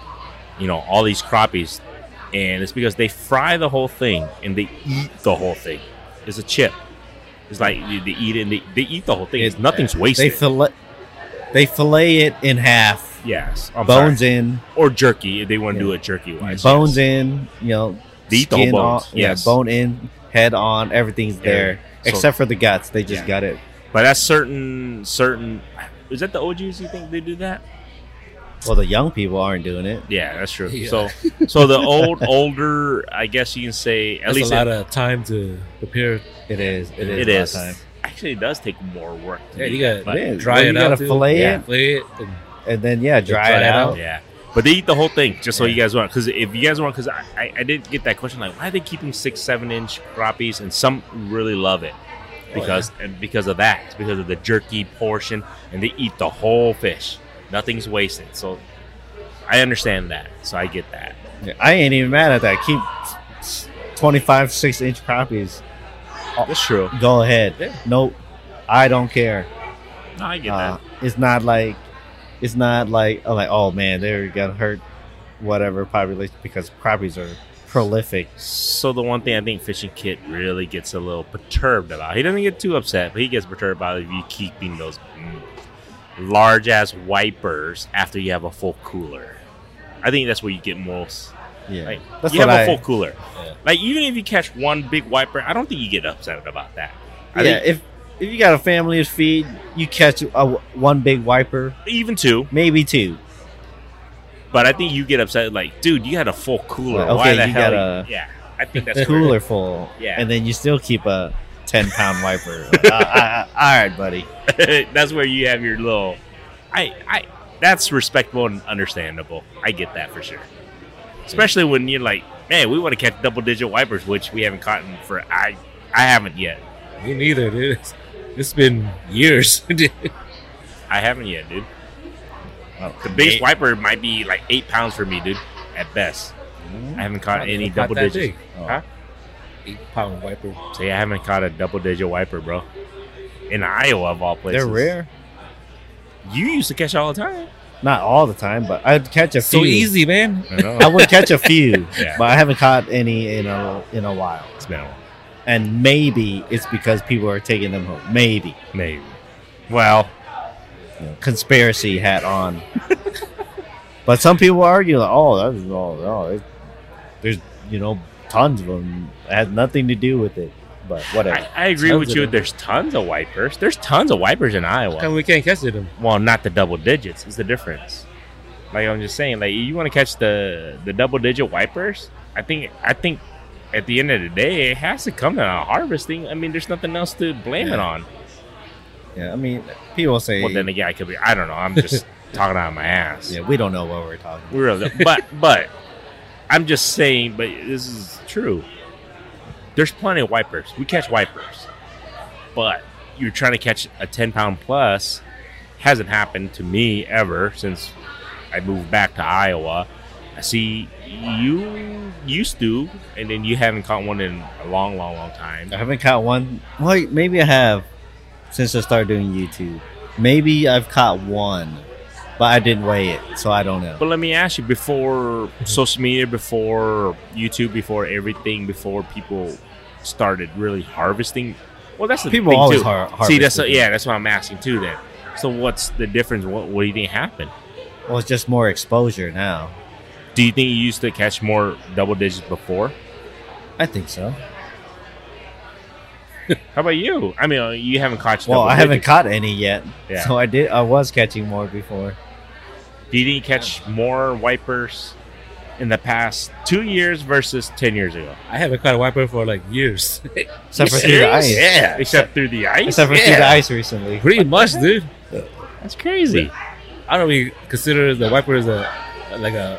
Speaker 1: you know all these crappies, and it's because they fry the whole thing and they eat the whole thing. It's a chip. It's like you- they eat it and they, they eat the whole thing.
Speaker 2: It-
Speaker 1: Nothing's
Speaker 2: They
Speaker 1: wasted.
Speaker 2: fillet, they fillet it in half,
Speaker 1: yes, I'm
Speaker 2: bones
Speaker 1: sorry.
Speaker 2: in,
Speaker 1: or jerky if they want to
Speaker 2: Yeah.
Speaker 1: do it jerky wise.
Speaker 2: bones in. You know,
Speaker 1: They eat the whole bones,
Speaker 2: on- yeah,
Speaker 1: yes.
Speaker 2: bone in, head on, everything's
Speaker 1: Yeah.
Speaker 2: there
Speaker 1: So-
Speaker 2: except for the guts. They just
Speaker 1: Yeah.
Speaker 2: got it.
Speaker 1: But that's certain certain. Is that the OGs? You think they do that?
Speaker 2: Well, the young people aren't doing it.
Speaker 1: Yeah, that's true.
Speaker 3: Yeah.
Speaker 1: So so the
Speaker 3: [LAUGHS]
Speaker 1: old older, I guess you can say at
Speaker 3: That's
Speaker 1: least
Speaker 3: a lot
Speaker 1: it,
Speaker 3: of time to prepare.
Speaker 2: It is. It is.
Speaker 1: it
Speaker 2: my
Speaker 1: is.
Speaker 2: Time.
Speaker 1: Actually, it does take more work. To
Speaker 3: Yeah,
Speaker 1: do
Speaker 3: you got
Speaker 1: but-
Speaker 2: It is.
Speaker 3: dry
Speaker 2: Well,
Speaker 3: it
Speaker 2: you
Speaker 3: out.
Speaker 2: gotta
Speaker 3: dude.
Speaker 2: fillet
Speaker 3: yeah.
Speaker 2: it.
Speaker 3: Fillet it. and-
Speaker 2: and then yeah, dry,
Speaker 3: dry
Speaker 2: it
Speaker 3: it
Speaker 2: out.
Speaker 3: out.
Speaker 1: yeah. But they eat the whole thing, just so
Speaker 3: Yeah.
Speaker 1: you guys want. Because if you guys want, because I, I, I did get that question, like, why are they keeping six, seven inch crappies? And some really love it
Speaker 3: Oh,
Speaker 1: because and because of that, it's because of the jerky portion, and they eat the whole fish. Nothing's wasted. So I understand that. So I get that.
Speaker 2: Yeah, I ain't even mad at that. Keep 25, 6 inch copies.
Speaker 1: That's true.
Speaker 2: Go ahead.
Speaker 3: Yeah.
Speaker 2: Nope. I don't care.
Speaker 1: No, I get
Speaker 2: Uh, it's not like it's not like oh, like oh man, they're gonna hurt whatever population because crappies are prolific.
Speaker 1: that. So the one thing I think Fishing Kit really gets a little perturbed about. He doesn't get too upset, but he gets perturbed about if you keeping those large ass wipers after you have a full cooler. I think that's where you get most.
Speaker 2: Yeah,
Speaker 1: Like,
Speaker 2: that's
Speaker 1: you
Speaker 2: what
Speaker 1: have
Speaker 2: I.
Speaker 1: a full cooler.
Speaker 3: Yeah.
Speaker 1: Like even if you catch one big wiper, I don't think you get upset about that. I
Speaker 2: yeah,
Speaker 1: think
Speaker 2: if if you got a family to feed, you catch a, one big wiper,
Speaker 1: even two,
Speaker 2: maybe two.
Speaker 1: but I think you get upset like, dude, you had a full cooler.
Speaker 2: Well,
Speaker 1: Why
Speaker 2: okay,
Speaker 1: the
Speaker 2: you
Speaker 1: hell?
Speaker 2: got a-
Speaker 1: yeah, I think that's
Speaker 2: That's
Speaker 1: weird.
Speaker 2: [LAUGHS] cooler full.
Speaker 1: Yeah.
Speaker 2: and then you still keep a ten pound
Speaker 1: [LAUGHS]
Speaker 2: wiper. Like, uh, uh, uh, all right, buddy.
Speaker 1: that's where you have your little. I I that's respectable and understandable. I get that for sure. Especially when you're like, man, we want to catch double digit wipers, which we haven't caught in for I I haven't yet.
Speaker 3: Me neither, dude. It's- it's been years. [LAUGHS] dude.
Speaker 1: I haven't yet, dude.
Speaker 2: Oh,
Speaker 1: The biggest
Speaker 2: eight-
Speaker 1: wiper might be like eight pounds for me, dude, at best. I haven't caught
Speaker 3: Not
Speaker 1: any
Speaker 3: even caught
Speaker 1: double
Speaker 3: that
Speaker 1: digits.
Speaker 3: big.
Speaker 2: Oh.
Speaker 1: Huh?
Speaker 3: Eight pound wiper.
Speaker 1: See, I haven't caught a double digit wiper, bro. In Iowa, of all places,
Speaker 2: They're rare.
Speaker 1: You used to catch all the
Speaker 2: [LAUGHS]
Speaker 1: time.
Speaker 2: Not all the time, but I'd catch a few.
Speaker 3: So easy, man.
Speaker 1: I know.
Speaker 2: I
Speaker 1: [LAUGHS]
Speaker 2: would catch a few,
Speaker 1: Yeah.
Speaker 2: but I haven't caught any in a in a while.
Speaker 1: it's been a while.
Speaker 2: And maybe it's because people are taking them home. Maybe
Speaker 1: Maybe. Well,
Speaker 2: You know, conspiracy
Speaker 1: [LAUGHS]
Speaker 2: hat on. but some people argue like, "Oh, that's all. Oh, it, there's you know tons of them. It has nothing to do with it." But whatever.
Speaker 1: I, I agree
Speaker 3: Tons
Speaker 1: with
Speaker 3: of
Speaker 1: you.
Speaker 3: them.
Speaker 1: There's tons of wipers. There's tons of wipers in
Speaker 3: How
Speaker 1: Iowa.
Speaker 3: come we can't catch it? Them.
Speaker 1: Well, not the double digits. Is the difference? Like I'm just saying, like you want to catch the the double digit wipers. I think I think at the end of the day, it has to come to harvesting. I mean, there's nothing else to blame it
Speaker 2: Yeah.
Speaker 1: on.
Speaker 2: yeah, I mean, people say,
Speaker 1: Well, then again, I could be. I don't know. I'm
Speaker 2: [LAUGHS]
Speaker 1: just talking out of my ass.
Speaker 2: "Yeah, we don't know what we're talking."
Speaker 1: We really don't. but but I'm just saying. But this is true. There's plenty of wipers. We catch wipers, but you're trying to catch a 10 pound plus. Hasn't happened to me ever since I moved back to Iowa. I see you used to, and then you haven't caught one in a long, long, long time.
Speaker 2: I haven't caught one. Wait, maybe I have since I started doing YouTube. Maybe I've caught one, but I didn't weigh it, so I don't know.
Speaker 1: But let me ask you
Speaker 2: [LAUGHS]
Speaker 1: before social media, before YouTube, before everything, before people started really harvesting. Well, that's the
Speaker 2: People
Speaker 1: thing
Speaker 2: always
Speaker 1: too.
Speaker 2: har-
Speaker 1: See,
Speaker 2: harvest
Speaker 1: that's
Speaker 2: with
Speaker 1: yeah, that's what I'm asking too. Then, so what's the difference? What what do you think happened?
Speaker 2: it. Well, it's just more exposure now.
Speaker 1: Do you think you used to catch more double digits before?
Speaker 2: I think so.
Speaker 1: How about you? I mean, uh, you haven't caught.
Speaker 2: Well,
Speaker 1: double
Speaker 2: I haven't
Speaker 1: digits.
Speaker 2: caught any yet,
Speaker 1: Yeah.
Speaker 2: so I did. I was catching more before.
Speaker 1: Do you think you catch more wipers in the past two years versus ten years ago?
Speaker 3: I haven't caught a wiper for like years. [LAUGHS]
Speaker 2: Except for
Speaker 1: You
Speaker 2: through the
Speaker 1: serious?
Speaker 2: ice.
Speaker 1: yeah. Except through the ice.
Speaker 2: Except for through the
Speaker 3: Yeah.
Speaker 2: ice recently.
Speaker 3: Pretty much, dude.
Speaker 1: That's crazy.
Speaker 3: I don't really consider the wiper as a like a.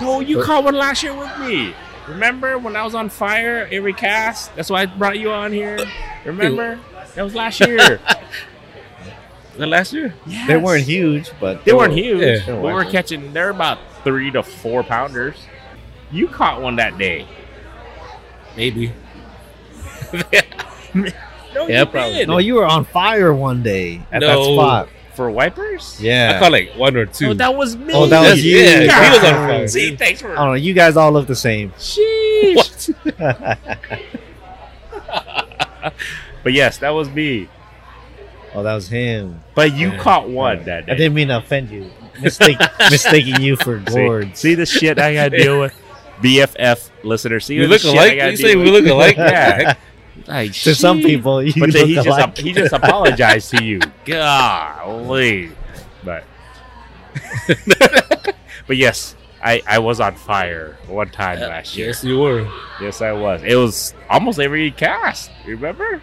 Speaker 1: No, you
Speaker 3: But-
Speaker 1: caught one last year with me. Remember when I was on fire every cast? That's why I brought you on here. Remember? That was last year.
Speaker 3: Was that last year?
Speaker 1: Yes.
Speaker 2: They weren't huge, but
Speaker 1: They weren't huge.
Speaker 3: Yeah.
Speaker 1: but we were catching. They're about three to four pounders. You caught one that day.
Speaker 3: Maybe.
Speaker 1: No,
Speaker 3: Yeah,
Speaker 1: you
Speaker 3: probably.
Speaker 1: did.
Speaker 2: No, you were on fire one day at that
Speaker 3: No.
Speaker 2: spot.
Speaker 1: for wipers.
Speaker 2: Yeah.
Speaker 3: I caught like one or two.
Speaker 1: No, that was me.
Speaker 2: Oh, that was
Speaker 3: That's-
Speaker 2: you.
Speaker 3: yeah, he
Speaker 1: God.
Speaker 3: was on fire.
Speaker 1: See, thanks for.
Speaker 2: I don't know. You guys all look the same.
Speaker 1: Sheesh.
Speaker 3: What?
Speaker 1: [LAUGHS] But yes, that was me.
Speaker 2: Oh, that was him.
Speaker 1: But you
Speaker 3: Yeah.
Speaker 1: caught one that day.
Speaker 2: I didn't mean to offend you.
Speaker 1: [LAUGHS]
Speaker 2: Mistake, mistaking you for
Speaker 1: See,
Speaker 2: Gord.
Speaker 1: see the shit I gotta deal [LAUGHS] with. BFF listener, see
Speaker 3: We
Speaker 1: the
Speaker 3: look
Speaker 1: shit I
Speaker 3: alike.
Speaker 1: gotta
Speaker 3: You
Speaker 1: deal
Speaker 3: say we
Speaker 1: with.
Speaker 3: look
Speaker 1: [LAUGHS]
Speaker 3: alike.
Speaker 1: Yeah. Like,
Speaker 2: To some
Speaker 1: shit.
Speaker 2: people, you
Speaker 1: but then he
Speaker 2: look
Speaker 1: just
Speaker 2: alike.
Speaker 1: he just apologized to
Speaker 3: [LAUGHS]
Speaker 1: you. Golly, but but yes, I I was on fire one time last year.
Speaker 3: Uh, Yes, you were.
Speaker 1: Yes, I was. It was almost every cast. Remember?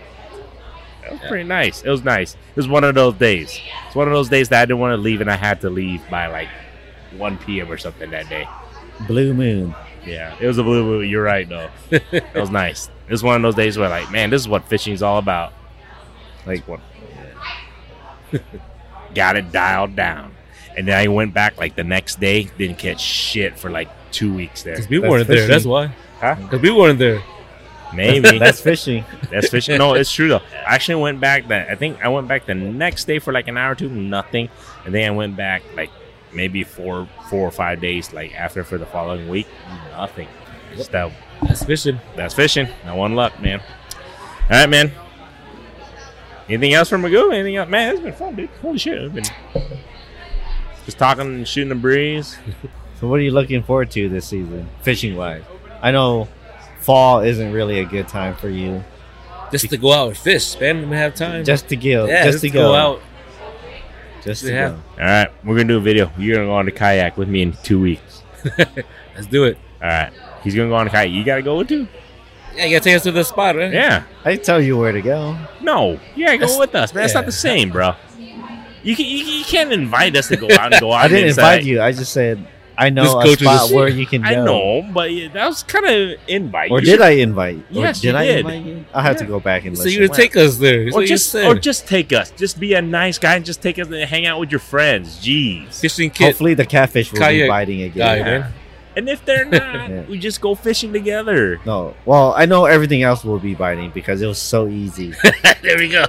Speaker 1: That was
Speaker 3: Yeah.
Speaker 1: pretty nice. It was nice. It was one of those days. It's one of those days that I didn't want to leave, and I had to leave by like 1 p.m. or something that day. [LAUGHS]
Speaker 2: Blue moon.
Speaker 1: Yeah, it was a blue moon. You're right, though. it was nice. It was one of those days where, like, man, this is what fishing's all about.
Speaker 2: Like
Speaker 1: one. [LAUGHS] Got it dialed down. And then I went back, like, the next day, didn't catch shit for, like, two weeks there.
Speaker 3: Because we
Speaker 2: That's
Speaker 3: weren't there. That's
Speaker 2: fishy.
Speaker 3: why.
Speaker 1: Huh?
Speaker 3: Because we weren't there.
Speaker 1: Maybe.
Speaker 2: [LAUGHS] That's fishing.
Speaker 1: That's fishing. No, it's true though. I actually went back that I think I went back the next day for like an hour or two, nothing, and then I went back like maybe four, four or five days like after for the following week, nothing. Just that,
Speaker 3: That's fishing.
Speaker 1: that's fishing. That one luck, man. All right, man. Anything else from Magoo? Anything else? Man, it's been fun, dude. Holy shit, I've been just talking and shooting the breeze.
Speaker 2: So what are you looking forward to this season, fishing wise? I know fall isn't really a good time for you.
Speaker 3: Just to go out and fish, man. We have time.
Speaker 2: Just to go.
Speaker 3: yeah,
Speaker 2: just, to go.
Speaker 3: out.
Speaker 2: Just to
Speaker 3: Yeah.
Speaker 2: go.
Speaker 1: All right, we're gonna do a video. You're gonna go on the kayak with me in two weeks.
Speaker 3: Let's do it.
Speaker 1: All right, he's gonna go on a kayak. You gotta go with too.
Speaker 3: Yeah, you gotta take us to the spot, right?
Speaker 1: Yeah.
Speaker 2: I tell you where to go.
Speaker 1: No, you gotta
Speaker 3: That's-
Speaker 1: go with us, man. That's
Speaker 3: yeah.
Speaker 1: not the same, bro. You, can, you, you can't invite us to go out
Speaker 2: [LAUGHS]
Speaker 1: and go out.
Speaker 2: I didn't
Speaker 1: and say,
Speaker 2: invite you. I just said I know
Speaker 3: Just
Speaker 2: a
Speaker 3: go to the
Speaker 2: spot
Speaker 3: sea.
Speaker 2: where you can go.
Speaker 1: I know, but yeah, that was kind of invite.
Speaker 2: Or
Speaker 1: You
Speaker 2: did
Speaker 1: should-
Speaker 2: I invite? Or
Speaker 1: Yes,
Speaker 2: did
Speaker 1: you
Speaker 2: I
Speaker 1: did.
Speaker 2: invite you? I'll have to
Speaker 1: Yeah.
Speaker 2: go back and
Speaker 3: So
Speaker 2: listen.
Speaker 3: you would take us there. That's
Speaker 1: Or
Speaker 3: what you
Speaker 1: just,
Speaker 3: said.
Speaker 1: or just take us. Just be a nice guy and just take us and hang out with your friends. Jeez.
Speaker 3: fishing kit.
Speaker 2: Hopefully the catfish will be
Speaker 3: Kayak
Speaker 2: biting
Speaker 3: guy,
Speaker 2: again.
Speaker 1: Yeah.
Speaker 3: man.
Speaker 1: And if
Speaker 3: [LAUGHS]
Speaker 1: they're not,
Speaker 2: Yeah.
Speaker 1: we just go fishing together.
Speaker 2: No, well, I know everything else will be biting because it was so
Speaker 3: [LAUGHS]
Speaker 2: easy.
Speaker 1: there we go.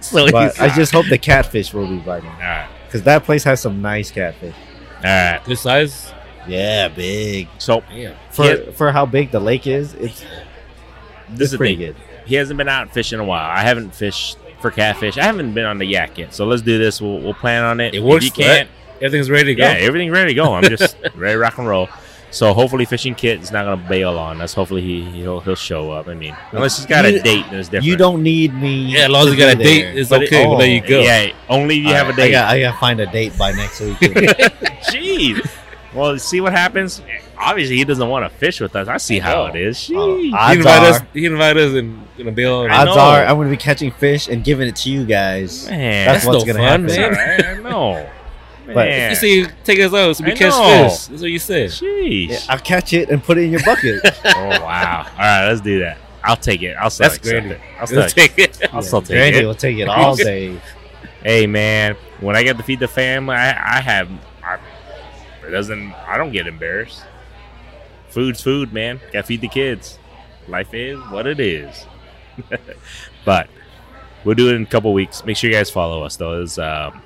Speaker 1: so
Speaker 2: But
Speaker 1: he's-
Speaker 2: I just hope the catfish will be biting
Speaker 1: All right.
Speaker 2: because that place has some nice catfish.
Speaker 1: All right.
Speaker 3: Good size.
Speaker 2: Yeah, big
Speaker 1: So
Speaker 3: Yeah.
Speaker 2: for
Speaker 1: Yeah.
Speaker 2: for how big the lake is. It's
Speaker 1: this is the
Speaker 2: pretty
Speaker 1: thing.
Speaker 2: good.
Speaker 1: He hasn't been out fishing in a while. I haven't fished for catfish. I haven't been on the yak yet. So let's do this. We'll, we'll plan on it.
Speaker 3: It works,
Speaker 1: If you can't,
Speaker 3: Everything's ready to go.
Speaker 1: Yeah, everything ready to go. I'm
Speaker 3: [LAUGHS]
Speaker 1: just ready to rock and roll. So hopefully, fishing kit is not gonna bail on us. Hopefully, he he'll, he'll show up. I mean, unless he's got
Speaker 2: You-
Speaker 1: a date, then it's different.
Speaker 2: You don't need me.
Speaker 3: Yeah, as long as
Speaker 2: to
Speaker 3: you got a
Speaker 2: be
Speaker 3: date,
Speaker 2: there.
Speaker 3: it's
Speaker 1: But it-
Speaker 3: okay. well, there you go.
Speaker 1: Yeah, only if you have a
Speaker 2: I
Speaker 1: date.
Speaker 2: got I gotta find a date by
Speaker 1: [LAUGHS]
Speaker 2: next week.
Speaker 1: Jeez. Well, see what happens. Obviously, he doesn't want to fish with us. I see how it is. Jeez.
Speaker 2: Oh,
Speaker 3: He
Speaker 2: Odds
Speaker 3: invite us.
Speaker 2: are-
Speaker 3: He invite us and gonna bail on.
Speaker 1: I
Speaker 2: Odds
Speaker 1: know.
Speaker 2: are I'm gonna be catching fish and giving it to you guys.
Speaker 1: man,
Speaker 2: That's,
Speaker 1: that's,
Speaker 3: what-
Speaker 2: what's
Speaker 3: no
Speaker 2: gonna
Speaker 3: fun,
Speaker 2: happen.
Speaker 1: that's
Speaker 3: man.
Speaker 1: all right. I know.
Speaker 2: But-
Speaker 1: Man.
Speaker 3: You say you take us out so we
Speaker 1: I
Speaker 3: catch
Speaker 1: know.
Speaker 3: fish. That's what you said.
Speaker 1: Jeez.
Speaker 2: Yeah, I'll catch it and put it in your bucket.
Speaker 1: Oh wow. All right, let's do that. I'll take it. I'll still
Speaker 3: That's
Speaker 1: accept
Speaker 3: great.
Speaker 1: it. I'll still,
Speaker 3: [LAUGHS] Let's take it.
Speaker 1: [LAUGHS] I'll still take
Speaker 2: Randy
Speaker 1: it.
Speaker 2: will
Speaker 1: [LAUGHS]
Speaker 2: take it all day.
Speaker 1: hey man, when I get to feed the family, I, I have, I, it doesn't, I don't get embarrassed. Food's food, man. Got to feed the kids. Life is what it is. [LAUGHS] but we'll do it in a couple weeks. Make sure you guys follow us though. It's um,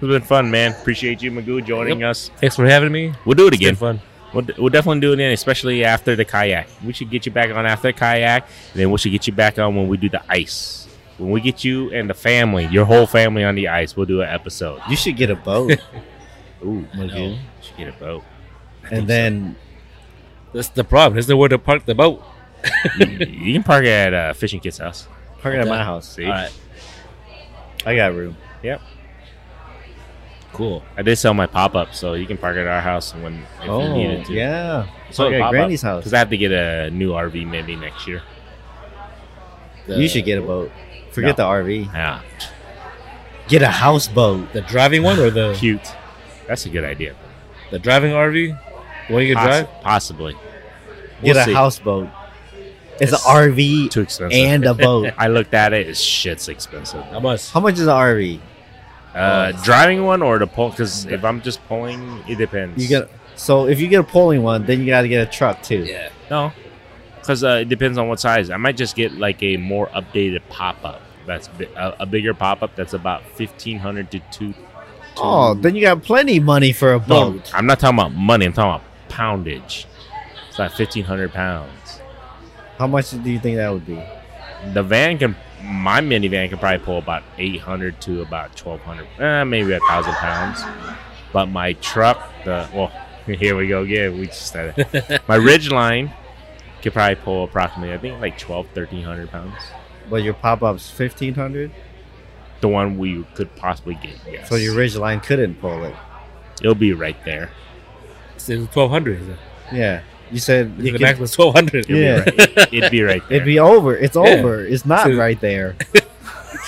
Speaker 1: it's been fun, man. Appreciate you, Magoo, joining us.
Speaker 3: Thanks for having me.
Speaker 1: We'll do it
Speaker 3: It's been
Speaker 1: again.
Speaker 3: fun.
Speaker 1: We'll, we'll definitely do it in, especially after the kayak. We should get you back on after the kayak, and then we should get you back on when we do the ice. When we get you and the family, your whole family on the ice, we'll do an episode.
Speaker 2: You should get
Speaker 1: [LAUGHS]
Speaker 2: a boat.
Speaker 1: Ooh,
Speaker 2: Magoo.
Speaker 1: no. should get a boat.
Speaker 2: and then
Speaker 3: That's the problem. There's nowhere to park the boat.
Speaker 1: you, you can park at uh, Fishing Kid's house.
Speaker 2: park it at my
Speaker 3: Okay.
Speaker 2: house.
Speaker 1: See,
Speaker 3: All right.
Speaker 2: I got room.
Speaker 3: Cool.
Speaker 1: I did sell my pop up, so you can park at our house when if you
Speaker 2: Oh,
Speaker 1: needed to.
Speaker 2: yeah.
Speaker 1: so
Speaker 2: park at Granny's house.
Speaker 1: because I have to get a new RV maybe next year.
Speaker 3: The,
Speaker 2: you should get a boat. Forget the RV.
Speaker 1: Yeah,
Speaker 2: Get a houseboat.
Speaker 3: the driving one
Speaker 1: [SIGHS]
Speaker 3: or the
Speaker 1: cute. That's a good idea.
Speaker 3: the driving RV. The one you can
Speaker 1: Possi-
Speaker 3: drive.
Speaker 1: possibly.
Speaker 2: Get
Speaker 1: We'll
Speaker 2: a
Speaker 1: see.
Speaker 2: houseboat. It's,
Speaker 1: It's
Speaker 2: an RV
Speaker 1: Too expensive.
Speaker 2: and a
Speaker 1: [LAUGHS]
Speaker 2: boat.
Speaker 1: I looked at it. It's shit's expensive.
Speaker 3: How much?
Speaker 2: How much is an RV? Oh,
Speaker 1: Uh, driving one or the pull? Because if I'm just pulling, it depends.
Speaker 2: You get so if you get a pulling one, then you got to get a truck too.
Speaker 3: Yeah.
Speaker 1: no, because uh, it depends on what size. I might just get like a more updated pop up. That's bi- a, a bigger pop up. That's about fifteen hundred to two.
Speaker 2: Oh,
Speaker 1: Um,
Speaker 2: then you got plenty money for a
Speaker 1: No,
Speaker 2: boat.
Speaker 1: I'm not talking about money. I'm talking about poundage. It's like fifteen hundred pounds.
Speaker 2: How much do you think that would be?
Speaker 1: The van can, my minivan can probably pull about eight hundred to about twelve hundred, uh, maybe a thousand pounds. But my truck, the well, [LAUGHS] here we go again. We just started. my Ridgeline could probably pull approximately, I think, like 12, 1300 pounds.
Speaker 2: But your pop up's fifteen hundred,
Speaker 1: The one we could possibly get. Yes.
Speaker 2: so your ridge line couldn't pull it.
Speaker 1: it'll be right there.
Speaker 3: It's twelve hundred.
Speaker 2: Yeah, you said
Speaker 3: The
Speaker 2: you could-
Speaker 3: maximum twelve hundred. [LAUGHS]
Speaker 1: It'll be
Speaker 2: Yeah.
Speaker 1: right. It'd be right there.
Speaker 2: [LAUGHS] it'd be over. It's
Speaker 3: Yeah.
Speaker 2: over. It's not
Speaker 3: So-
Speaker 2: right
Speaker 1: [LAUGHS]
Speaker 2: there.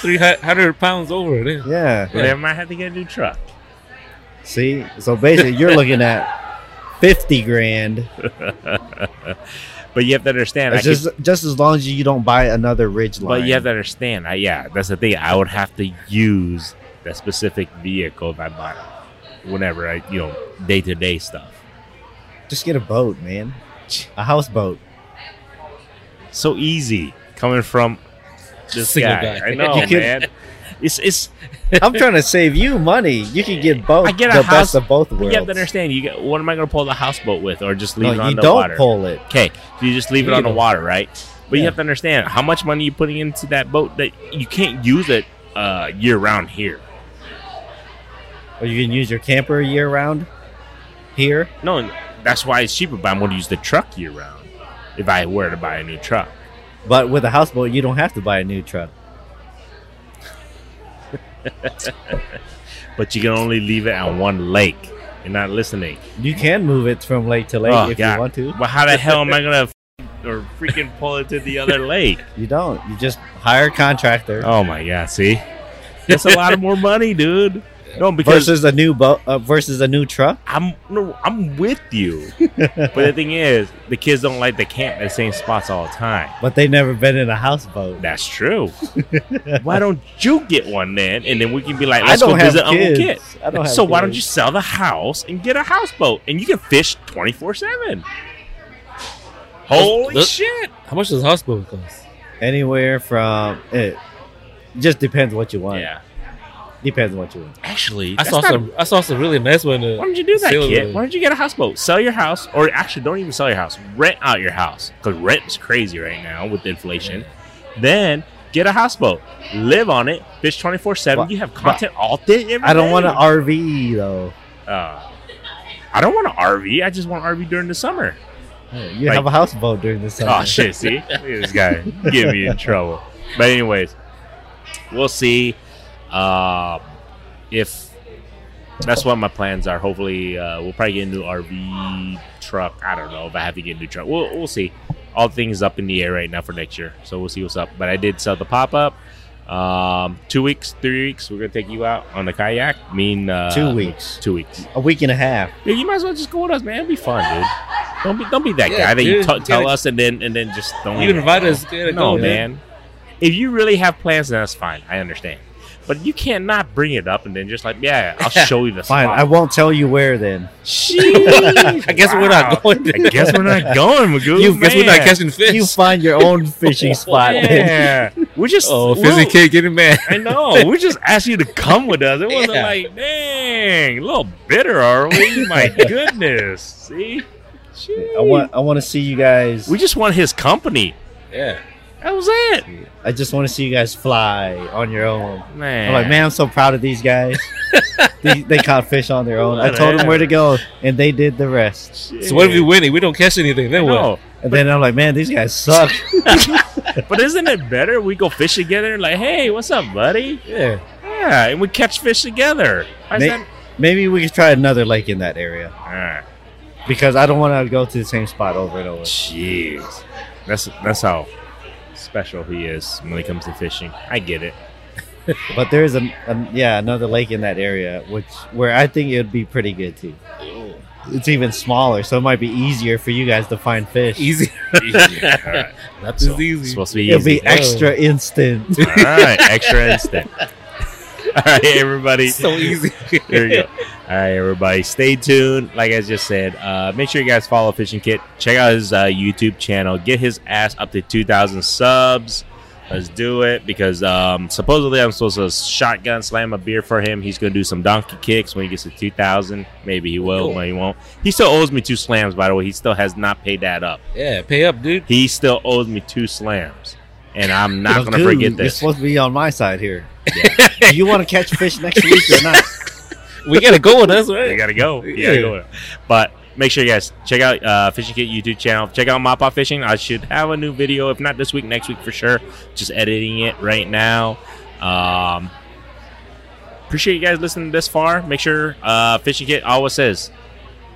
Speaker 3: Three hundred pounds over. Then.
Speaker 2: Yeah.
Speaker 1: But then I might have to get a new truck.
Speaker 2: See, so basically, you're looking at fifty grand.
Speaker 1: [LAUGHS] But you have to understand. I
Speaker 2: It's
Speaker 1: could-
Speaker 2: just just as long as you don't buy another ridge line.
Speaker 1: but you have to understand. I, yeah, that's the thing. I would have to use that specific vehicle that I bought whenever I, you know, day to day stuff.
Speaker 2: just get a boat,
Speaker 1: [LAUGHS]
Speaker 2: man, a houseboat.
Speaker 1: So easy coming from this
Speaker 3: Single
Speaker 1: guy.
Speaker 3: guy.
Speaker 1: I know,
Speaker 2: You could- [LAUGHS]
Speaker 1: man. It's it's.
Speaker 2: I'm trying to save you money. You
Speaker 1: [LAUGHS]
Speaker 2: can get both.
Speaker 1: I get a
Speaker 2: the
Speaker 1: house-
Speaker 2: best of both
Speaker 1: You
Speaker 2: worlds.
Speaker 1: have to understand. You get, what am I going to pull the houseboat with, or just leave it
Speaker 2: No,
Speaker 1: on
Speaker 2: you
Speaker 1: the
Speaker 2: don't
Speaker 1: water?
Speaker 2: pull it.
Speaker 1: Okay, so you just leave it
Speaker 3: You
Speaker 1: on the
Speaker 3: don't-
Speaker 1: water, right? But you
Speaker 2: Yeah.
Speaker 1: have to understand how much money you're putting into that boat that you can't use it uh, year round here.
Speaker 2: Or you can use your camper year round. Here,
Speaker 1: No, that's why it's cheaper. But I'm going to use the truck year round if I were to buy a new truck.
Speaker 2: but with a houseboat, you don't have to buy a new truck.
Speaker 1: But you can only leave it on one lake. You're not listening.
Speaker 2: You can move it from lake to lake
Speaker 1: Oh,
Speaker 2: if
Speaker 1: God.
Speaker 2: you want to.
Speaker 1: Well, how the hell am I going to or freaking pull it to the
Speaker 2: [LAUGHS]
Speaker 1: other lake?
Speaker 2: You don't. You just hire a contractor
Speaker 1: Oh my god! See, that's a lot of more money, dude. No, because
Speaker 2: versus a new boat uh, versus a new truck.
Speaker 1: I'm no, I'm with you. but the thing is, the kids don't like to camp at the same spots all the time.
Speaker 2: But they've never been in a houseboat.
Speaker 1: That's
Speaker 2: [LAUGHS]
Speaker 1: true. why don't you get one then, and then we can be like,
Speaker 2: I
Speaker 1: let's go
Speaker 2: don't have
Speaker 1: visit Uncle
Speaker 2: kids.
Speaker 1: Kit.
Speaker 2: I don't have
Speaker 1: So why don't
Speaker 2: kids.
Speaker 1: you sell the house and get a houseboat, and you can fish twenty four seven. Holy
Speaker 3: Look-
Speaker 1: shit!
Speaker 3: How much does a houseboat cost?
Speaker 2: Anywhere from it just depends what you want.
Speaker 1: Yeah,
Speaker 2: Depends what you want.
Speaker 1: actually,
Speaker 3: I
Speaker 1: that's
Speaker 3: saw
Speaker 1: not-
Speaker 3: some. I saw some really nice one.
Speaker 1: Why
Speaker 3: Uh,
Speaker 1: don't you do that,
Speaker 3: Sailor
Speaker 1: kid?
Speaker 3: Moon.
Speaker 1: Why don't you get a houseboat? Sell your house, or actually, don't even sell your house. Rent out your house because rent is crazy right now with inflation. Then get a houseboat, live on it, fish twenty four seven.
Speaker 2: But-
Speaker 1: You have content all day. every
Speaker 2: I don't
Speaker 1: day.
Speaker 2: want an RV though.
Speaker 1: Uh, I don't want an RV. I just want an RV during the summer.
Speaker 2: You
Speaker 1: Like-
Speaker 2: have a houseboat during the summer.
Speaker 1: Oh shit! See Look at this guy get me in trouble. But anyways, we'll see uh, if that's what my plans are. Hopefully, uh, we'll probably get a new RV truck. I don't know if I have to get a new truck. We'll we'll see. All things up in the air right now for next year, so we'll see what's up. But I did sell the pop up. Um, two weeks, three weeks. We're gonna take you out on the kayak. I mean, uh,
Speaker 2: Two weeks,
Speaker 1: Two weeks.
Speaker 2: [LAUGHS] a week and a half.
Speaker 1: Yeah, you might as well just go with us, man. It'll be fun, dude. Don't be don't be that
Speaker 3: Yeah,
Speaker 1: guy that you
Speaker 3: dude,
Speaker 1: t-
Speaker 3: you
Speaker 1: tell
Speaker 3: gotta-
Speaker 1: us and then and then just don't.
Speaker 3: you invite us. Gotta
Speaker 1: No,
Speaker 3: go,
Speaker 1: man. If you really have plans, then that's fine. I understand. But you can't not bring it up and then just like, yeah,
Speaker 3: [LAUGHS]
Speaker 1: I'll show you the
Speaker 2: Fine,
Speaker 1: [LAUGHS]
Speaker 2: I
Speaker 1: spot.
Speaker 2: won't tell you where then.
Speaker 1: Jeez,
Speaker 3: I guess we're
Speaker 1: wow. [LAUGHS]
Speaker 3: not going.
Speaker 1: I guess we're not going, Magoo.
Speaker 3: You guess we're not
Speaker 1: man.
Speaker 3: catching fish.
Speaker 2: You find your
Speaker 1: [LAUGHS]
Speaker 2: own fishing spot. then.
Speaker 1: Yeah, [LAUGHS] we're just.
Speaker 3: [LAUGHS] oh,
Speaker 1: we're-
Speaker 3: fizzy kid
Speaker 1: [LAUGHS]
Speaker 3: getting mad.
Speaker 1: I know. We just asked you to come with us. It wasn't
Speaker 3: Yeah.
Speaker 1: like, dang, a little bitter, are
Speaker 3: [LAUGHS]
Speaker 1: we? My goodness. See,
Speaker 2: I want. I want to see you guys.
Speaker 1: We just want his company.
Speaker 3: Yeah.
Speaker 1: That was it.
Speaker 2: I just want to see you guys fly on your own.
Speaker 1: Man.
Speaker 2: I'm like, man, I'm so proud of
Speaker 1: [LAUGHS]
Speaker 2: these guys. they, they caught fish on their own. I told them where to go, and they did the rest.
Speaker 3: So what if we win it? We don't catch anything. Then what?
Speaker 1: No.
Speaker 2: And then I'm like, man, these guys suck.
Speaker 1: But isn't it better we go fish together? Like, hey, what's up, buddy?
Speaker 3: Yeah.
Speaker 1: Yeah, and we catch fish together. I
Speaker 2: May-
Speaker 1: said,
Speaker 2: Maybe we could try another lake in that area
Speaker 1: ah,
Speaker 2: because I don't want to go to the same spot over and over.
Speaker 1: jeez, that's that's how special he is when it comes to fishing. I get it.
Speaker 2: But there is a, a yeah another lake in that area which where I think it would be pretty good too. It's even smaller, so it might be easier for you guys to find
Speaker 1: [LAUGHS]
Speaker 2: fish.
Speaker 3: [LAUGHS] Easy.
Speaker 1: Alright,
Speaker 3: Not
Speaker 1: so
Speaker 3: this easy.
Speaker 1: supposed to be
Speaker 2: It'll
Speaker 1: easy.
Speaker 2: be extra instant.
Speaker 1: All right, extra
Speaker 3: [LAUGHS]
Speaker 1: instant. All right, everybody. [LAUGHS]
Speaker 3: [LAUGHS] so easy.
Speaker 1: there you go. All right, everybody, stay tuned. Like I just said, uh, make sure you guys follow Fishing Kit. Check out his uh, YouTube channel. Get his ass up to 2,000 subs. Let's do it because um, supposedly I'm supposed to shotgun slam a beer for him. He's going to do some donkey kicks when he gets to 2,000. Maybe he will,
Speaker 3: Cool.
Speaker 1: maybe he won't. He still owes me two slams, by the way. He still has not paid that up.
Speaker 3: Yeah. Pay up, dude.
Speaker 1: He still owes me two slams. And I'm not going to
Speaker 2: Dude,
Speaker 1: forget
Speaker 2: You're
Speaker 1: this.
Speaker 2: supposed to be on my side here. Do you want to catch fish next week
Speaker 1: [LAUGHS]
Speaker 2: or not?
Speaker 1: Uh-huh.
Speaker 3: We gotta go with us,
Speaker 1: They
Speaker 3: right?
Speaker 1: gotta
Speaker 2: [LAUGHS]
Speaker 1: go.
Speaker 3: Yeah.
Speaker 1: You gotta go. But make sure you guys check out uh, Fishing Kit YouTube channel. Check out Mop Off Fishing. I should have a new video, if not this week, next week for sure. Just editing it right now. Um, appreciate you guys listening this far. Make sure uh, Fishing Kit always says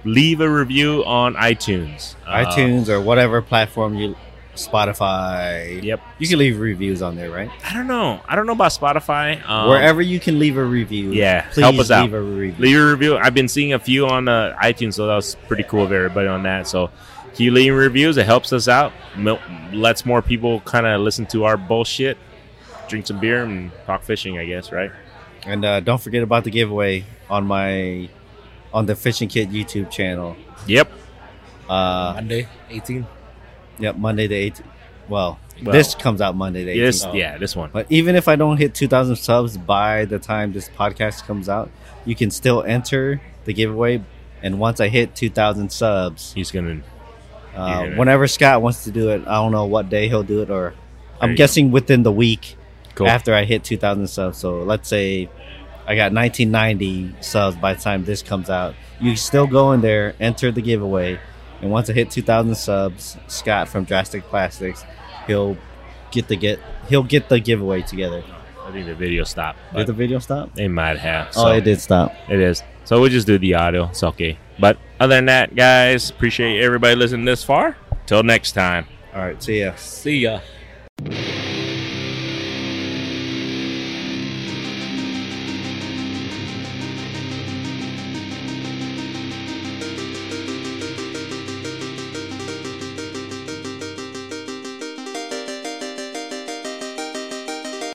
Speaker 1: leave a review on iTunes. Uh,
Speaker 2: iTunes or whatever platform you Spotify.
Speaker 1: Uh, Yep.
Speaker 2: You can leave reviews on there, right?
Speaker 1: I don't know. I don't know about Spotify. Um,
Speaker 2: Wherever you can leave a review.
Speaker 1: Yeah,
Speaker 2: Please
Speaker 1: help us out.
Speaker 2: leave a review.
Speaker 1: leave a review. I've been seeing a few on uh, iTunes, so that was pretty cool of everybody on that. So keep leaving reviews; it helps us out, Mil- lets more people kind of listen to our bullshit, drink some beer, and talk fishing. I guess, right?
Speaker 2: And uh, don't forget about the giveaway on my on the Fishing Kit YouTube channel.
Speaker 1: Yep.
Speaker 2: Uh,
Speaker 3: Monday, 18.
Speaker 2: yep, Monday the 18th. Well,
Speaker 1: Well,
Speaker 2: this comes out Monday the 18th.
Speaker 1: This,
Speaker 3: Oh.
Speaker 1: yeah, this one.
Speaker 2: But even if I don't hit 2,000 subs by the time this podcast comes out, you can still enter the giveaway. And once I hit 2,000 subs,
Speaker 1: He's gonna.
Speaker 2: uh,
Speaker 1: Yeah.
Speaker 2: whenever Scott wants to do it, I don't know what day he'll do it, or
Speaker 1: There
Speaker 2: I'm
Speaker 1: you go.
Speaker 2: guessing within the week
Speaker 1: Cool.
Speaker 2: after I hit 2,000 subs. So let's say I got 1990 subs by the time this comes out. You can still go in there, enter the giveaway, and once I hit 2,000 subs, Scott from Drastic Plastics, he'll get the get he'll get the giveaway together.
Speaker 1: I think the video stopped.
Speaker 2: Did
Speaker 1: But
Speaker 2: the video stop?
Speaker 1: they might have.
Speaker 2: oh,
Speaker 1: So
Speaker 2: it did stop.
Speaker 1: It is. So we'll just do the audio. It's okay. But other than that, guys, appreciate everybody listening this far. Till next time.
Speaker 2: All right, see ya.
Speaker 3: See ya.